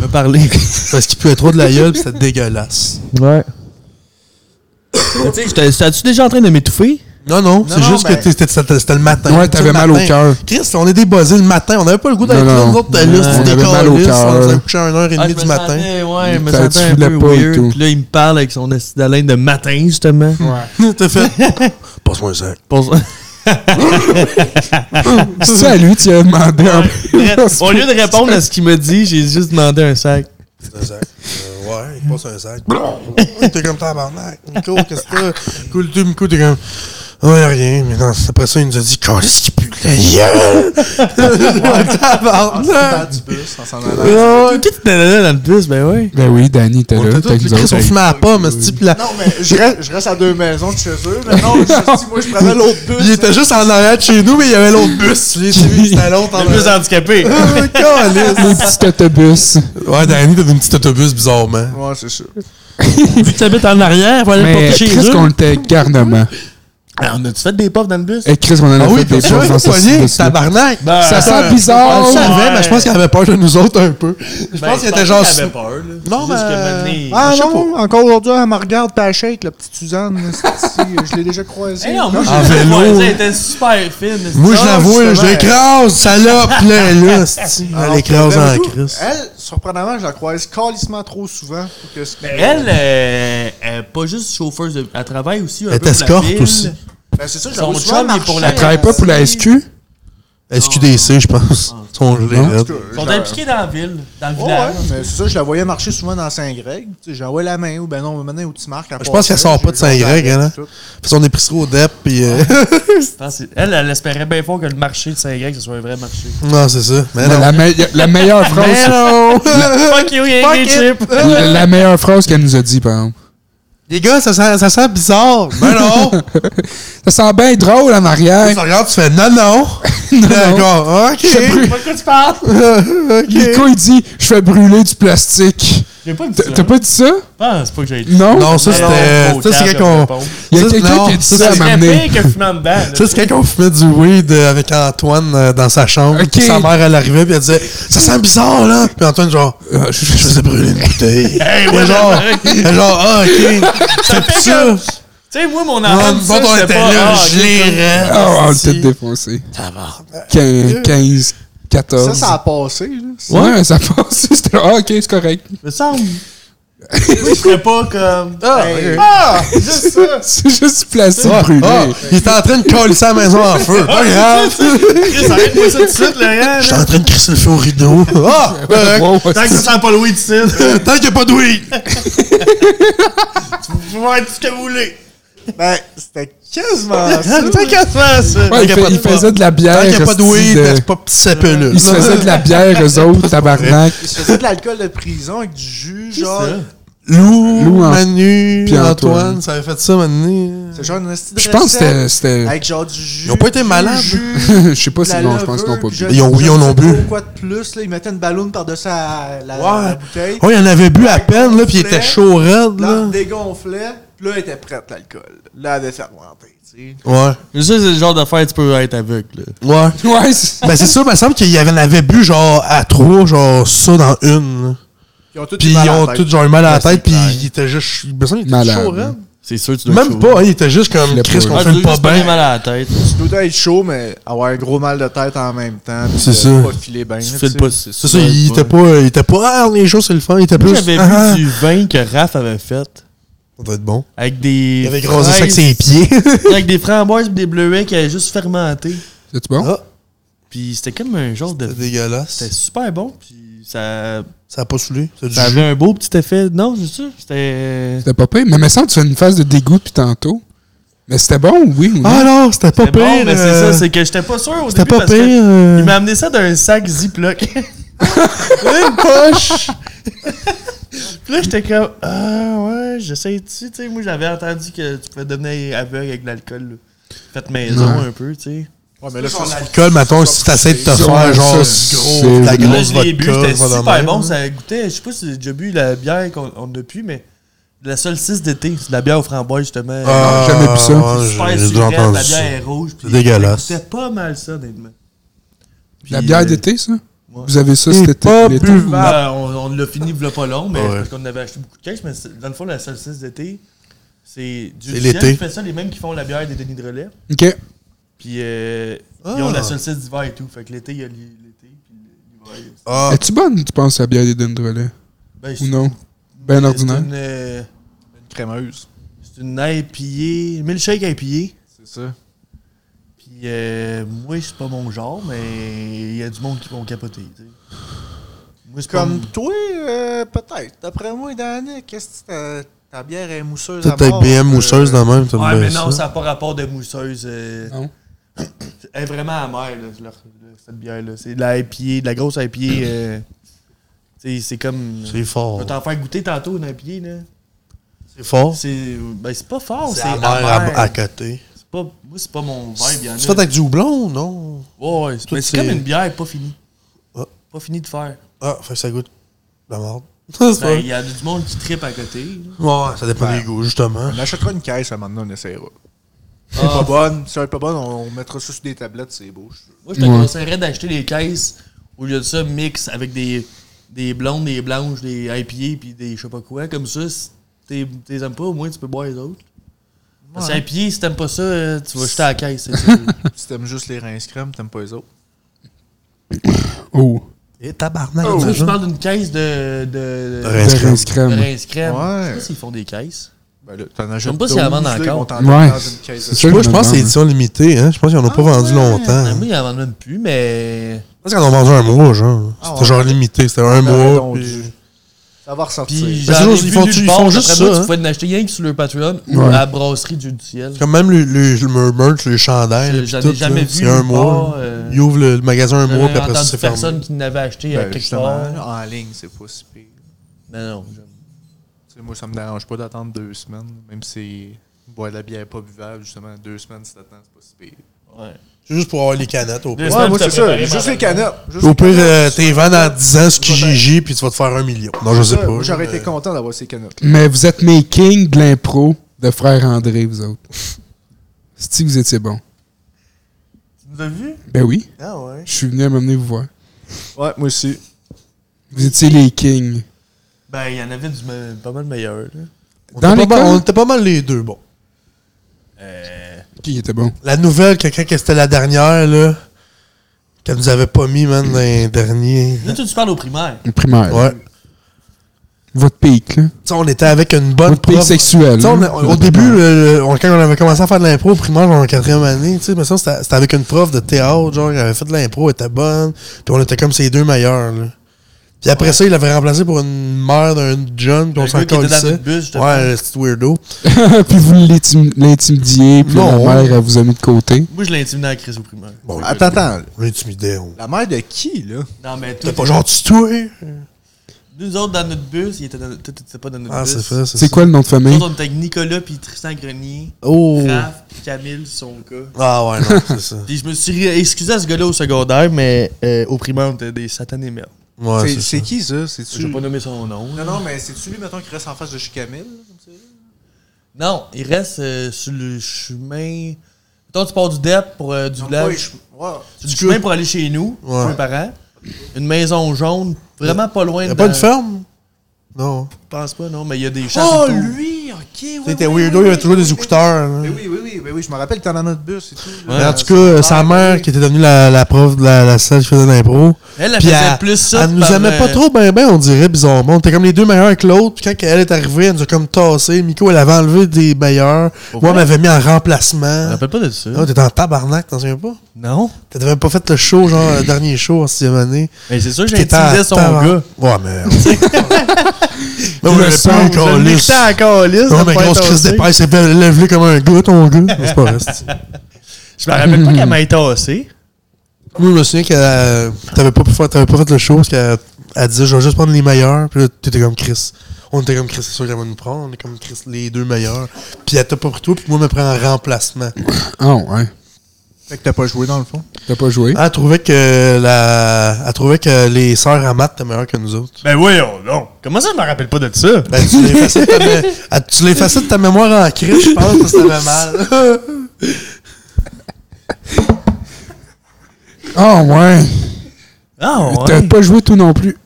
[SPEAKER 2] Me parler.
[SPEAKER 3] Parce qu'il puait trop de la gueule, puis c'était dégueulasse.
[SPEAKER 2] Ouais. tu sais, j'étais- t'as-tu déjà en train de m'étouffer?
[SPEAKER 3] Non, non, ben, c'est
[SPEAKER 4] non,
[SPEAKER 3] juste
[SPEAKER 4] mais-
[SPEAKER 3] que t'es- c'était- c'était c'était le matin.
[SPEAKER 1] Ouais,
[SPEAKER 3] C'était
[SPEAKER 1] t'avais
[SPEAKER 3] le
[SPEAKER 1] mal au
[SPEAKER 3] matin.
[SPEAKER 1] cœur.
[SPEAKER 3] Chris, on est des buzzés le matin. On n'avait pas le goût d'être
[SPEAKER 1] Non,
[SPEAKER 3] là.
[SPEAKER 1] non.
[SPEAKER 3] Nous autres, t'es là,
[SPEAKER 2] Ouais.
[SPEAKER 3] c'était
[SPEAKER 1] On
[SPEAKER 3] des
[SPEAKER 1] avait mal au
[SPEAKER 3] câlisses,
[SPEAKER 1] cœur.
[SPEAKER 3] On s'est couché à 1h30 du matin.
[SPEAKER 2] ouais, je me
[SPEAKER 1] Ça, tu
[SPEAKER 2] sentais un
[SPEAKER 1] voulais
[SPEAKER 2] peu
[SPEAKER 1] pas et tout.
[SPEAKER 2] weird. Puis là, il me parle avec son esti d'haleine de matin, justement.
[SPEAKER 3] T'as fait. Passe-moi un sac.
[SPEAKER 2] Pour-
[SPEAKER 1] C'est à lui, tu as demandé. en
[SPEAKER 2] Bref, Au lieu de répondre à ce qu'il me dit, j'ai juste demandé un sac.
[SPEAKER 3] C'est un sac. Euh, ouais, il passe un sac. t'es comme tabarnak. Nico, qu'est-ce que t'as? Cool, tu, Nico, t'es comme. Ouais, rien. Mais non, après ça, il nous a dit, qu'est-ce qui pue de la gueule?
[SPEAKER 4] Ah, c'est
[SPEAKER 3] tabarnak.
[SPEAKER 4] pas du bus, on s'en allait.
[SPEAKER 2] Tout était là dans le bus, ben oui.
[SPEAKER 1] Ben oui, Danny était là.
[SPEAKER 3] On
[SPEAKER 1] t'as
[SPEAKER 3] était
[SPEAKER 1] avec
[SPEAKER 3] tous
[SPEAKER 1] nous
[SPEAKER 3] les Chris,
[SPEAKER 1] autres.
[SPEAKER 3] on fumait à pas, mais ce type-là.
[SPEAKER 4] Non, mais je reste, je reste à deux maisons de chez eux. Mais non, je, si moi, je prenais l'autre bus.
[SPEAKER 3] Il était juste en arrière de chez nous, mais il y avait l'autre bus. lui, c'est lui, hein. C'était l'autre en
[SPEAKER 2] Le bus
[SPEAKER 3] arrière.
[SPEAKER 2] handicapé.
[SPEAKER 3] Ah, câlisse.
[SPEAKER 1] Les petits autobus.
[SPEAKER 3] Ouais, Danny, t'as un petit autobus bizarrement.
[SPEAKER 4] Ouais, c'est ça.
[SPEAKER 2] Vu que t'habites en arrière, faut aller
[SPEAKER 1] Mais qu'est-ce qu'on était avec garnement?
[SPEAKER 2] Alors, Ben, on a-tu fait des puffs dans le bus?
[SPEAKER 1] Et Chris, on en a
[SPEAKER 3] Ah oui,
[SPEAKER 1] fait
[SPEAKER 3] puis
[SPEAKER 1] des
[SPEAKER 3] tu vois,
[SPEAKER 1] choses dans ce
[SPEAKER 3] poignet,
[SPEAKER 1] bus-là.
[SPEAKER 3] tabarnak!
[SPEAKER 2] Ben,
[SPEAKER 1] Ça
[SPEAKER 2] attends,
[SPEAKER 1] sent bizarre!
[SPEAKER 3] On le savait,
[SPEAKER 2] ouais.
[SPEAKER 3] mais je pense qu'il avait peur de nous autres un peu. Je
[SPEAKER 2] ben,
[SPEAKER 3] pense qu'il
[SPEAKER 2] pas
[SPEAKER 3] était genre.
[SPEAKER 2] qu'il avait peur, là. C'est
[SPEAKER 3] Non, euh,
[SPEAKER 2] juste que
[SPEAKER 3] mais-
[SPEAKER 2] maintenant,
[SPEAKER 4] Ah
[SPEAKER 3] Je sais
[SPEAKER 4] non, encore aujourd'hui, elle me regarde pis elle shake, la petite Suzanne. là, c'est ici. je l'ai déjà croisée.
[SPEAKER 2] Eh non, moi,
[SPEAKER 3] En
[SPEAKER 2] j'ai
[SPEAKER 3] vélo.
[SPEAKER 2] vélo. Elle était super fine. mais
[SPEAKER 3] Moi,
[SPEAKER 2] c'est-
[SPEAKER 3] je l'avoue, je
[SPEAKER 4] justement. ben,
[SPEAKER 3] l'écrase, salope, là, là, esti.
[SPEAKER 4] Alors
[SPEAKER 3] Elle
[SPEAKER 4] que
[SPEAKER 3] l'écrase en
[SPEAKER 4] Benzo,
[SPEAKER 3] crise.
[SPEAKER 4] Elle, surprenamment, je la croise calissement trop souvent. pour que ce-
[SPEAKER 2] Mais elle, euh, elle est pas juste chauffeuse, de- elle travaille aussi un
[SPEAKER 3] Elle
[SPEAKER 2] peu pour la
[SPEAKER 3] t'escorte
[SPEAKER 2] ville.
[SPEAKER 3] aussi.
[SPEAKER 4] Ben, c'est ça, je
[SPEAKER 2] Son
[SPEAKER 4] la vois souvent
[SPEAKER 2] chum, il est pour la-
[SPEAKER 1] Elle travaille pas pour la SQ?
[SPEAKER 3] SQDC, je pense. hein. Ils sont gelés,
[SPEAKER 1] Non.
[SPEAKER 3] là.
[SPEAKER 2] Ils sont impliqués dans la ville, dans le
[SPEAKER 4] Oh, ouais,
[SPEAKER 2] village.
[SPEAKER 4] mais c'est ça, je la voyais marcher souvent dans Saint-Greg. Tu sais, J'envoie la main, ou ben non, maintenant où tu marques.
[SPEAKER 3] Je pense qu'elle sort pas de Saint-Greg, hein. Fait son épicerie au DEP, pis. euh,
[SPEAKER 2] Je pense que- Elle, elle espérait bien fort que le marché de Saint-Grec, ce soit un vrai marché.
[SPEAKER 3] Non, c'est ça. Mais
[SPEAKER 1] Mais
[SPEAKER 3] Ah non.
[SPEAKER 1] La, meille- la meilleure
[SPEAKER 3] Mais
[SPEAKER 1] phrase,
[SPEAKER 3] non!
[SPEAKER 2] Fuck you, il y a des chips!
[SPEAKER 1] la, la meilleure phrase qu'elle nous a dit, par exemple.
[SPEAKER 3] Les gars, ça sent, ça sent bizarre. Mais Ben non!
[SPEAKER 1] Ça sent bien drôle en
[SPEAKER 3] Tu
[SPEAKER 1] arrière.
[SPEAKER 3] regardes, tu fais non, non!
[SPEAKER 1] Non, non.
[SPEAKER 3] D'accord, ok!
[SPEAKER 1] Je brûle-
[SPEAKER 2] Pas de quoi tu parles!
[SPEAKER 1] Nico, il dit Je fais brûler du plastique.
[SPEAKER 2] J'ai pas dit
[SPEAKER 1] T'as
[SPEAKER 2] ça.
[SPEAKER 1] t'as pas dit ça
[SPEAKER 2] Je pense pas que j'ai dit Ah,
[SPEAKER 1] Non
[SPEAKER 3] Non, ça
[SPEAKER 2] Mais non,
[SPEAKER 3] c'était.
[SPEAKER 2] faut
[SPEAKER 3] Ça, c'est
[SPEAKER 2] autant,
[SPEAKER 3] quand
[SPEAKER 2] je
[SPEAKER 3] qu'on.
[SPEAKER 2] réponds.
[SPEAKER 1] Il y a
[SPEAKER 3] ça,
[SPEAKER 1] quelqu'un
[SPEAKER 3] non,
[SPEAKER 1] qui a dit
[SPEAKER 3] ça,
[SPEAKER 1] ça à
[SPEAKER 2] C'est
[SPEAKER 1] m'amener.
[SPEAKER 2] pire que fumer dedans. là.
[SPEAKER 3] Ça, c'est quand on fumait du weed euh, avec Antoine euh, dans sa chambre.
[SPEAKER 1] Ok.
[SPEAKER 3] puis Sa mère, elle arrivait, puis elle disait Ça sent bizarre, là. Puis Antoine, genre, Ah, je, je faisais brûler une bouteille.
[SPEAKER 2] Hey, ouais,
[SPEAKER 3] Et genre, et genre, ah, ok.
[SPEAKER 2] Ça fait
[SPEAKER 3] Puis ça,
[SPEAKER 2] que- Tu sais, moi, mon enfant.
[SPEAKER 3] on,
[SPEAKER 2] dit
[SPEAKER 3] bon,
[SPEAKER 2] ça,
[SPEAKER 3] on
[SPEAKER 2] j'étais
[SPEAKER 3] était
[SPEAKER 2] pas-
[SPEAKER 3] là,
[SPEAKER 2] ah,
[SPEAKER 3] je hein.
[SPEAKER 2] ok,
[SPEAKER 3] lirais.
[SPEAKER 1] Oh, on t'a défoncé. 15, 15, 14.
[SPEAKER 4] Ça, ça a passé, là. C'est-
[SPEAKER 1] Ouais, ça passe. C'était- Ah, ok, c'est correct.
[SPEAKER 2] Me semble. Je serais pas comme.
[SPEAKER 4] Ah,
[SPEAKER 2] Hey,
[SPEAKER 4] ok.
[SPEAKER 2] ah, juste ça.
[SPEAKER 1] C'est juste du plastique
[SPEAKER 3] Ah,
[SPEAKER 1] brûlé.
[SPEAKER 3] ah, il était en train de coller sa maison en feu. Pas grave.
[SPEAKER 2] Chris, arrête-moi ça tout de suite, Laurent.
[SPEAKER 3] J'étais
[SPEAKER 2] là.
[SPEAKER 3] en train de crisser le feu au rideau. Ah! correct.
[SPEAKER 1] Wow,
[SPEAKER 2] Tant que ça sent pas le weed, tu sais,
[SPEAKER 3] Tant qu'il n'y a pas de weed.
[SPEAKER 2] vous pouvez être tout ce que vous voulez.
[SPEAKER 4] Ben, c'était quasiment ça.
[SPEAKER 2] Tant qu'à faire ça.
[SPEAKER 1] Ouais, il,
[SPEAKER 3] Tant qu'il y a
[SPEAKER 1] fait-
[SPEAKER 3] pas de
[SPEAKER 1] il faisait de la bière.
[SPEAKER 3] Tant qu'il n'y a pas de
[SPEAKER 1] hostie,
[SPEAKER 3] weed,
[SPEAKER 1] de-
[SPEAKER 3] ben, c'est pas petit sapeleux.
[SPEAKER 1] Il se faisait de la bière, eux autres, tabarnak.
[SPEAKER 4] Il se faisait de l'alcool de prison avec du jus, genre.
[SPEAKER 2] ça?
[SPEAKER 3] Lou,
[SPEAKER 1] Lou, An-
[SPEAKER 3] Manu,
[SPEAKER 1] puis
[SPEAKER 3] Antoine.
[SPEAKER 1] Antoine,
[SPEAKER 3] ça avait fait ça maintenant.
[SPEAKER 4] C'est genre une esti de
[SPEAKER 1] Je pense que c'était-
[SPEAKER 4] recette
[SPEAKER 1] c'était.
[SPEAKER 4] Avec genre du jus.
[SPEAKER 3] Ils ont pas été
[SPEAKER 4] du
[SPEAKER 3] malades.
[SPEAKER 4] jus,
[SPEAKER 1] Je sais pas
[SPEAKER 4] de
[SPEAKER 1] si
[SPEAKER 4] la
[SPEAKER 1] non, je pense
[SPEAKER 4] levure,
[SPEAKER 1] non pas.
[SPEAKER 4] puis je-
[SPEAKER 3] Ils ont-
[SPEAKER 4] je
[SPEAKER 3] ils en ont
[SPEAKER 4] sais
[SPEAKER 3] bu.
[SPEAKER 4] pas Quoi de plus, là. Ils mettaient une ballonne par-dessus la, la,
[SPEAKER 3] Ouais.
[SPEAKER 4] la bouteille.
[SPEAKER 3] Oh, il en avait bu à peine, là, puis il était chaud raide,
[SPEAKER 4] Là,
[SPEAKER 3] là.
[SPEAKER 4] elle dégonflait, puis là, elle était prête, l'alcool. Là, elle avait fermenté, tu sais.
[SPEAKER 3] Ouais.
[SPEAKER 2] Ça, c'est le genre d'affaire, tu peux être aveugle.
[SPEAKER 3] Ouais.
[SPEAKER 1] Ouais, c'est-
[SPEAKER 3] ben, c'est ça, il me semble qu'il y avait- en avait bu, genre, à trois, genre, ça dans une, là.
[SPEAKER 4] Ils ont tous
[SPEAKER 3] Puis
[SPEAKER 4] du mal
[SPEAKER 3] ils
[SPEAKER 4] à la
[SPEAKER 3] ont
[SPEAKER 4] tête.
[SPEAKER 3] tous, genre, eu mal à la
[SPEAKER 2] Ouais,
[SPEAKER 3] tête,
[SPEAKER 2] c'est
[SPEAKER 3] puis
[SPEAKER 2] clair.
[SPEAKER 3] il était juste. Il me semble qu'il était
[SPEAKER 1] Malade.
[SPEAKER 4] hein?
[SPEAKER 3] chaud raide.
[SPEAKER 2] C'est sûr, tu dois
[SPEAKER 3] Même pas, hein, il était juste
[SPEAKER 1] Je
[SPEAKER 3] comme
[SPEAKER 1] l'ai
[SPEAKER 3] Chris
[SPEAKER 1] pas
[SPEAKER 3] qu'on
[SPEAKER 2] Ah,
[SPEAKER 1] eu.
[SPEAKER 3] filme pas bien.
[SPEAKER 2] mal à la tête.
[SPEAKER 4] Tu dois être chaud, mais avoir un gros mal de tête en même temps. puis
[SPEAKER 3] C'est
[SPEAKER 4] de
[SPEAKER 3] ça.
[SPEAKER 4] Pas filer bien.
[SPEAKER 2] Tu
[SPEAKER 4] là,
[SPEAKER 2] files
[SPEAKER 4] sais.
[SPEAKER 2] pas. C'est
[SPEAKER 3] C'est ça, il était pas. Il était pas. Ah, on est chaud, c'est le fun. Il était
[SPEAKER 2] Moi,
[SPEAKER 3] plus.
[SPEAKER 2] J'avais
[SPEAKER 3] ah,
[SPEAKER 2] vu du vin que Raph avait fait.
[SPEAKER 3] Ça doit être bon.
[SPEAKER 2] Avec des.
[SPEAKER 3] Il avait grossi ça avec
[SPEAKER 2] fraises-
[SPEAKER 3] ses pieds.
[SPEAKER 2] Avec des framboises et des bleuets qui avaient juste fermenté.
[SPEAKER 1] C'est-tu bon?
[SPEAKER 3] Ah,
[SPEAKER 2] Puis c'était comme un genre de.
[SPEAKER 3] c'était dégueulasse.
[SPEAKER 2] C'était super bon. Puis ça.
[SPEAKER 3] Ça a pas saoulé. C'est du
[SPEAKER 2] Ça
[SPEAKER 3] jus.
[SPEAKER 2] avait un beau petit effet. Non, c'est ça. C'était.
[SPEAKER 1] C'était pas pire. Mais me semble que tu fais une phase de dégoût depuis tantôt. Mais c'était bon, oui ou non?
[SPEAKER 3] Ah non, c'était pas
[SPEAKER 2] C'était
[SPEAKER 3] pire.
[SPEAKER 2] bon, mais c'est
[SPEAKER 3] euh,
[SPEAKER 2] ça. C'est que j'étais pas sûr au
[SPEAKER 3] C'était
[SPEAKER 2] début.
[SPEAKER 3] pas
[SPEAKER 2] parce que
[SPEAKER 3] pire. euh,
[SPEAKER 2] Il m'a amené ça d'un sac Ziploc.
[SPEAKER 3] Une poche.
[SPEAKER 2] Puis là, j'étais comme, ah ouais, j'essaie-tu, tu sais, moi j'avais entendu que tu pouvais devenir aveugle avec de l'alcool, là. Faites maison un peu, tu sais.
[SPEAKER 4] Ouais, mais là,
[SPEAKER 3] Genre
[SPEAKER 4] ça,
[SPEAKER 3] l'alcool, mettons, si t'essaies de te
[SPEAKER 1] Ça,
[SPEAKER 3] faire genre
[SPEAKER 1] ça,
[SPEAKER 3] du
[SPEAKER 1] c'est-
[SPEAKER 3] gros, de la
[SPEAKER 2] Là,
[SPEAKER 3] grosse
[SPEAKER 2] je l'ai bu,
[SPEAKER 3] vodka,
[SPEAKER 2] c'était
[SPEAKER 3] voilà,
[SPEAKER 2] super
[SPEAKER 3] même. hein.
[SPEAKER 2] bon, ça goûtait, je sais pas si j'ai déjà bu la bière qu'on on a pu, mais de la solstice d'été, c'est de la bière aux framboises, justement.
[SPEAKER 3] Ah,
[SPEAKER 1] J'ai jamais bu ça.
[SPEAKER 3] ouais,
[SPEAKER 2] super
[SPEAKER 3] J'ai déjà
[SPEAKER 2] surette,
[SPEAKER 3] entendu
[SPEAKER 2] la
[SPEAKER 3] ça.
[SPEAKER 2] bière est rouge. puis
[SPEAKER 3] C'est dégueulasse.
[SPEAKER 2] C'était pas mal ça, honnêtement.
[SPEAKER 1] La
[SPEAKER 2] Puis,
[SPEAKER 1] bière
[SPEAKER 2] euh,
[SPEAKER 1] d'été, ça?
[SPEAKER 2] ouais.
[SPEAKER 1] Vous avez ça
[SPEAKER 3] Et
[SPEAKER 1] cet été?
[SPEAKER 3] pas
[SPEAKER 1] l'été?
[SPEAKER 3] buvable.
[SPEAKER 2] Ben, on, on l'a fini v'là pas long, mais
[SPEAKER 3] Ah Ouais.
[SPEAKER 2] c'est parce qu'on avait acheté beaucoup de caisses, mais c'est- dans le fond, la solstice d'été, c'est du
[SPEAKER 3] C'est
[SPEAKER 2] logiciel
[SPEAKER 3] l'été.
[SPEAKER 2] qui fait ça, les mêmes qui font la bière des Denis de relais.
[SPEAKER 1] Ok.
[SPEAKER 2] Puis euh, ils
[SPEAKER 3] Ah.
[SPEAKER 2] ont la solstice d'hiver et tout. Fait que l'été, il y a l'hi- l'été, puis l'hiver. il y a-
[SPEAKER 3] Ah,
[SPEAKER 1] Es-tu bonne, tu penses, à la bière des Dendrelais?
[SPEAKER 2] Ben,
[SPEAKER 1] Ou
[SPEAKER 2] c'est-
[SPEAKER 1] non? Ben
[SPEAKER 2] c'est
[SPEAKER 1] ordinaire.
[SPEAKER 2] une, euh,
[SPEAKER 4] une crémeuse.
[SPEAKER 2] C'est une IPA, milkshake IPA.
[SPEAKER 4] C'est ça.
[SPEAKER 2] Puis euh, moi, c'est pas mon genre, mais il y a du monde qui vont capoter. tu sais. Moi, c'est
[SPEAKER 4] Comme
[SPEAKER 2] Comme...
[SPEAKER 4] toi, euh, peut-être. D'après moi, Danick, qu'est-ce que ta, ta bière est mousseuse à
[SPEAKER 3] Toute avec
[SPEAKER 4] mort,
[SPEAKER 3] BM
[SPEAKER 4] euh,
[SPEAKER 3] mousseuse dans le même, t'as
[SPEAKER 2] Ouais,
[SPEAKER 3] une
[SPEAKER 2] mais
[SPEAKER 3] belle
[SPEAKER 2] non,
[SPEAKER 3] ça.
[SPEAKER 2] ça n'a pas rapport de mousseuse. euh,
[SPEAKER 1] Non.
[SPEAKER 2] Elle est vraiment amère, là, leur- leur- cette bière-là. C'est de la IPA, de la grosse IPA. euh, tu sais, c'est comme.
[SPEAKER 3] C'est
[SPEAKER 2] Je
[SPEAKER 3] fort.
[SPEAKER 2] vais t'en faire goûter tantôt une IPA, là.
[SPEAKER 3] C'est fort.
[SPEAKER 2] C'est. Ben, c'est pas fort,
[SPEAKER 3] C'est
[SPEAKER 2] c'est.
[SPEAKER 3] amer
[SPEAKER 2] amer.
[SPEAKER 3] à, à côté.
[SPEAKER 2] C'est pas, moi, c'est pas mon vibe, il y en
[SPEAKER 3] Tu
[SPEAKER 2] a.
[SPEAKER 3] fais avec du houblon, non?
[SPEAKER 2] Ouais, ouais, c'est-
[SPEAKER 3] Tout
[SPEAKER 2] mais c'est
[SPEAKER 3] c'est-
[SPEAKER 2] comme une bière pas finie.
[SPEAKER 3] Ah.
[SPEAKER 2] Pas finie de faire.
[SPEAKER 3] Ah, fait que ça goûte la merde. C'est
[SPEAKER 2] Ben,
[SPEAKER 3] vrai.
[SPEAKER 2] Il y a du monde qui tripe à côté. là.
[SPEAKER 3] Ouais, ça dépend des goûts, justement.
[SPEAKER 4] On achètera une caisse à un moment donné, on essaiera. C'est pas bonne. Si elle est pas bonne, on, on mettra ça sur des tablettes, c'est beau. je suis sûr.
[SPEAKER 2] Moi, je te
[SPEAKER 1] Ouais.
[SPEAKER 2] conseillerais d'acheter des caisses au lieu de ça mix avec des, des blondes, des blanches, des IPA puis des je sais pas quoi. Comme ça, si t'es- t'es aimes pas, au moins tu peux boire les autres. Parce que
[SPEAKER 4] Ouais.
[SPEAKER 2] IPA, si t'aimes pas ça, euh, tu vas jeter à la caisse. c'est sûr.
[SPEAKER 4] Si t'aimes juste les reins crème, t'aimes pas les autres.
[SPEAKER 1] Oh.
[SPEAKER 3] Et tabarnak,
[SPEAKER 2] Tu sais,
[SPEAKER 3] imagine.
[SPEAKER 2] je parle d'une caisse de. de.
[SPEAKER 3] Oh, Rince
[SPEAKER 1] De
[SPEAKER 3] crème.
[SPEAKER 1] rince crème.
[SPEAKER 2] de rince crème.
[SPEAKER 4] Ouais.
[SPEAKER 2] Je sais pas s'ils font des caisses.
[SPEAKER 4] Ben là, t'en achètes
[SPEAKER 2] pas si elle vend encore.
[SPEAKER 1] Ouais.
[SPEAKER 4] Ouais. Dans une caisse
[SPEAKER 1] C'est
[SPEAKER 4] de
[SPEAKER 1] sûr.
[SPEAKER 3] Moi, je pense que c'est Ah édition limitée, hein. Je pense qu'ils en ont pas vendu longtemps.
[SPEAKER 2] Mais Moi, ils en vendent même plus, mais.
[SPEAKER 3] Je pense qu'ils en ont vendu un mois, genre.
[SPEAKER 4] Ah
[SPEAKER 3] C'était
[SPEAKER 4] ouais.
[SPEAKER 3] genre limité, c'était un mois.
[SPEAKER 4] Bah, Donc,
[SPEAKER 3] puis-
[SPEAKER 4] Ça va
[SPEAKER 2] Puis,
[SPEAKER 4] ressortir.
[SPEAKER 3] Ben, c'est
[SPEAKER 2] j'en ai
[SPEAKER 3] juste, ils
[SPEAKER 2] vu
[SPEAKER 3] font-
[SPEAKER 2] nulle
[SPEAKER 3] ils
[SPEAKER 2] part.
[SPEAKER 3] font juste
[SPEAKER 2] D'après moi,
[SPEAKER 3] ça, hein?
[SPEAKER 2] Tu pouvais en acheter rien que sur le Patreon ou
[SPEAKER 1] Ouais.
[SPEAKER 2] à la brasserie du, du ciel.
[SPEAKER 3] Comme même le, le, le merch, les chandails, là, puis
[SPEAKER 2] J'en
[SPEAKER 3] tout,
[SPEAKER 2] ai jamais
[SPEAKER 3] là,
[SPEAKER 2] vu.
[SPEAKER 3] c'est un
[SPEAKER 2] nulle part,
[SPEAKER 3] mois.
[SPEAKER 2] euh,
[SPEAKER 3] Ils ouvrent le, le magasin un
[SPEAKER 2] J'avais
[SPEAKER 3] mois, puis après ça,
[SPEAKER 2] entendu
[SPEAKER 3] c'est fermé.
[SPEAKER 2] personne qui n'avait acheté à
[SPEAKER 4] Ben,
[SPEAKER 2] quelque
[SPEAKER 4] justement,
[SPEAKER 2] part.
[SPEAKER 4] en ligne, c'est pas si pire.
[SPEAKER 2] Non, non.
[SPEAKER 4] Tu sais, moi, ça me dérange pas d'attendre deux semaines, même si boire de la bière pas buvable, justement, deux semaines, si t'attends, c'est pas si pire.
[SPEAKER 2] Ouais.
[SPEAKER 3] C'est juste pour avoir les canettes au pire.
[SPEAKER 2] Deux semaines,
[SPEAKER 4] moi,
[SPEAKER 2] t'as
[SPEAKER 4] c'est ça.
[SPEAKER 2] préparé
[SPEAKER 4] Juste
[SPEAKER 2] mentalement.
[SPEAKER 4] les canettes. Juste
[SPEAKER 3] Au
[SPEAKER 4] les
[SPEAKER 3] pire,
[SPEAKER 4] canettes.
[SPEAKER 3] euh, t'es vend dans 10 ans ce qui GG, puis tu vas te faire un million. Non, je sais
[SPEAKER 4] Ouais,
[SPEAKER 3] pas. Euh,
[SPEAKER 4] moi, J'aurais
[SPEAKER 3] mais-
[SPEAKER 4] été content d'avoir ces canettes.
[SPEAKER 1] Mais vous êtes mes kings de l'impro de frère André, vous autres. Si vous étiez bon.
[SPEAKER 2] Tu nous as vu?
[SPEAKER 1] Ben oui,
[SPEAKER 4] Ah ouais?
[SPEAKER 1] je suis venu à m'amener vous voir.
[SPEAKER 4] Ouais, moi aussi.
[SPEAKER 1] Vous étiez les kings.
[SPEAKER 2] Ben, il y en avait du me- pas mal meilleur. Là.
[SPEAKER 3] On
[SPEAKER 1] Dans
[SPEAKER 3] était
[SPEAKER 1] l'école-
[SPEAKER 3] pas mal- on était pas mal les deux, bon.
[SPEAKER 2] Euh,
[SPEAKER 1] Qui était bon?
[SPEAKER 3] La nouvelle, quelqu'un que c'était la dernière, là, qu'elle nous avait pas mis, man, dans les derniers.
[SPEAKER 2] là, toi, tu parles au primaire.
[SPEAKER 1] Le primaire.
[SPEAKER 3] Ouais.
[SPEAKER 1] Votre pic, là.
[SPEAKER 3] Tu sais, on était avec une bonne
[SPEAKER 1] Votre pic
[SPEAKER 3] prof.
[SPEAKER 1] sexuel. hein.
[SPEAKER 3] Tu sais, on a-
[SPEAKER 1] là.
[SPEAKER 3] au début, le- le- on- quand on avait commencé à faire de l'impro au primaire, en quatrième année, tu sais, mais ça, c'était c'était avec une prof de théâtre, genre, qui avait fait de l'impro, elle était bonne, puis on était comme ces deux meilleurs, là. Puis après ça, il l'avait remplacé pour une mère d'un jeune, puis on
[SPEAKER 2] Le
[SPEAKER 3] s'en
[SPEAKER 2] gars qui était dans
[SPEAKER 3] calissait.
[SPEAKER 2] notre bus, je te
[SPEAKER 3] Ouais, le petit weirdo.
[SPEAKER 1] puis vous l'intim- l'intimidiez, puis
[SPEAKER 3] Non.
[SPEAKER 1] la mère, elle vous a mis de côté.
[SPEAKER 2] Moi, je l'ai intimidé à la crise au primaire.
[SPEAKER 3] Bon,
[SPEAKER 4] Attends, attends.
[SPEAKER 3] On l'intimidait, on.
[SPEAKER 4] La mère de qui, là?
[SPEAKER 2] Non, mais toi,
[SPEAKER 3] T'es pas genre, hein? tu tues?
[SPEAKER 2] nous autres, dans notre bus, il était dans notre... toi, t'étais pas dans notre
[SPEAKER 3] Ah,
[SPEAKER 2] bus.
[SPEAKER 3] c'est ça, c'est
[SPEAKER 1] C'est
[SPEAKER 3] ça.
[SPEAKER 1] quoi le nom de
[SPEAKER 2] Nous
[SPEAKER 1] famille?
[SPEAKER 2] autres, on était avec Nicolas, puis Tristan Grenier,
[SPEAKER 3] Oh!
[SPEAKER 2] Raph, puis Camille, son gars.
[SPEAKER 3] Ah ouais, non, c'est ça.
[SPEAKER 2] Puis je me suis ri- excusé à ce gars-là au secondaire, mais euh, au primaire, on était des satanés merdes.
[SPEAKER 3] Ouais,
[SPEAKER 4] C'est-
[SPEAKER 3] c'est
[SPEAKER 4] c'est
[SPEAKER 3] ça.
[SPEAKER 4] qui, ça?
[SPEAKER 2] Je
[SPEAKER 4] C'est-tu...
[SPEAKER 2] vais pas nommer son nom.
[SPEAKER 4] Non, non, mais c'est-tu lui, mettons, qui reste en face de chez Camille? là, comme ça, là?
[SPEAKER 2] Non, il reste euh, sur le chemin. Mettons, tu pars du DEP pour euh, du
[SPEAKER 4] Non, pas les
[SPEAKER 2] village.
[SPEAKER 4] chemins. Ouais.
[SPEAKER 2] Du chemin pour aller chez nous,
[SPEAKER 3] Ouais.
[SPEAKER 2] chez mes parents. Une maison jaune, vraiment pas loin
[SPEAKER 3] Y'a
[SPEAKER 2] de.
[SPEAKER 3] pas une ferme? Non.
[SPEAKER 2] Je pense pas, non, mais il y a des champs.
[SPEAKER 4] Oh,
[SPEAKER 2] et tout.
[SPEAKER 4] lui! OK, ouais,
[SPEAKER 3] T'étais
[SPEAKER 4] ouais,
[SPEAKER 3] weirdo,
[SPEAKER 4] ouais,
[SPEAKER 3] il y avait
[SPEAKER 4] ouais,
[SPEAKER 3] toujours
[SPEAKER 4] ouais,
[SPEAKER 3] des
[SPEAKER 4] ouais.
[SPEAKER 3] écouteurs. là.
[SPEAKER 4] Ben oui, oui, oui, ben oui, je me rappelle que t'es dans notre bus et tout.
[SPEAKER 3] Mais
[SPEAKER 4] là.
[SPEAKER 3] en tout cas, euh, sa mère, qui était devenue la, la prof de la, la salle qui faisait de l'impro,
[SPEAKER 2] Elle, elle
[SPEAKER 3] Puis
[SPEAKER 2] faisait
[SPEAKER 3] elle-
[SPEAKER 2] plus ça.
[SPEAKER 3] elle nous
[SPEAKER 2] par,
[SPEAKER 3] aimait
[SPEAKER 2] euh,
[SPEAKER 3] pas trop, ben ben, on dirait, bizarrement. On était comme les deux meilleurs avec l'autre, puis quand elle est arrivée, elle nous a comme tassé. Miko, elle avait enlevé des meilleurs. Moi, elle m'avait mis en
[SPEAKER 2] Je me
[SPEAKER 3] remplacement.
[SPEAKER 2] rappelle pas de ça.
[SPEAKER 3] Ah, t'étais en tabarnak, t'en souviens pas?
[SPEAKER 2] Non.
[SPEAKER 3] T'avais même pas fait le show, genre, le dernier show en sixième année.
[SPEAKER 2] Mais c'est sûr que
[SPEAKER 3] Puis t'étais
[SPEAKER 2] j'intimidais
[SPEAKER 3] en
[SPEAKER 2] son
[SPEAKER 3] tabar-
[SPEAKER 2] gars.
[SPEAKER 3] Ouais, mais. Mais on
[SPEAKER 1] Je
[SPEAKER 3] avait
[SPEAKER 1] sens
[SPEAKER 3] pas
[SPEAKER 1] que
[SPEAKER 3] encore
[SPEAKER 2] Je
[SPEAKER 3] lisse.
[SPEAKER 2] l'écoutais à la câlisse,
[SPEAKER 3] Non,
[SPEAKER 2] de
[SPEAKER 3] mais
[SPEAKER 2] pas
[SPEAKER 3] grosse
[SPEAKER 2] être
[SPEAKER 3] crise
[SPEAKER 2] tassé.
[SPEAKER 3] d'épaisse, c'est lève-le comme un gars, ton gars. Non, C'est pas vrai, c'est-
[SPEAKER 2] Je me rappelle pas qu'elle m'a tassé.
[SPEAKER 3] Moi, je me souviens que euh, t'avais pas, pu faire- t'avais pas fait le show parce qu'elle elle disait je vais juste prendre les meilleurs. Puis là, t'étais comme Chris. On était comme Chris, c'est sûr qu'elle va nous prendre. On est comme Chris, les deux meilleurs. Puis elle t'a pas pris toi, puis moi, elle me prend en remplacement.
[SPEAKER 1] Ah, ouais.
[SPEAKER 4] Fait que t'as pas joué dans le fond.
[SPEAKER 1] T'as pas joué?
[SPEAKER 3] Elle trouvait que la, elle trouvait que les sœurs à maths étaient meilleures que nous autres.
[SPEAKER 2] Ben voyons donc. Comment ça, je me rappelle pas de ça?
[SPEAKER 3] Ben, tu l'effaçais de, ta mé- elle- tu l'effaçais de ta mémoire en Chris, je pense, parce que ça fait mal.
[SPEAKER 1] Ah, ouais.
[SPEAKER 2] Ah,
[SPEAKER 1] T'as
[SPEAKER 2] ouais.
[SPEAKER 1] pas joué tout non plus.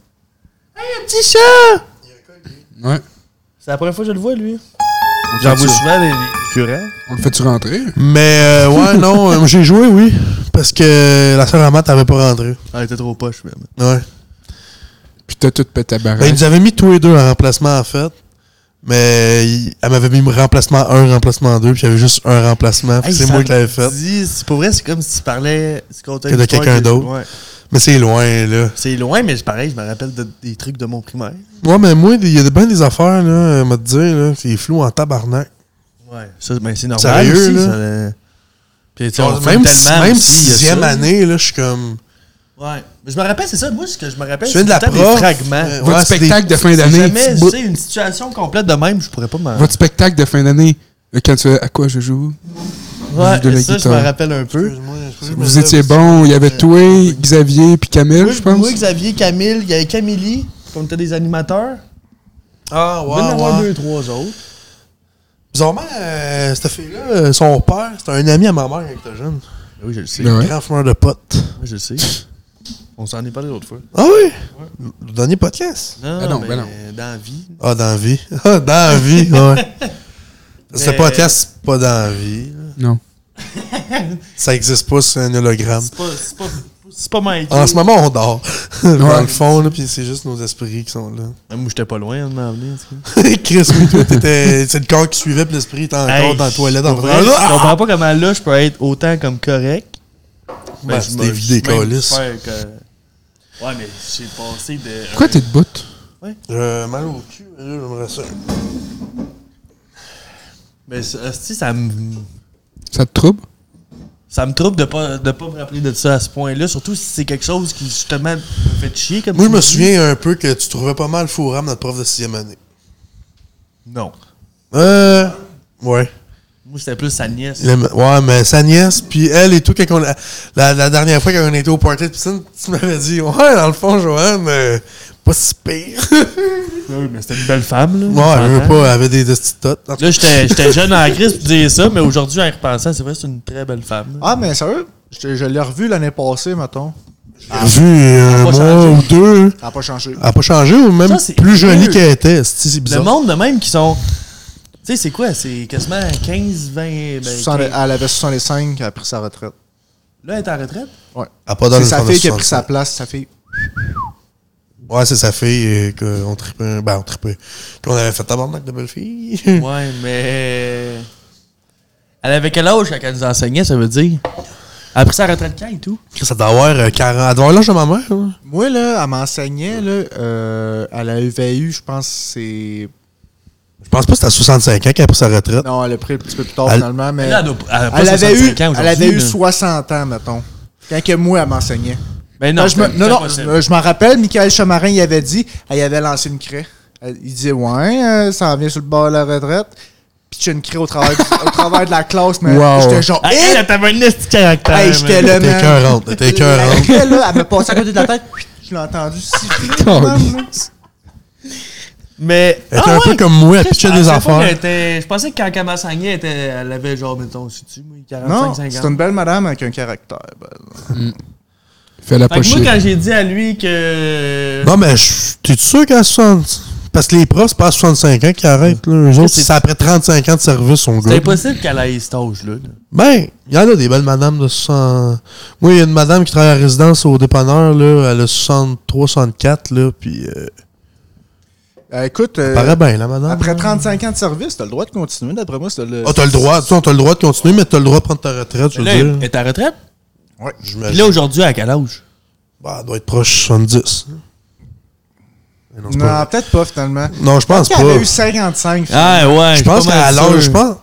[SPEAKER 2] Petit chat!
[SPEAKER 1] Ouais.
[SPEAKER 2] C'est la première fois que je le vois, lui.
[SPEAKER 1] On le
[SPEAKER 2] J'en
[SPEAKER 1] fait-tu-
[SPEAKER 2] vois souvent les curants.
[SPEAKER 1] On le fait-tu rentrer?
[SPEAKER 3] Mais euh, ouais, non, euh, j'ai joué, oui. Parce que la sœur à maths avait pas rentré.
[SPEAKER 2] Ah, il était trop poche, même.
[SPEAKER 3] Ouais.
[SPEAKER 1] Puis t'as tout pété à
[SPEAKER 3] Ben, ils
[SPEAKER 1] barrette.
[SPEAKER 3] nous avaient mis tous les deux en remplacement, en fait. Mais il- elle m'avait mis remplacement 1, remplacement 2, puis il y avait juste un remplacement. puis c'est moi qui l'avais fait.
[SPEAKER 2] Dis, c'est pour vrai, c'est comme si tu parlais. Tu contais
[SPEAKER 3] Que de
[SPEAKER 2] l'histoire
[SPEAKER 3] quelqu'un d'autre.
[SPEAKER 2] Ouais.
[SPEAKER 3] Mais c'est loin, là.
[SPEAKER 2] C'est loin, mais c'est pareil, je me rappelle de- des trucs de mon primaire.
[SPEAKER 3] Ouais, mais moi, il y a bien des affaires, là, à me dire, là. C'est flou en tabarnak.
[SPEAKER 2] Ouais. Ça, ben, c'est normal.
[SPEAKER 3] Sérieux,
[SPEAKER 2] aussi,
[SPEAKER 3] là?
[SPEAKER 2] ça, euh, Puis, tu sais, on fume
[SPEAKER 3] Même, si-
[SPEAKER 2] tellement
[SPEAKER 3] même
[SPEAKER 2] aussi, il y a ça.
[SPEAKER 3] sixième année, là, je suis comme.
[SPEAKER 2] Ouais. Mais je me rappelle, c'est ça. Moi, ce que je me rappelle,
[SPEAKER 3] Tu viens
[SPEAKER 2] c'est
[SPEAKER 3] de la
[SPEAKER 2] tout le temps
[SPEAKER 3] prof,
[SPEAKER 2] des fragments.
[SPEAKER 3] euh,
[SPEAKER 1] Votre
[SPEAKER 3] ouais, c'est des-
[SPEAKER 1] spectacle de fin
[SPEAKER 2] Si
[SPEAKER 1] d'année.
[SPEAKER 2] jamais,
[SPEAKER 1] petit
[SPEAKER 2] tu
[SPEAKER 1] bout-
[SPEAKER 2] sais, une situation complète de même, je pourrais pas m'en.
[SPEAKER 1] Votre spectacle de fin d'année. euh, Quand tu fais à quoi je joue? de
[SPEAKER 2] Ouais,
[SPEAKER 1] la
[SPEAKER 2] ça, je
[SPEAKER 1] guitare.
[SPEAKER 2] me rappelle un peu.
[SPEAKER 1] Vous étiez bon, il y avait toi, Xavier, puis Camille,
[SPEAKER 2] Moi,
[SPEAKER 1] je pense.
[SPEAKER 2] Moi, Xavier, Camille, il y avait Camille, quand on était des animateurs.
[SPEAKER 3] Ah,
[SPEAKER 2] Il doit y en avoir
[SPEAKER 3] ouais, ouais.
[SPEAKER 2] deux, trois autres.
[SPEAKER 3] Bizarrement, euh, cette fille-là, euh, son père, c'était un ami à ma mère quand elle était jeune.
[SPEAKER 2] Oui, je le sais.
[SPEAKER 1] Ben ouais.
[SPEAKER 3] Grand fumeur de potes.
[SPEAKER 2] Je le sais. On s'en est parlé l'autre fois.
[SPEAKER 3] Ah oui? Le dernier podcast?
[SPEAKER 2] Non,
[SPEAKER 1] Ben non,
[SPEAKER 2] mais
[SPEAKER 1] ben
[SPEAKER 2] dans la vie.
[SPEAKER 3] Ah, dans la vie. Ah, dans la vie, ouais. Ce
[SPEAKER 2] Mais-
[SPEAKER 3] podcast, c'est pas dans la vie. là.
[SPEAKER 1] Non.
[SPEAKER 3] Ça existe pas, c'est un hologramme.
[SPEAKER 2] C'est pas, c'est pas, c'est pas Mikey.
[SPEAKER 3] En ce moment, on dort. dans
[SPEAKER 1] Ouais.
[SPEAKER 3] le fond, là, puis c'est juste nos esprits qui sont là.
[SPEAKER 2] Même moi, j'étais pas loin de m'en venir. en tout cas.
[SPEAKER 3] Chris, oui, toi, t'étais- c'est le corps qui suivait, puis l'esprit était encore
[SPEAKER 2] Hey,
[SPEAKER 3] dans la toilette. En
[SPEAKER 2] pour
[SPEAKER 3] faisant,
[SPEAKER 2] vrai, Je
[SPEAKER 3] Ah!
[SPEAKER 2] comprends pas comment là, je peux être autant comme correct.
[SPEAKER 3] Ben,
[SPEAKER 2] Mais
[SPEAKER 3] c'est
[SPEAKER 2] je
[SPEAKER 3] des
[SPEAKER 2] me-
[SPEAKER 3] vies des
[SPEAKER 2] je me-
[SPEAKER 3] câlisses.
[SPEAKER 2] faire que- Ouais, mais j'ai passé de.
[SPEAKER 1] Pourquoi t'es debout?
[SPEAKER 3] J'ai Euh, mal au cul, hein, mais là, j'aimerais ça.
[SPEAKER 2] Mais ça- hostie, ça me.
[SPEAKER 1] Ça te trouble?
[SPEAKER 2] Ça me trouble de pas, de pas me rappeler de ça à ce point-là, surtout si c'est quelque chose qui justement me fait chier comme
[SPEAKER 3] Moi, je
[SPEAKER 2] tu
[SPEAKER 3] me
[SPEAKER 2] dis.
[SPEAKER 3] souviens un peu que tu trouvais pas mal Fouram, notre prof de sixième année.
[SPEAKER 2] Non.
[SPEAKER 3] Euh. Ouais.
[SPEAKER 2] Moi, c'était plus sa nièce.
[SPEAKER 3] Le- ouais, mais sa nièce, puis elle et tout, quand on, la, la, la dernière fois quand on était au party de piscine, tu m'avais dit, ouais, dans le fond, Joanne, euh, pas si pire.
[SPEAKER 2] Oui, mais c'était une belle femme, là.
[SPEAKER 3] ouais,
[SPEAKER 2] on
[SPEAKER 3] elle veut
[SPEAKER 2] s'entend.
[SPEAKER 3] pas, elle avait des destitotes.
[SPEAKER 2] Là, j'étais j'étais jeune en crise pour dire ça, mais aujourd'hui, en y repensant, c'est vrai, c'est une très belle femme. là.
[SPEAKER 4] Ah, mais sérieux? Je, je l'ai revu l'année passée, mettons.
[SPEAKER 3] vu un
[SPEAKER 2] pas
[SPEAKER 3] mois
[SPEAKER 2] changé.
[SPEAKER 3] ou deux.
[SPEAKER 4] Elle n'a pas changé.
[SPEAKER 3] Elle a pas changé ou même
[SPEAKER 2] Ça, c'est
[SPEAKER 3] plus jolie
[SPEAKER 2] weird.
[SPEAKER 3] qu'elle était. C'est c'est
[SPEAKER 2] Le
[SPEAKER 3] bizarre.
[SPEAKER 2] monde de même qui sont. Tu sais, c'est quoi C'est quasiment 15, 20. Ben,
[SPEAKER 4] 60
[SPEAKER 2] 15.
[SPEAKER 4] elle avait 65, elle a pris sa retraite.
[SPEAKER 2] Là, elle est en retraite.
[SPEAKER 4] Ouais.
[SPEAKER 3] Elle a pas
[SPEAKER 4] C'est
[SPEAKER 3] donné
[SPEAKER 4] sa
[SPEAKER 3] le temps de
[SPEAKER 4] fille qui a
[SPEAKER 3] se
[SPEAKER 4] pris sa place, sa fille.
[SPEAKER 3] Ouais, c'est sa fille euh, qu'on tripait. Ben, on tripait. Puis on avait fait tabarnak de belle fille.
[SPEAKER 2] Ouais, mais. Elle avait quel âge quand elle nous enseignait, ça veut dire Elle a pris sa retraite quand et tout
[SPEAKER 3] Ça doit avoir euh, 40. Elle doit avoir l'âge de ma mère. hein.
[SPEAKER 4] Moi, là, elle m'enseignait, là, euh, à la EVU, je pense que c'est...
[SPEAKER 3] Je pense pas que c'était à 65 ans qu'elle a pris sa retraite.
[SPEAKER 4] Non, elle a pris un petit peu plus tard,
[SPEAKER 3] Elle-
[SPEAKER 4] finalement, mais...
[SPEAKER 2] Là, elle doit- elle a pas
[SPEAKER 4] Euh, Elle
[SPEAKER 2] 65
[SPEAKER 4] avait, eu,
[SPEAKER 2] ans aujourd'hui,
[SPEAKER 4] elle avait eu
[SPEAKER 2] là.
[SPEAKER 4] 60 ans, mettons. Quand que moi, elle m'enseignait.
[SPEAKER 2] Ben
[SPEAKER 4] Non,
[SPEAKER 2] non,
[SPEAKER 4] je me-
[SPEAKER 2] c'est
[SPEAKER 4] non, euh, non,
[SPEAKER 2] impossible.
[SPEAKER 4] je m'en rappelle, Michael Chamarin, il avait dit, ah, il avait lancé une craie. Euh, Il disait, ouais, euh, ça en vient sur le bord de la retraite. Puis j'ai une craie au travers, du- au travers de la classe, mais
[SPEAKER 1] Wow.
[SPEAKER 4] j'étais genre,
[SPEAKER 2] Elle,
[SPEAKER 4] hey,
[SPEAKER 2] Ah, elle avait un esti de caractère.
[SPEAKER 4] eh! hey,
[SPEAKER 2] man.
[SPEAKER 4] j'étais là,
[SPEAKER 3] T'es
[SPEAKER 4] man.
[SPEAKER 3] écœurante. T'es
[SPEAKER 4] La
[SPEAKER 3] écœurante.
[SPEAKER 4] craie, là, elle me passait à côté de la tête. Je l'ai entendu si vite, man, là.
[SPEAKER 2] Mais.
[SPEAKER 3] Elle était
[SPEAKER 2] Ah
[SPEAKER 3] un peu
[SPEAKER 2] ouais?
[SPEAKER 3] comme moi, elle
[SPEAKER 2] Chris,
[SPEAKER 3] pitchait
[SPEAKER 2] je
[SPEAKER 3] des
[SPEAKER 2] pensais pas qu'elle
[SPEAKER 3] affaires.
[SPEAKER 2] était- Je pensais que quand elle m'enseignait, elle était- elle avait genre, mettons, si tu, moi, 45,
[SPEAKER 4] Non,
[SPEAKER 2] 50.
[SPEAKER 4] c'est une belle madame avec un caractère. ben.
[SPEAKER 1] Fais la
[SPEAKER 2] Fait que moi,
[SPEAKER 1] pochette.
[SPEAKER 2] quand j'ai dit à lui que.
[SPEAKER 3] Non, mais je- t'es sûr qu'à 60. Parce que les profs, c'est pas à 65 ans qu'ils arrêtent. Là. Eux autres,
[SPEAKER 2] c'est-
[SPEAKER 3] c'est après 35 ans de service, son
[SPEAKER 2] C'est
[SPEAKER 3] gars.
[SPEAKER 2] impossible qu'elle ait cet âge-là. là.
[SPEAKER 3] Ben, il y en a des belles madames de 60. Moi, il y a une madame qui travaille à résidence au dépanneur, là. Elle a 63, 64, là. Puis, euh,
[SPEAKER 4] Euh, écoute, euh,
[SPEAKER 3] paraît bien, la madame.
[SPEAKER 4] après 35 ans de service, t'as le droit de continuer, d'après moi, c'est le...
[SPEAKER 3] Ah, t'as le droit. Disons, t'as le droit de continuer, mais t'as le droit de prendre ta retraite, je
[SPEAKER 2] Mais là,
[SPEAKER 3] veux
[SPEAKER 2] elle
[SPEAKER 3] dire.
[SPEAKER 2] est à retraite.
[SPEAKER 4] Ouais.
[SPEAKER 2] Puis
[SPEAKER 3] J'imagine.
[SPEAKER 2] là, aujourd'hui, à quel âge
[SPEAKER 3] Ben, elle doit être proche 70. Mais c'est
[SPEAKER 4] Non,
[SPEAKER 3] pas-
[SPEAKER 4] peut-être pas, finalement.
[SPEAKER 3] non, je pense
[SPEAKER 4] Qu'elle
[SPEAKER 3] pas.
[SPEAKER 4] avait eu 55,
[SPEAKER 2] Ah ouais,
[SPEAKER 3] Je pense qu'à l'âge, je pense,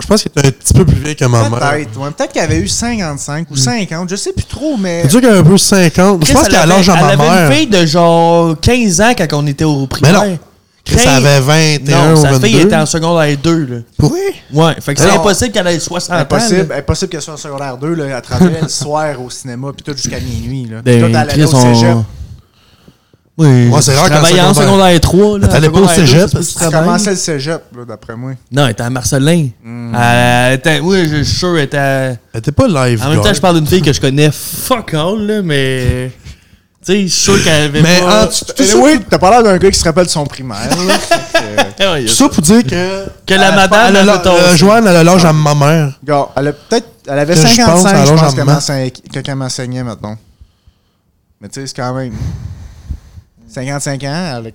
[SPEAKER 3] je pense qu'elle était un petit peu plus vieille que ma mère.
[SPEAKER 4] Peut-être. ouais. Peut-être qu'elle avait eu 55
[SPEAKER 3] Hmm.
[SPEAKER 4] ou 50. Je sais plus trop, mais.
[SPEAKER 3] C'est sûr qu'elle a un peu 50. Je pense qu'à l'âge de ma
[SPEAKER 2] Elle avait une
[SPEAKER 3] mère,
[SPEAKER 2] fille de genre 15 ans quand on était au primaire.
[SPEAKER 3] Mais non. Chris, elle avait 21
[SPEAKER 2] Non,
[SPEAKER 3] ou
[SPEAKER 2] sa fille
[SPEAKER 3] 22.
[SPEAKER 2] était en secondaire 2. Là.
[SPEAKER 3] Oui.
[SPEAKER 2] Ouais, fait que
[SPEAKER 4] Mais
[SPEAKER 2] c'est
[SPEAKER 4] non.
[SPEAKER 2] impossible qu'elle ait 60 ans.
[SPEAKER 4] Ah, Impossible, Eh,
[SPEAKER 2] là.
[SPEAKER 4] impossible qu'elle soit en secondaire 2, là, à travailler le soir au cinéma, puis tout jusqu'à minuit. Là.
[SPEAKER 2] Ben,
[SPEAKER 4] Puis tout, elle allait au
[SPEAKER 2] Chris, on-
[SPEAKER 4] cégep.
[SPEAKER 2] Oui,
[SPEAKER 3] Ouais, c'est rare qu'en
[SPEAKER 2] Travaillait en
[SPEAKER 3] Ah, secondaire-
[SPEAKER 2] secondaire 3. Là,
[SPEAKER 3] Elle allait
[SPEAKER 2] en
[SPEAKER 3] pas au
[SPEAKER 2] secondaire deux,
[SPEAKER 3] cégep.
[SPEAKER 2] c'est pas si tu
[SPEAKER 4] Elle
[SPEAKER 2] travailles.
[SPEAKER 4] commençait le cégep, là, d'après moi.
[SPEAKER 2] Non, elle était à Marcelin. Elle était, oui, je suis sûr, elle était à...
[SPEAKER 3] Elle était pas live.
[SPEAKER 2] En même temps, je parle d'une fille que je connais fuck all, là, mais. Tu sais, je suis sûr qu'elle avait.
[SPEAKER 3] Mais
[SPEAKER 2] pas...
[SPEAKER 3] en tout tout
[SPEAKER 4] Euh, eh, Oui,
[SPEAKER 3] ça,
[SPEAKER 4] t'as pas l'air d'un gars qui se rappelle de son primaire. là. Fait que,
[SPEAKER 2] Ah ouais,
[SPEAKER 3] tout
[SPEAKER 2] yes.
[SPEAKER 3] ça pour dire que.
[SPEAKER 2] Que la madame,
[SPEAKER 3] elle a
[SPEAKER 2] elle
[SPEAKER 3] l'a-
[SPEAKER 2] a ton-
[SPEAKER 3] euh, Joanne, elle a l'âge à ma mère.
[SPEAKER 4] gars, elle a peut-être. Elle avait
[SPEAKER 3] Que je pense,
[SPEAKER 4] 55,
[SPEAKER 3] alors,
[SPEAKER 4] je pense,
[SPEAKER 3] j'en
[SPEAKER 4] qu'elle
[SPEAKER 3] mens.
[SPEAKER 4] m'enseignait- que quand elle m'enseignait, maintenant. Mais tu sais, c'est quand même. 55 ans, elle,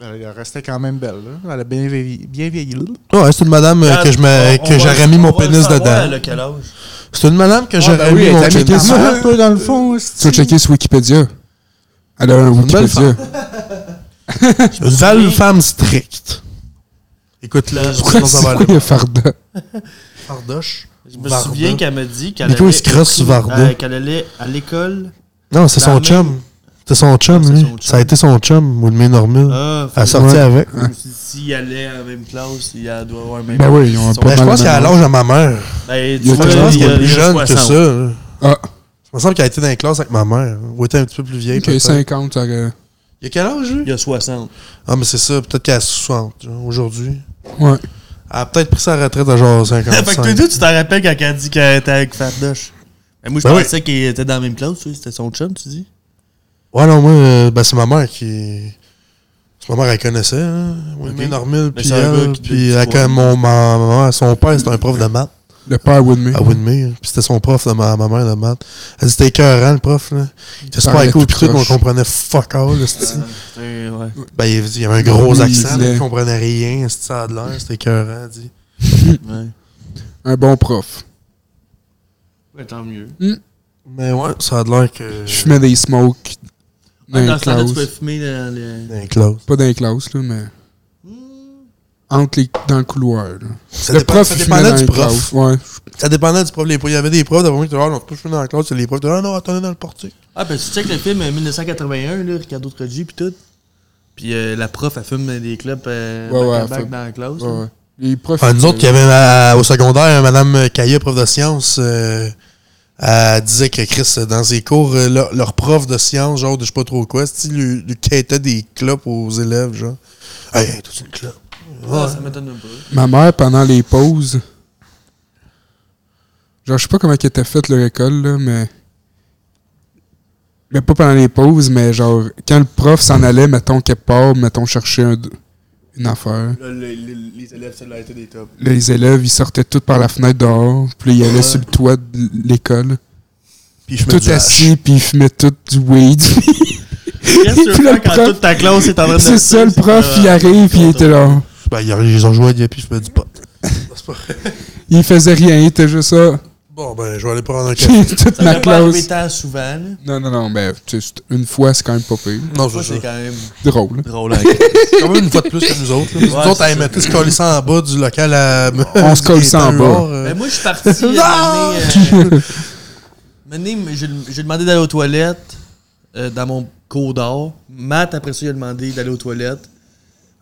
[SPEAKER 4] a- elle restait quand même belle. là. Elle a bien vieilli. Bien vieilli là.
[SPEAKER 3] Ouais, c'est une madame euh, que je me-
[SPEAKER 2] On- on
[SPEAKER 3] que
[SPEAKER 2] va-
[SPEAKER 3] j'aurais mis
[SPEAKER 2] on
[SPEAKER 3] mon
[SPEAKER 2] va le
[SPEAKER 3] pénis
[SPEAKER 2] savoir,
[SPEAKER 3] dedans.
[SPEAKER 2] elle a quel âge?
[SPEAKER 3] C'est une madame que j'aurais
[SPEAKER 4] ben oui,
[SPEAKER 3] mis
[SPEAKER 4] elle
[SPEAKER 3] mon
[SPEAKER 4] est Euh, amie
[SPEAKER 3] pénis
[SPEAKER 4] de ta
[SPEAKER 3] dedans.
[SPEAKER 4] mère, toi, dans le fond.
[SPEAKER 1] Tu vas checker sur Wikipédia. Elle a un
[SPEAKER 3] belle
[SPEAKER 1] Wikipédia.
[SPEAKER 3] Une belle femme stricte. Écoute, là, je
[SPEAKER 1] Pourquoi c'est quoi le fardeau?
[SPEAKER 3] Fardoche.
[SPEAKER 2] Je me souviens qu'elle m'a dit qu'elle
[SPEAKER 3] Nico, il
[SPEAKER 2] allait,
[SPEAKER 3] se crosse sur Varda.
[SPEAKER 2] euh, qu'elle allait à l'école.
[SPEAKER 3] Non, c'est
[SPEAKER 2] Dans
[SPEAKER 3] son
[SPEAKER 2] la
[SPEAKER 3] chum.
[SPEAKER 2] même-
[SPEAKER 3] C'est son chum,
[SPEAKER 2] c'est
[SPEAKER 3] lui.
[SPEAKER 2] son chum.
[SPEAKER 3] Ça a été son chum, Wilmer Normule.
[SPEAKER 2] Ah,
[SPEAKER 3] Elle a sorti
[SPEAKER 1] Ouais.
[SPEAKER 3] avec.
[SPEAKER 2] je me suis dit, si elle est à la même classe, il doit avoir un même.
[SPEAKER 1] Ben oui, ils ont
[SPEAKER 2] Son-
[SPEAKER 1] pas-
[SPEAKER 3] Ben, je
[SPEAKER 1] mal
[SPEAKER 3] pense
[SPEAKER 1] à
[SPEAKER 3] qu'elle a
[SPEAKER 1] maman.
[SPEAKER 3] l'âge à ma mère.
[SPEAKER 2] Ben, tu
[SPEAKER 1] Il y a-
[SPEAKER 2] vois,
[SPEAKER 3] je pense
[SPEAKER 2] il y a-
[SPEAKER 3] qu'elle est plus
[SPEAKER 2] il y a
[SPEAKER 3] jeune que
[SPEAKER 2] 60.
[SPEAKER 3] ça. là.
[SPEAKER 1] Ah,
[SPEAKER 3] Je me semble qu'elle a été dans les classes avec ma mère. Ou elle était un petit peu plus vieille.
[SPEAKER 1] ok,
[SPEAKER 3] peut-être.
[SPEAKER 1] 50, ça aurait-
[SPEAKER 3] Il y a quel âge,
[SPEAKER 2] Il
[SPEAKER 3] lui
[SPEAKER 2] y a 60.
[SPEAKER 3] Ah, mais c'est ça. Peut-être qu'elle a 60, genre, aujourd'hui.
[SPEAKER 1] Ouais.
[SPEAKER 3] Elle a peut-être pris sa retraite à genre 55.
[SPEAKER 2] fait que toi, toi, tu t'en rappelles quand elle dit qu'elle était avec Fardoche. Ben, moi, je
[SPEAKER 3] Ben oui.
[SPEAKER 2] pensais qu'il était dans la même classe, tu sais, c'était son chum, tu dis.
[SPEAKER 3] Ouais, non, moi, euh, ben, c'est ma mère qui. C'est ma mère, elle connaissait, hein. Winnie
[SPEAKER 2] Ok.
[SPEAKER 3] Normil,
[SPEAKER 2] Mais
[SPEAKER 3] puis
[SPEAKER 2] c'est un gars
[SPEAKER 3] elle,
[SPEAKER 2] qui te-
[SPEAKER 3] puis
[SPEAKER 2] qui
[SPEAKER 3] elle,
[SPEAKER 2] te
[SPEAKER 3] quand
[SPEAKER 2] voit.
[SPEAKER 3] mon, ma, ma mère- son père, c'était un prof de maths
[SPEAKER 1] Le père Woodmere.
[SPEAKER 3] à Winmere, puis c'était son prof de ma, ma mère de maths. Elle dit, c'était écœurant, le prof, là. Il était
[SPEAKER 1] parlait
[SPEAKER 3] super
[SPEAKER 1] tout
[SPEAKER 3] cool, puis tout, mais on
[SPEAKER 1] croche.
[SPEAKER 3] comprenait fuck all, là, c'est-
[SPEAKER 2] Euh, ouais.
[SPEAKER 3] Ben, il il y avait un gros
[SPEAKER 1] Oui,
[SPEAKER 3] accent,
[SPEAKER 1] il
[SPEAKER 3] mais
[SPEAKER 1] est-
[SPEAKER 3] il comprenait rien, c'est ça a de l'air, c'était écœurant, dit.
[SPEAKER 2] ouais.
[SPEAKER 1] Un bon prof.
[SPEAKER 2] Ouais, tant mieux.
[SPEAKER 3] Mais ouais, ça a de l'air que.
[SPEAKER 1] Je fumais des smokes. Dans
[SPEAKER 2] Ouais,
[SPEAKER 1] les
[SPEAKER 2] Ah, dans ce temps-là, tu peux
[SPEAKER 1] classes.
[SPEAKER 2] fumer dans le.
[SPEAKER 3] Dans les classes.
[SPEAKER 1] Pas dans les classes, là, mais
[SPEAKER 2] Hmm.
[SPEAKER 1] entre les, dans le couloir. Là.
[SPEAKER 3] Ça, dépend- ça
[SPEAKER 1] il fumait
[SPEAKER 3] dépendait
[SPEAKER 1] dans
[SPEAKER 3] du
[SPEAKER 1] les
[SPEAKER 3] prof.
[SPEAKER 1] classes. Ouais.
[SPEAKER 3] Ça dépendait du prof. Les- Il y avait des profs, d'après moi, qui disaient Ah non, tu peux fumer dans la classe. C'est les profs qui disaient Ah non, attendez dans le portique.
[SPEAKER 2] Ah, ben, tu check le film euh, 1981, là, Ricardo Trogi, pis tout. Pis euh, la prof, elle fume des clubs euh,
[SPEAKER 1] Ouais,
[SPEAKER 2] back
[SPEAKER 1] ouais,
[SPEAKER 2] à back
[SPEAKER 1] elle
[SPEAKER 2] dans la classe.
[SPEAKER 1] Ouais,
[SPEAKER 2] là.
[SPEAKER 1] ouais. Les profs.
[SPEAKER 3] Ah, nous autres, il y avait euh, au secondaire, Madame Caillé, prof de sciences, euh, elle disait que Chris, euh, dans ses cours, euh, leur, leur prof de sciences, genre de je sais pas trop quoi, il lui, lui quêtait des clopes aux élèves, genre. Hey, hey, toute une clope.
[SPEAKER 2] Ah, ça m'étonne même pas.
[SPEAKER 1] Ma mère, pendant les pauses, genre, je sais pas comment qu'elle était faite, leur école, là, mais. Mais pas pendant les pauses, mais genre, quand le prof s'en allait, mettons, quelque part, mettons, chercher un- une affaire.
[SPEAKER 2] Là, les élèves, ça a été des tops.
[SPEAKER 1] Les élèves, ils sortaient tous par la fenêtre dehors, puis ils allaient
[SPEAKER 3] Ouais.
[SPEAKER 1] sur le toit de l'école.
[SPEAKER 3] Puis je me ah,
[SPEAKER 1] Tout assis, puis ils fumaient tout du weed.
[SPEAKER 2] Qu'est-ce que tu
[SPEAKER 1] Puis
[SPEAKER 2] veux
[SPEAKER 1] le
[SPEAKER 2] faire quand
[SPEAKER 1] prof-
[SPEAKER 2] toute ta classe est en train de.
[SPEAKER 1] C'est ça, le
[SPEAKER 2] c'est
[SPEAKER 1] prof,
[SPEAKER 2] pas-
[SPEAKER 1] il arrive, puis il était là.
[SPEAKER 3] Ben, ils ont- ils ont joué à Diapi, je me dis pas. C'est pas vrai.
[SPEAKER 1] Il faisait rien, il était juste ça.
[SPEAKER 3] Bon, ben, je vais aller prendre un café.
[SPEAKER 1] Toute
[SPEAKER 2] Ça
[SPEAKER 1] ma
[SPEAKER 2] m'est pas arrivé
[SPEAKER 1] classe.
[SPEAKER 2] tant souvent, là.
[SPEAKER 1] Non, non, non, mais tu sais, c'est- une fois, c'est quand même pas pire.
[SPEAKER 3] Non,
[SPEAKER 2] Ça,
[SPEAKER 3] c'est ça.
[SPEAKER 2] c'est quand même
[SPEAKER 1] Drôle.
[SPEAKER 2] drôle. hein.
[SPEAKER 3] quand même une fois de plus que nous autres. là. nous
[SPEAKER 2] Ouais,
[SPEAKER 3] autres,
[SPEAKER 2] c'est
[SPEAKER 3] à MT, se coller en bas du local à.
[SPEAKER 1] On se colle ça en bas.
[SPEAKER 2] Ben, moi, je suis parti. euh, m'amener, euh, m'amener, mais j'ai j'ai demandé d'aller aux toilettes euh, dans mon cours d'art. Matt, après ça, il a demandé d'aller aux toilettes.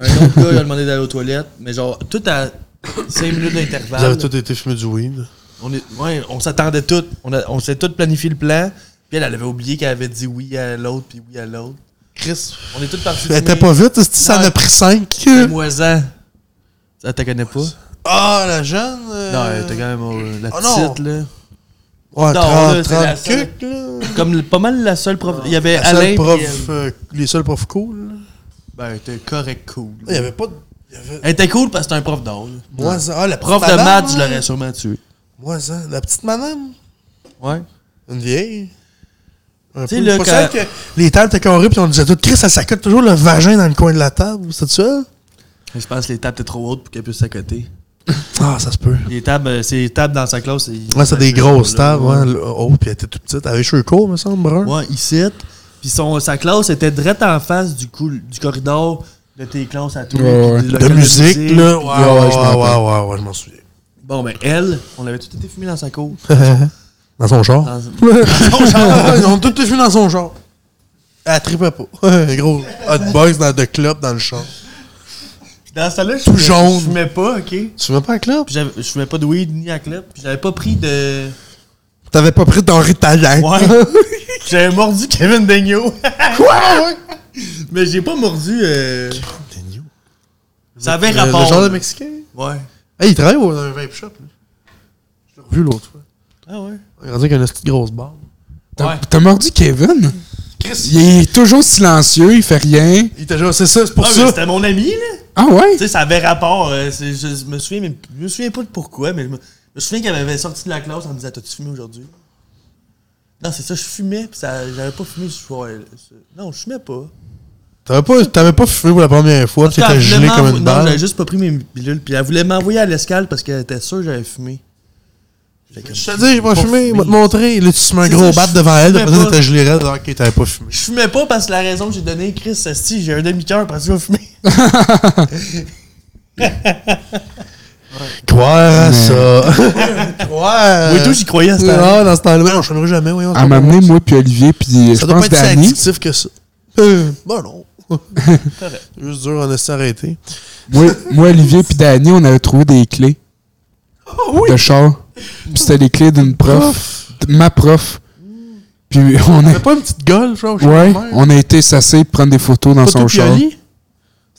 [SPEAKER 2] Un autre gars, il a demandé d'aller aux toilettes. Mais genre, tout à 5 minutes
[SPEAKER 3] Vous
[SPEAKER 2] d'intervalle.
[SPEAKER 3] avez tous été fumés du weed.
[SPEAKER 2] On, est- ouais, on s'attendait tout. On, a- on s'est tout planifié le plan. Puis elle, elle avait oublié qu'elle avait dit oui à l'autre, puis oui à l'autre.
[SPEAKER 3] Chris.
[SPEAKER 2] On est tous partis.
[SPEAKER 3] Elle était pas vite, c'est-tu, ça en a
[SPEAKER 2] Ouais.
[SPEAKER 3] pris 5.
[SPEAKER 2] Moisan. Ça, te connais pas?
[SPEAKER 3] Ah, la jeune. euh,
[SPEAKER 2] Non, elle était quand même euh, la
[SPEAKER 3] Oh non.
[SPEAKER 2] petite, là.
[SPEAKER 3] Ouais,
[SPEAKER 2] Non,
[SPEAKER 3] 30,
[SPEAKER 2] là, c'est
[SPEAKER 3] 30
[SPEAKER 2] la seule-
[SPEAKER 3] cucs, là.
[SPEAKER 2] Comme le- pas mal la seule prof. Il y avait
[SPEAKER 3] La seule
[SPEAKER 2] Alain.
[SPEAKER 3] prof,
[SPEAKER 2] puis, euh,
[SPEAKER 3] euh, les seuls profs cool. là.
[SPEAKER 2] Ben, elle était correct cool.
[SPEAKER 3] Il y avait pas de. il y avait-
[SPEAKER 2] Elle était cool parce que c'était un prof d'art. là.
[SPEAKER 3] Moisan. Ah, la petite
[SPEAKER 2] Prof de
[SPEAKER 3] madame,
[SPEAKER 2] maths, je
[SPEAKER 3] là.
[SPEAKER 2] l'aurais sûrement tué.
[SPEAKER 3] Moisan. La petite madame.
[SPEAKER 2] Ouais.
[SPEAKER 3] Une vieille. Un
[SPEAKER 2] Tu
[SPEAKER 3] peu.
[SPEAKER 2] sais, là,
[SPEAKER 3] Pas
[SPEAKER 2] quand-
[SPEAKER 3] celle que les tables étaient carrées, puis on disait tout, Chris, elle s'accote toujours le vagin dans le coin de la table. C'est ça?
[SPEAKER 2] Je pense que les tables étaient trop hautes pour qu'elle puisse s'accoter.
[SPEAKER 3] Ah, ça se peut.
[SPEAKER 2] Les tables, euh, c'est les tables dans sa classe.
[SPEAKER 3] Ouais, c'est des grosses tables, ouais. le- Oh, puis elle était toute petite. Elle avait les cheveux courts, me semble, brun.
[SPEAKER 2] Ouais, ici. Puis son, sa classe était direct en face du, cou- du corridor de tes classes à toi.
[SPEAKER 1] Ouais,
[SPEAKER 2] puis
[SPEAKER 1] ouais.
[SPEAKER 2] du
[SPEAKER 3] De
[SPEAKER 2] local
[SPEAKER 3] musique, là.
[SPEAKER 1] Ouais, ouais,
[SPEAKER 3] Ouais, ouais,
[SPEAKER 1] je
[SPEAKER 3] ouais,
[SPEAKER 1] me rappelle.
[SPEAKER 3] ouais, ouais, ouais, je m'en souviens.
[SPEAKER 2] Bon, ben, elle, on l'avait tout été fumé dans sa cour.
[SPEAKER 3] Dans son char.
[SPEAKER 2] Dans-
[SPEAKER 3] Dans son char. Ils ont tout fumé dans son char. Elle tripait pas. Ouais, Gros hot boys dans de club dans le char.
[SPEAKER 2] Dans ça là je
[SPEAKER 3] Tout
[SPEAKER 2] fumais-
[SPEAKER 3] jaune.
[SPEAKER 2] Je fumais pas, ok? Puis
[SPEAKER 3] Tu veux pas un club?
[SPEAKER 2] j'avais- je fumais pas de weed ni à clep. Puis j'avais pas pris de.
[SPEAKER 3] T'avais pas pris ton ritalin.
[SPEAKER 2] Ouais. J'avais mordu Kevin Daigneault.
[SPEAKER 3] Quoi?
[SPEAKER 2] Mais j'ai pas mordu. euh,
[SPEAKER 3] T'es new.
[SPEAKER 2] Ça avait
[SPEAKER 3] Le,
[SPEAKER 2] rapport.
[SPEAKER 3] le genre de Mexicain?
[SPEAKER 2] Ouais.
[SPEAKER 3] Hey, il travaille au- dans un vape shop. Là. Je l'ai revu l'autre fois.
[SPEAKER 2] Ah ouais.
[SPEAKER 3] Il a rendu qu'il a une petite grosse barbe.
[SPEAKER 1] T'as
[SPEAKER 2] Ouais.
[SPEAKER 1] t'as mordu Kevin? Il est toujours silencieux, il fait rien.
[SPEAKER 3] Il était genre, c'est ça, c'est pour
[SPEAKER 2] Ah, mais
[SPEAKER 3] ça.
[SPEAKER 2] c'était mon ami, là.
[SPEAKER 1] Ah
[SPEAKER 2] Tu
[SPEAKER 1] ouais?
[SPEAKER 2] sais, ça avait rapport. euh, c'est- je, je me souviens, mais je me souviens pas de pourquoi, mais je me, je me souviens qu'elle m'avait sorti de la classe en me disant T'as-tu fumé aujourd'hui Non, c'est ça, je fumais, puis ça, j'avais pas fumé ce soir. là. C'est- Non, je fumais pas.
[SPEAKER 3] T'avais pas, t'avais pas fumé pour la première fois,
[SPEAKER 2] Parce
[SPEAKER 3] tu
[SPEAKER 2] qu'elle
[SPEAKER 3] étais
[SPEAKER 2] voulait
[SPEAKER 3] gelé comme
[SPEAKER 2] m'envo-
[SPEAKER 3] une
[SPEAKER 2] Non,
[SPEAKER 3] balle.
[SPEAKER 2] j'avais juste pas pris mes pilules, puis elle voulait m'envoyer à l'escale parce qu'elle était sûre que j'avais fumé. J'étais comme,
[SPEAKER 3] Je te dis, j'ai pas fumé, il va te
[SPEAKER 2] fumé.
[SPEAKER 3] montrer. Là, tu te mets un
[SPEAKER 2] C'est ça,
[SPEAKER 3] gros bat
[SPEAKER 2] je
[SPEAKER 3] devant elle,
[SPEAKER 2] fumais
[SPEAKER 3] après ça,
[SPEAKER 2] pas.
[SPEAKER 3] t'as gelé raide, alors que t'avais pas fumé.
[SPEAKER 2] Je fumais pas parce que la raison que j'ai donnée, Chris, c'est si j'ai un demi-cœur, parce que je vais fumer.
[SPEAKER 3] Croire à ça. Croire.
[SPEAKER 2] Oui, tout, j'y croyais à ce temps-là.
[SPEAKER 3] Non, dans ce temps-là, non, je fumerai jamais, oui.
[SPEAKER 1] À m'amener, moi, puis Olivier, puis euh, je
[SPEAKER 3] Ça doit pas
[SPEAKER 1] pense
[SPEAKER 3] être si
[SPEAKER 1] Danny.
[SPEAKER 3] addictif que ça. Euh, ben non. Juste dur, on a s'arrêter.
[SPEAKER 1] Moi, moi, Olivier, puis Danny, on avait trouvé des clés de char. Puis c'était les clés d'une prof, de ma prof. Puis on a,
[SPEAKER 3] T'avais pas une petite gueule, genre, chez
[SPEAKER 1] ouais,
[SPEAKER 3] ta mère?
[SPEAKER 1] on a été sassés pour prendre des photos dans
[SPEAKER 3] Pas
[SPEAKER 1] son
[SPEAKER 3] toi,
[SPEAKER 1] char.
[SPEAKER 3] Pioli?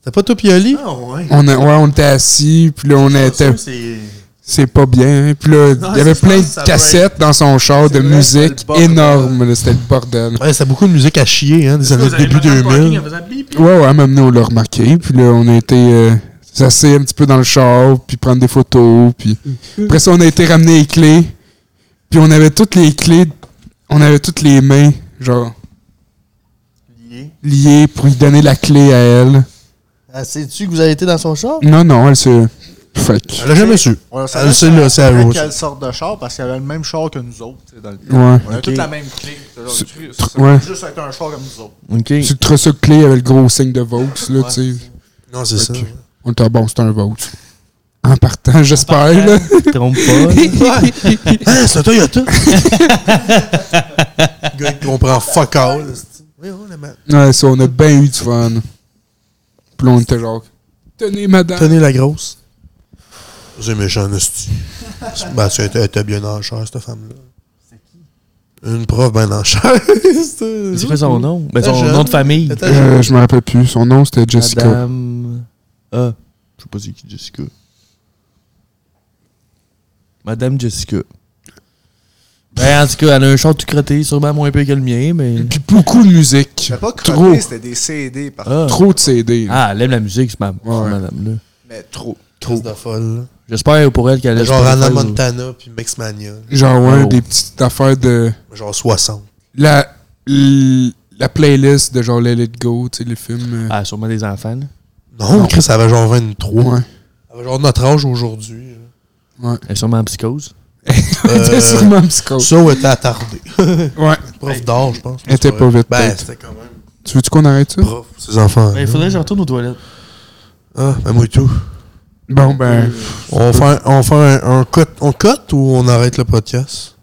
[SPEAKER 3] T'as pas toi Pioli?
[SPEAKER 2] Ah ouais.
[SPEAKER 1] On, a- ouais, on était assis, puis là, on était.
[SPEAKER 2] Chanceux, c'est-
[SPEAKER 1] C'est pas bien. hein. Puis là,
[SPEAKER 2] Non,
[SPEAKER 1] il y avait
[SPEAKER 2] c'est- je
[SPEAKER 1] plein
[SPEAKER 2] pense que ça
[SPEAKER 1] de
[SPEAKER 2] doit
[SPEAKER 1] cassettes dans son char de
[SPEAKER 2] C'est vrai,
[SPEAKER 1] musique
[SPEAKER 2] c'était le bordel.
[SPEAKER 1] énorme. là, C'était le bordel.
[SPEAKER 3] Ouais, c'est beaucoup de musique à chier, hein, des
[SPEAKER 2] Est-ce que
[SPEAKER 3] années
[SPEAKER 2] vous avez
[SPEAKER 3] début
[SPEAKER 2] pas fait le parking
[SPEAKER 3] 2000.
[SPEAKER 2] en faisant bip, bip?
[SPEAKER 1] Ouais, ouais, même nous, on l'a remarqué. Puis là, on a été euh, s'asseoir un petit peu dans le char, puis prendre des photos. Puis après ça, on a été ramener les clés. Puis on avait toutes les clés, on avait toutes les mains, genre,
[SPEAKER 2] Lié.
[SPEAKER 1] liées pour lui donner la clé à elle.
[SPEAKER 5] Ah, Sais-tu que vous avez été dans son char?
[SPEAKER 1] Non, non, elle se. Fait que-
[SPEAKER 3] Elle l'a jamais su.
[SPEAKER 1] Euh,
[SPEAKER 4] On
[SPEAKER 3] Ah, celle-là, c'est à vous, ça.
[SPEAKER 4] Quelle sorte de char Parce qu'il avait le même char que nous autres. tu sais, Dans le...
[SPEAKER 1] Ouais.
[SPEAKER 4] On a
[SPEAKER 2] Ok.
[SPEAKER 4] toute la même clé. C'est genre,
[SPEAKER 1] C'est-
[SPEAKER 4] tu-
[SPEAKER 1] tr-
[SPEAKER 4] ça
[SPEAKER 1] ouais.
[SPEAKER 4] peut Juste être un char comme nous autres.
[SPEAKER 2] Ok.
[SPEAKER 1] Sur le trousseau de clé, il y avait le gros signe de Vaux, là, tu sais.
[SPEAKER 3] Non, c'est ça.
[SPEAKER 1] On était bon, c'est un Vaux. En partant, j'espère, là.
[SPEAKER 2] Trompe pas.
[SPEAKER 3] Ah, c'est un Toyota! Le gars, il comprend fuck all. Oui, on aime.
[SPEAKER 1] Ouais, ça, on a bien eu du fun. Puis là, on était genre, tenez, madame.
[SPEAKER 3] Tenez la grosse. C'est méchant, hostie. Ben, tu étais, bien en chair, cette femme-là. C'est qui? Une prof bien en chair.
[SPEAKER 2] C'est quoi son nom? Ben,
[SPEAKER 3] La
[SPEAKER 2] son
[SPEAKER 3] jeune.
[SPEAKER 2] nom de famille.
[SPEAKER 3] Attends,
[SPEAKER 1] Euh, je me rappelle plus. Son nom, c'était Jessica.
[SPEAKER 2] Madame. Ah, je sais pas c'est qui Jessica. Madame Jessica. Ben, en tout cas, elle a un chant tout crotté, sûrement moins peu que le mien, mais.
[SPEAKER 1] Puis beaucoup de musique.
[SPEAKER 4] C'était pas
[SPEAKER 1] Trop.
[SPEAKER 4] crotté, c'était des CD. Par...
[SPEAKER 2] Ah,
[SPEAKER 1] Trop de CD. là.
[SPEAKER 2] Ah, elle aime la musique, c'est ma
[SPEAKER 1] Ouais.
[SPEAKER 2] madame, là.
[SPEAKER 4] Mais trop.
[SPEAKER 3] Crise de folle.
[SPEAKER 2] J'espère pour elle qu'elle
[SPEAKER 3] là.
[SPEAKER 2] a.
[SPEAKER 3] Genre Anna Montana puis Mexmania.
[SPEAKER 1] Genre, ouais,
[SPEAKER 2] Oh.
[SPEAKER 1] des petites affaires de.
[SPEAKER 3] Genre 60.
[SPEAKER 1] La, l- la playlist de genre Let It Go, tu sais, les films. euh,
[SPEAKER 2] Ah, sûrement des enfants, là.
[SPEAKER 3] Non, Chris, elle avait genre 23.
[SPEAKER 1] Ouais.
[SPEAKER 3] Elle avait genre notre âge aujourd'hui.
[SPEAKER 2] Elle est sûrement en psychose.
[SPEAKER 1] C'était
[SPEAKER 3] Euh,
[SPEAKER 1] sûrement psycho.
[SPEAKER 3] Ça, elle était attardée.
[SPEAKER 1] Ouais.
[SPEAKER 3] Prof d'art, je pense.
[SPEAKER 1] Elle était pas vite.
[SPEAKER 3] Ben,
[SPEAKER 1] peut-être.
[SPEAKER 3] c'était quand même
[SPEAKER 1] Tu veux-tu qu'on arrête ça?
[SPEAKER 3] prof, ses enfants.
[SPEAKER 2] Ben, il faudrait que je retourne aux toilettes.
[SPEAKER 3] Ah, ben moi et tout.
[SPEAKER 1] Bon, ben.
[SPEAKER 3] On fait un, on fait un, un cut, on cut ou on arrête le podcast?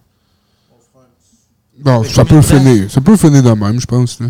[SPEAKER 1] Bon, ça peut finir. Ça peut finir de même, je pense. Là.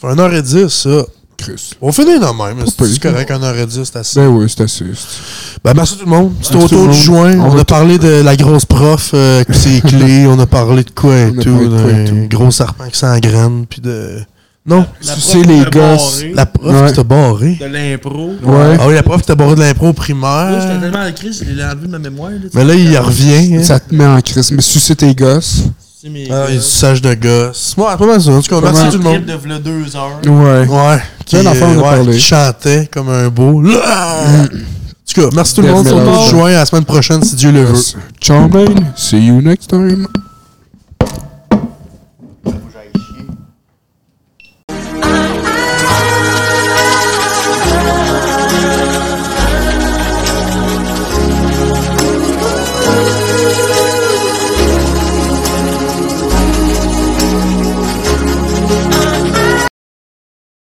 [SPEAKER 3] Fait 1h10, ça.
[SPEAKER 1] Chris.
[SPEAKER 3] On finit de même.
[SPEAKER 1] pire.
[SPEAKER 3] C'est correct, 1h10, c'est assez.
[SPEAKER 1] Ben oui, c'est assez. c'est-
[SPEAKER 3] Ben, merci tout le monde. C'était
[SPEAKER 1] Merci tout
[SPEAKER 3] autour
[SPEAKER 1] le
[SPEAKER 3] du
[SPEAKER 1] monde.
[SPEAKER 3] joint.
[SPEAKER 1] On
[SPEAKER 3] On,
[SPEAKER 1] va
[SPEAKER 3] a
[SPEAKER 1] tout-
[SPEAKER 3] parlé de la grosse prof euh, avec ses clés. On a parlé de quoi et
[SPEAKER 1] On a
[SPEAKER 3] tout.
[SPEAKER 1] parlé de quoi et
[SPEAKER 3] d'un gros serpent qui s'engraine. Puis de. Non,
[SPEAKER 1] Tu sais, les gosses.
[SPEAKER 3] la prof
[SPEAKER 1] Ouais.
[SPEAKER 3] qui t'a barré.
[SPEAKER 2] De l'impro.
[SPEAKER 1] Ouais.
[SPEAKER 3] Ah oui, la prof qui t'a barré de l'impro
[SPEAKER 2] Là, J'étais
[SPEAKER 3] primaire.
[SPEAKER 2] tellement en crise, je l'ai enlevé de ma mémoire. Là,
[SPEAKER 3] Mais là, il revient. hein.
[SPEAKER 1] Ça te met en crise. Mais sucer tes gosses.
[SPEAKER 2] C'est mes.
[SPEAKER 3] Ah, il
[SPEAKER 2] gars.
[SPEAKER 3] est sage de gosse. Moi, pas mal ça. En tout cas,
[SPEAKER 1] Pas
[SPEAKER 3] merci
[SPEAKER 1] mal.
[SPEAKER 3] tout le
[SPEAKER 2] Trip
[SPEAKER 3] monde.
[SPEAKER 2] de v'là deux heures.
[SPEAKER 1] Ouais.
[SPEAKER 3] Ouais. Qui,
[SPEAKER 1] Quel enfant on a
[SPEAKER 3] euh, ouais,
[SPEAKER 1] parlé.
[SPEAKER 3] qui chantait comme un beau.
[SPEAKER 1] Mm.
[SPEAKER 3] En tout cas, merci tout le
[SPEAKER 1] Death
[SPEAKER 3] monde. On
[SPEAKER 1] Metal.
[SPEAKER 3] se rejoint à la semaine prochaine si Dieu le veut.
[SPEAKER 1] Yes. Ciao, man. See you next time.